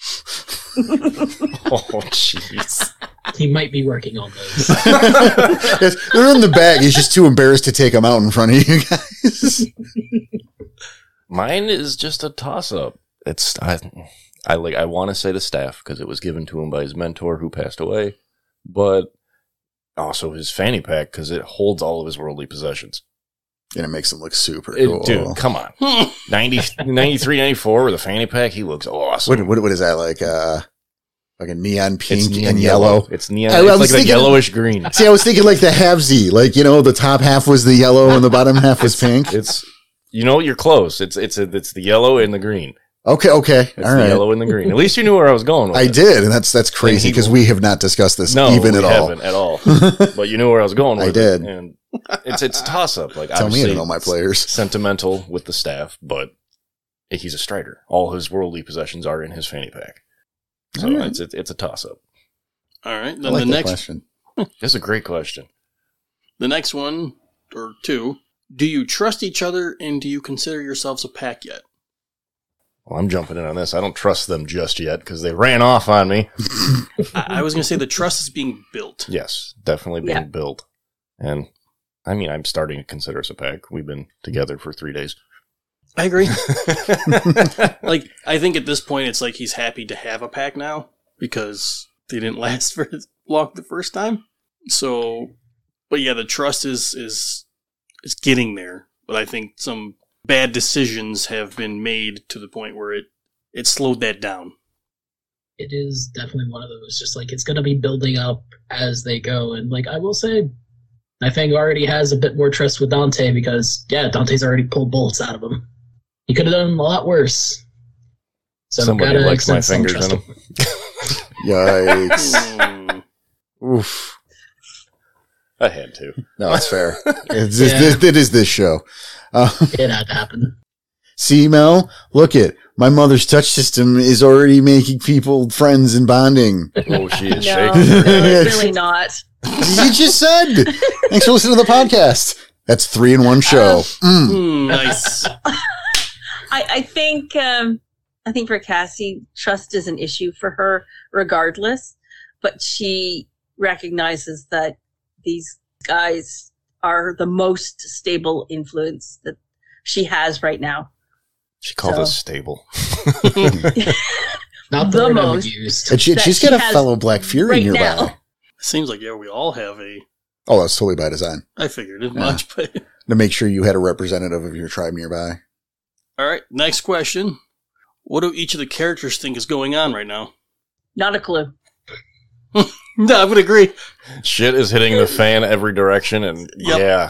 oh, jeez. He might be working on those. Yes, They're in the bag. He's just too embarrassed to take them out in front of you guys. Mine is just a toss up. It's I, I like I want to say the staff because it was given to him by his mentor who passed away, but also his fanny pack because it holds all of his worldly possessions. and it makes him look super It- cool. Dude, come on. 90, 93, 94 with a fanny pack, he looks awesome. What, what, what is that like? Uh, like a neon pink it's neon and yellow. It's neon. I- I it's was like the thinking- yellowish green. See, I was thinking like the halvesy, like you know, the top half was the yellow and the bottom half was pink. It's you know you're close. It's it's it's the yellow and the green. Okay, okay, It's all the right. yellow and the green. At least you knew where I was going. With I it. did, and that's that's crazy And he because we have not discussed this No, even we at all. haven't at all. But you knew where I was going. I With did. It. And it's it's a toss up. Like Tell me obviously and all my players. sentimental with the staff, but he's a strider. All his worldly possessions are in his fanny pack. So All right. it's, it's it's a toss up. All right. I Then like that the next question. That's a great question. the next one or two. Do you trust each other and do you consider yourselves a pack yet? Well, I'm jumping in on this. I don't trust them just yet because they ran off on me. I, I was gonna say the trust is being built. Yes, definitely being Yeah. built. And I mean, I'm starting to consider us a pack. We've been together for three days. I agree. yeah, like I think at this point it's like he's happy to have a pack now because they didn't last for as long the first time. So but yeah, the trust is is it's getting there. But I think some bad decisions have been made to the point where it it slowed that down. it is definitely one of those just like it's going to be building up as they go and like i will say i think already has a bit more trust with dante because yeah dante's already pulled bullets out of him he could have done a lot worse so Somebody gotta likes my extend some fingers trust in to- Yikes! Hmm. Oof. I had to. No, it's fair. It's, it's, Yeah. this, it is this show. Uh, it had to happen see, Mel, look it. My mother's touch system is already making people friends and bonding. Oh, she No, is no, shaking. it's really not. you just said. Thanks for listening to the podcast. That's three in one show. Mm. Hmm, nice. I, I think um, I think for Cassie, trust is an issue for her regardless, but she recognizes that these guys are the most stable influence that she has right now. She called So- us stable. not the, The word I would most. use. And she, That she's got she a has fellow Black Fury right nearby. now. Seems like yeah, we all have a. Oh, that's totally by design. I figured as Yeah. much, but To make sure you had a representative of your tribe nearby. all right. Next question: What do each of the characters think is going on right now? Not a clue. No, I would agree. Shit is hitting the fan every direction, and Yep. yeah,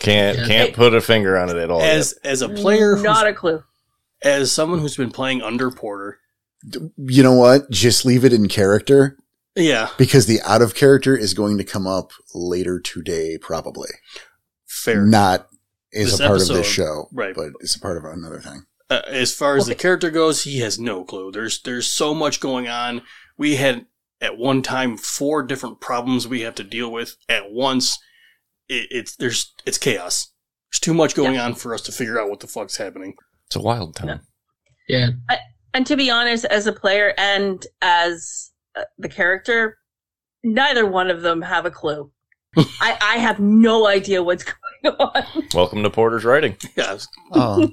can't Yeah. can't put a finger on it at all. As as a player, who's- Not a clue. as someone who's been playing under Porter, D- You know what? Just leave it in character yeah, because the out of character is going to come up later today, probably. fair. Not is This a part of episode, this show, right. But it's a part of another thing. Uh, as far as the Okay. character goes, he has no clue. There's there's so much going on. We had at one time four different problems we have to deal with at once. It, it's there's it's chaos. There's too much going on for us to figure out what the fuck's happening. It's a wild time. No. Yeah. And to be honest, as a player and as uh, the character, neither one of them have a clue. I, I have no idea what's going on. Welcome to Porter's writing. Yeah, Oh,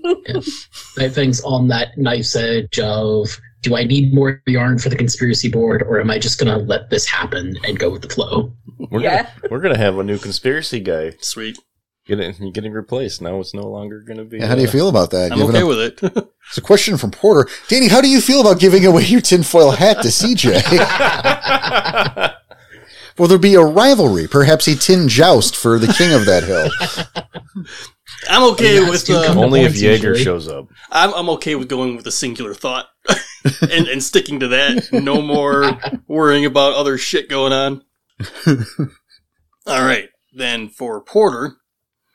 That thing's on that knife's edge of do I need more yarn for the conspiracy board or am I just going to let this happen and go with the flow? We're Yeah. gonna we're gonna have a new conspiracy guy sweet. getting getting replaced. Now it's no longer gonna be. yeah, how do you uh, feel about that? I'm Giving okay up- with it. it's a question from Porter. Danny, how do you feel about giving away your tinfoil hat to CJ? uh, Will there be a rivalry, perhaps a tin joust for the king of that hill? I'm okay Yeah, with uh, dude, the. come- Only if Points Jaeger usually. shows up. I'm, I'm okay with going with a singular thought and and sticking to that. No more worrying about other shit going on. All right, then for Porter,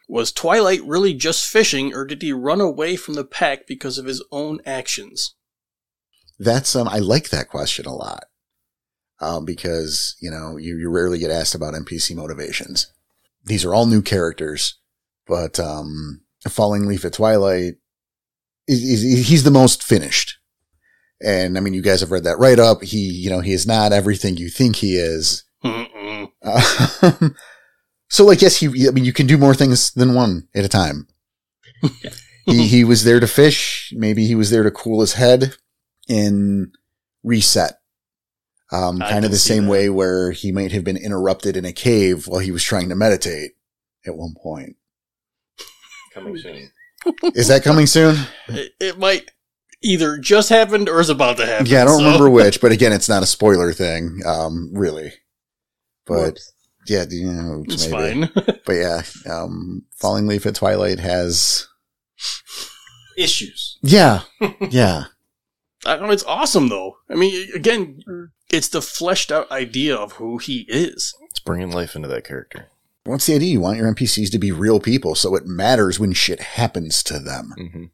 was Twilight really just fishing, or did he run away from the pack because of his own actions? That's um, I like that question a lot um, because you know you, you rarely get asked about NPC motivations. These are all new characters, but um, Falling Leaf at Twilight is, is he's the most finished. And I mean, you guys have read that right up. He, you know, he is not everything you think he is. Mm-mm. Uh, so like yes, he. I mean, you can do more things than one at a time. he he was there to fish. Maybe he was there to cool his head and reset. Um, I kind can of the see same that. way where he might have been interrupted in a cave while he was trying to meditate at one point. Coming soon. Is that coming soon? It, it might either just happened or is about to happen. yeah, I don't so- remember which, but again, it's not a spoiler thing, um, really. But Whoops. yeah, you know, oops, It's maybe. fine. But yeah, um, Falling Leaf at Twilight has Issues. yeah, yeah. I don't know. It's awesome though. I mean, again, Mm. it's the fleshed out idea of who he is. It's bringing life into that character. What's the idea? You want your NPCs to be real people, so it matters when shit happens to them. Mm-hmm.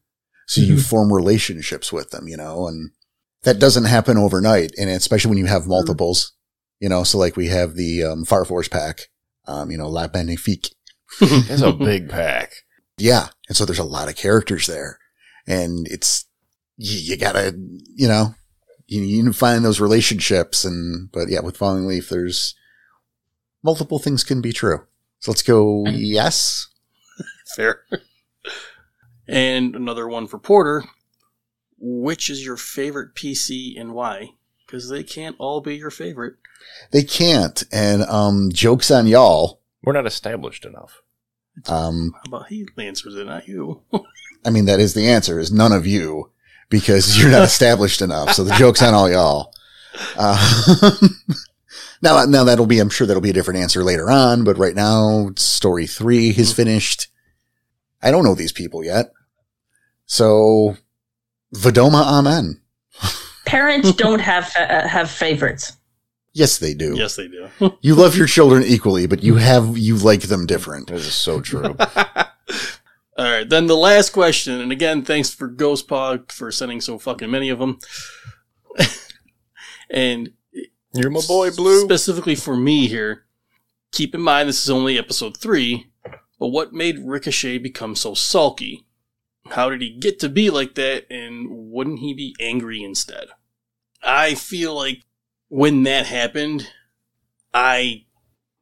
So you form relationships with them, you know, and that doesn't happen overnight. And especially when you have multiples, you know, so like we have the um, Fire Force pack, um, you know, La Benefique. That's a big pack. Yeah. And so there's a lot of characters there. And it's, you, you gotta, you know, you, you find those relationships. And, but yeah, with Falling Leaf, there's multiple things can be true. So let's go, yes. Fair. and another one for Porter. Which is your favorite PC and why? Because they can't all be your favorite. They can't. And um, jokes on y'all. We're not established enough. Um, How about he answers it, not you? I mean, that is the answer is none of you because you're not established enough. So the joke's on all y'all. Uh, now, now that'll be, I'm sure that'll be a different answer later on, but right now it's story three is finished. I don't know these people yet. So Vadoma Amen. Parents don't have uh, have favorites. Yes, they do. yes, they do. You love your children equally, but you have, you like them different. This is so true. all right, then the last question. And again, thanks for Ghost Pog for sending so fucking many of them. and You're my boy, Blue. Specifically for me here, keep in mind this is only episode three, but what made Ricochet become so sulky? How did he get to be like that, and wouldn't he be angry instead? I feel like when that happened, I.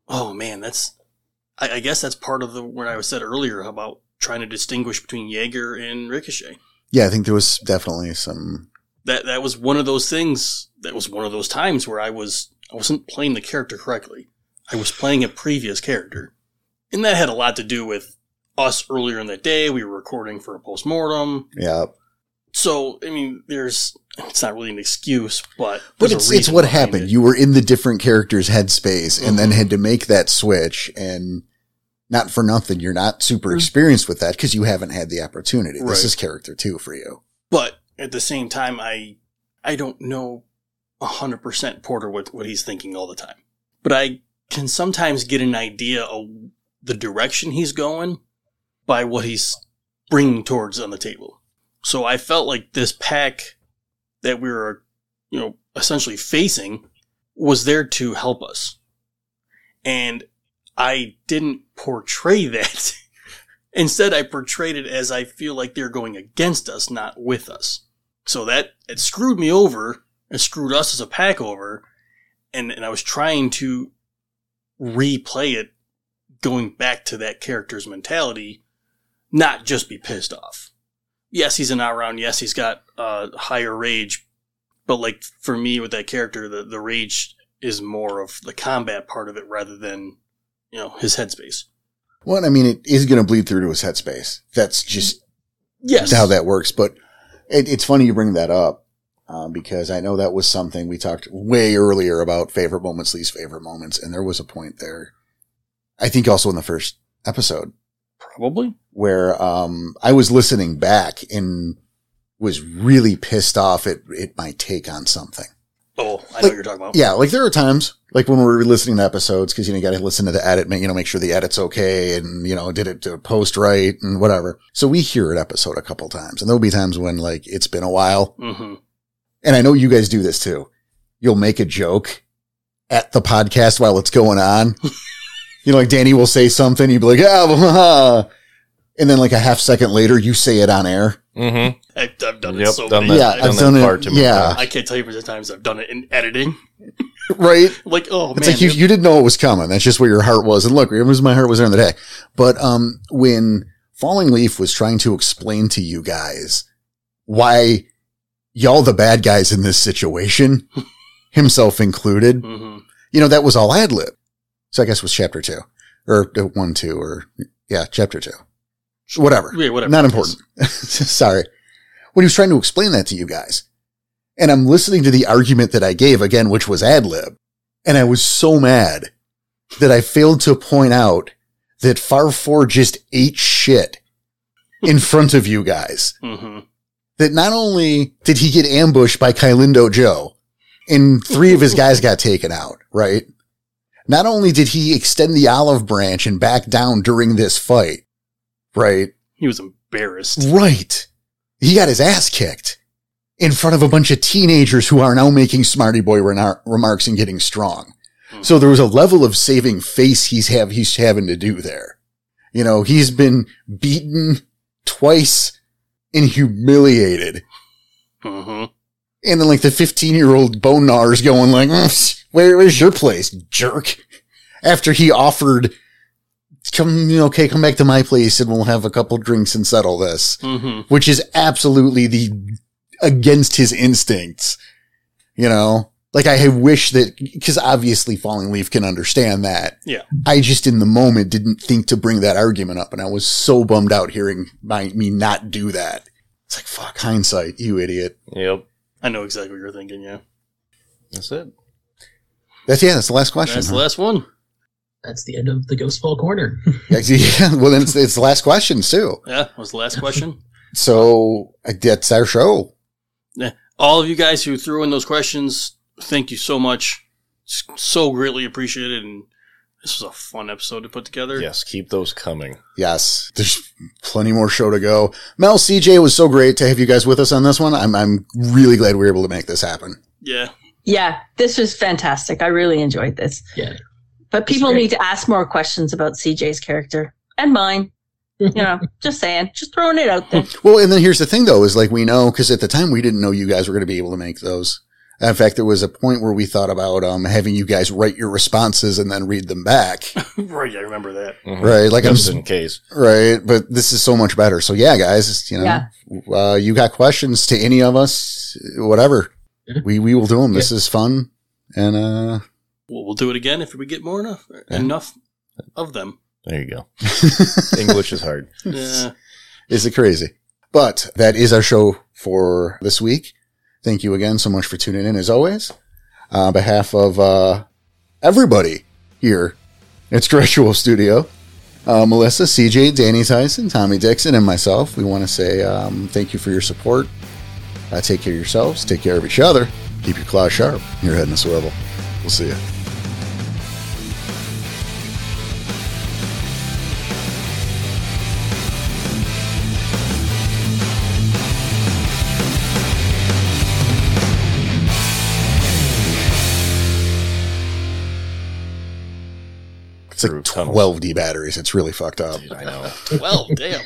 Oh man, that's. I, I guess that's part of the what I said earlier about trying to distinguish between Jaeger and Ricochet Yeah, I think there was definitely some that that was one of those things that was one of those times where I was I wasn't playing the character correctly. I was playing a previous character. And that had a lot to do with us earlier in the day. We were recording for a postmortem. Yeah, So, I mean, there's it's not really an excuse, but but there's a it's it's reason what behind happened. it. You were in the different character's headspace, and then Mhm. had to make that switch. And not for nothing, you're not super Mhm. experienced with that because you haven't had the opportunity. Mm-hmm. Right. This is character two for you. but at the same time I I don't know 100% Porter what what he's thinking all the time. But I can sometimes get an idea of the direction he's going by what he's bringing towards on the table. So I felt like this pack that we were, you know, essentially facing was there to help us. And I didn't portray that Instead, I portrayed it as I feel like they're going against us, not with us. So that it screwed me over, it screwed us as a pack over, and, and I was trying to replay it going back to that character's mentality, not just be pissed off. Yes, he's an out round, yes, he's got uh, higher rage, but like for me with that character, the, the rage is more of the combat part of it rather than, you know, his headspace. Well, I mean, it is going to bleed through to his headspace. That's just Yes. how that works. But it, it's funny you bring that up uh, because I know that was something we talked way earlier about favorite moments, least favorite moments, and there was a point there. I think also in the first episode Probably. where um, I was listening back and was really pissed off at, at my take on something. Oh, I know what you're talking about. Yeah, like there are times, like when we're listening to episodes, because you know you got to listen to the edit, ma- you know, make sure the edit's okay, and you know, did it to post right and whatever. So we hear an episode a couple times, and there'll be times when like it's been a while, Mm-hmm. and I know you guys do this too. You'll make a joke at the podcast while it's going on. you know, like Danny will say something, you'd be like, ah, blah, blah, blah." and then like a half second later, you say it on air. Mm-hmm. I've, I've done it Yep, so done many that- times. I've done it- yeah. I can't tell you how many times I've done it in editing. Right? Like, oh It's man, like you, you didn't know it was coming. That's just where your heart was. And look, it was my heart was there in the day. But um, when Falling Leaf was trying to explain to you guys why y'all the bad guys in this situation, himself included, hmm you know, that was all ad lib. So I guess it was chapter two or uh, one, two, or yeah, chapter two, whatever. Yeah, whatever. Not it is. important. Sorry. When he was trying to explain that to you guys. And I'm listening to the argument that I gave again, which was ad lib. And I was so mad that I failed to point out that Far4 just ate shit in front of you guys hmm that not only did he get ambushed by Kylindo Joe and three of his guys got taken out, right? Not only did he extend the olive branch and back down during this fight, right? He was embarrassed. Right. He got his ass kicked in front of a bunch of teenagers who are now making smarty boy renar- remarks and getting strong. So there was a level of saving face he's have, he's having to do there. You know, he's been beaten twice and humiliated. hmm And then like the 15 year old Bonar's going like, "Mm, where is your place, jerk? After he offered, come, okay, come back to my place and we'll have a couple drinks and settle this, hmm which is absolutely the against his instincts. You know, like I wish that because obviously Falling Leaf can understand that. Yeah. I just in the moment didn't think to bring that argument up. And I was so bummed out hearing my, me not do that. It's like, fuck hindsight, you idiot. Yep. I know exactly what you're thinking. Yeah, That's it. That's yeah. That's the last question. that's the huh? last one. That's the end of the Ghost Ball Corner. Yeah, yeah, well, then it's, it's the last question too. Yeah, that was the last question. So uh, that's our show. All of you guys who threw in those questions, thank you so much. It's so greatly appreciated, and this was a fun episode to put together. Yes, keep those coming. Yes, there's plenty more show to go. Mel, CJ it was so great to have you guys with us on this one. I'm I'm really glad we were able to make this happen. Yeah. Yeah, this was fantastic. I really enjoyed this. Yeah. But people great. need to ask more questions about CJ's character and mine. You know, just saying, just throwing it out there. Well, and then here's the thing though is like we know because at the time we didn't know you guys were going to be able to make those. In fact, there was a point where we thought about um, having you guys write your responses and then read them back, right. I remember that. Mhm. right? Like I'm Just s- in case. Right. But this is so much better. So yeah, guys, you know, Yeah. uh, you got questions to any of us, whatever. Yeah. We, we will do them. This is fun. And, uh, We'll, we'll do it again if we get more enough enough of them. There you go. English is hard. Yeah. is it crazy? But that is our show for this week. Thank you again so much for tuning in as always. Uh, on behalf of, uh, everybody here at Stretchual Studio, uh, Melissa, CJ, Danny Tyson, Tommy Dixon, and myself, we want to say um, thank you for your support. Uh, take care of yourselves. Take care of each other. Keep your claws sharp. Your head in a swivel. We'll see you. It's like through tunnels. 12 D batteries. It's really fucked up. Dude, I know. Well, damn.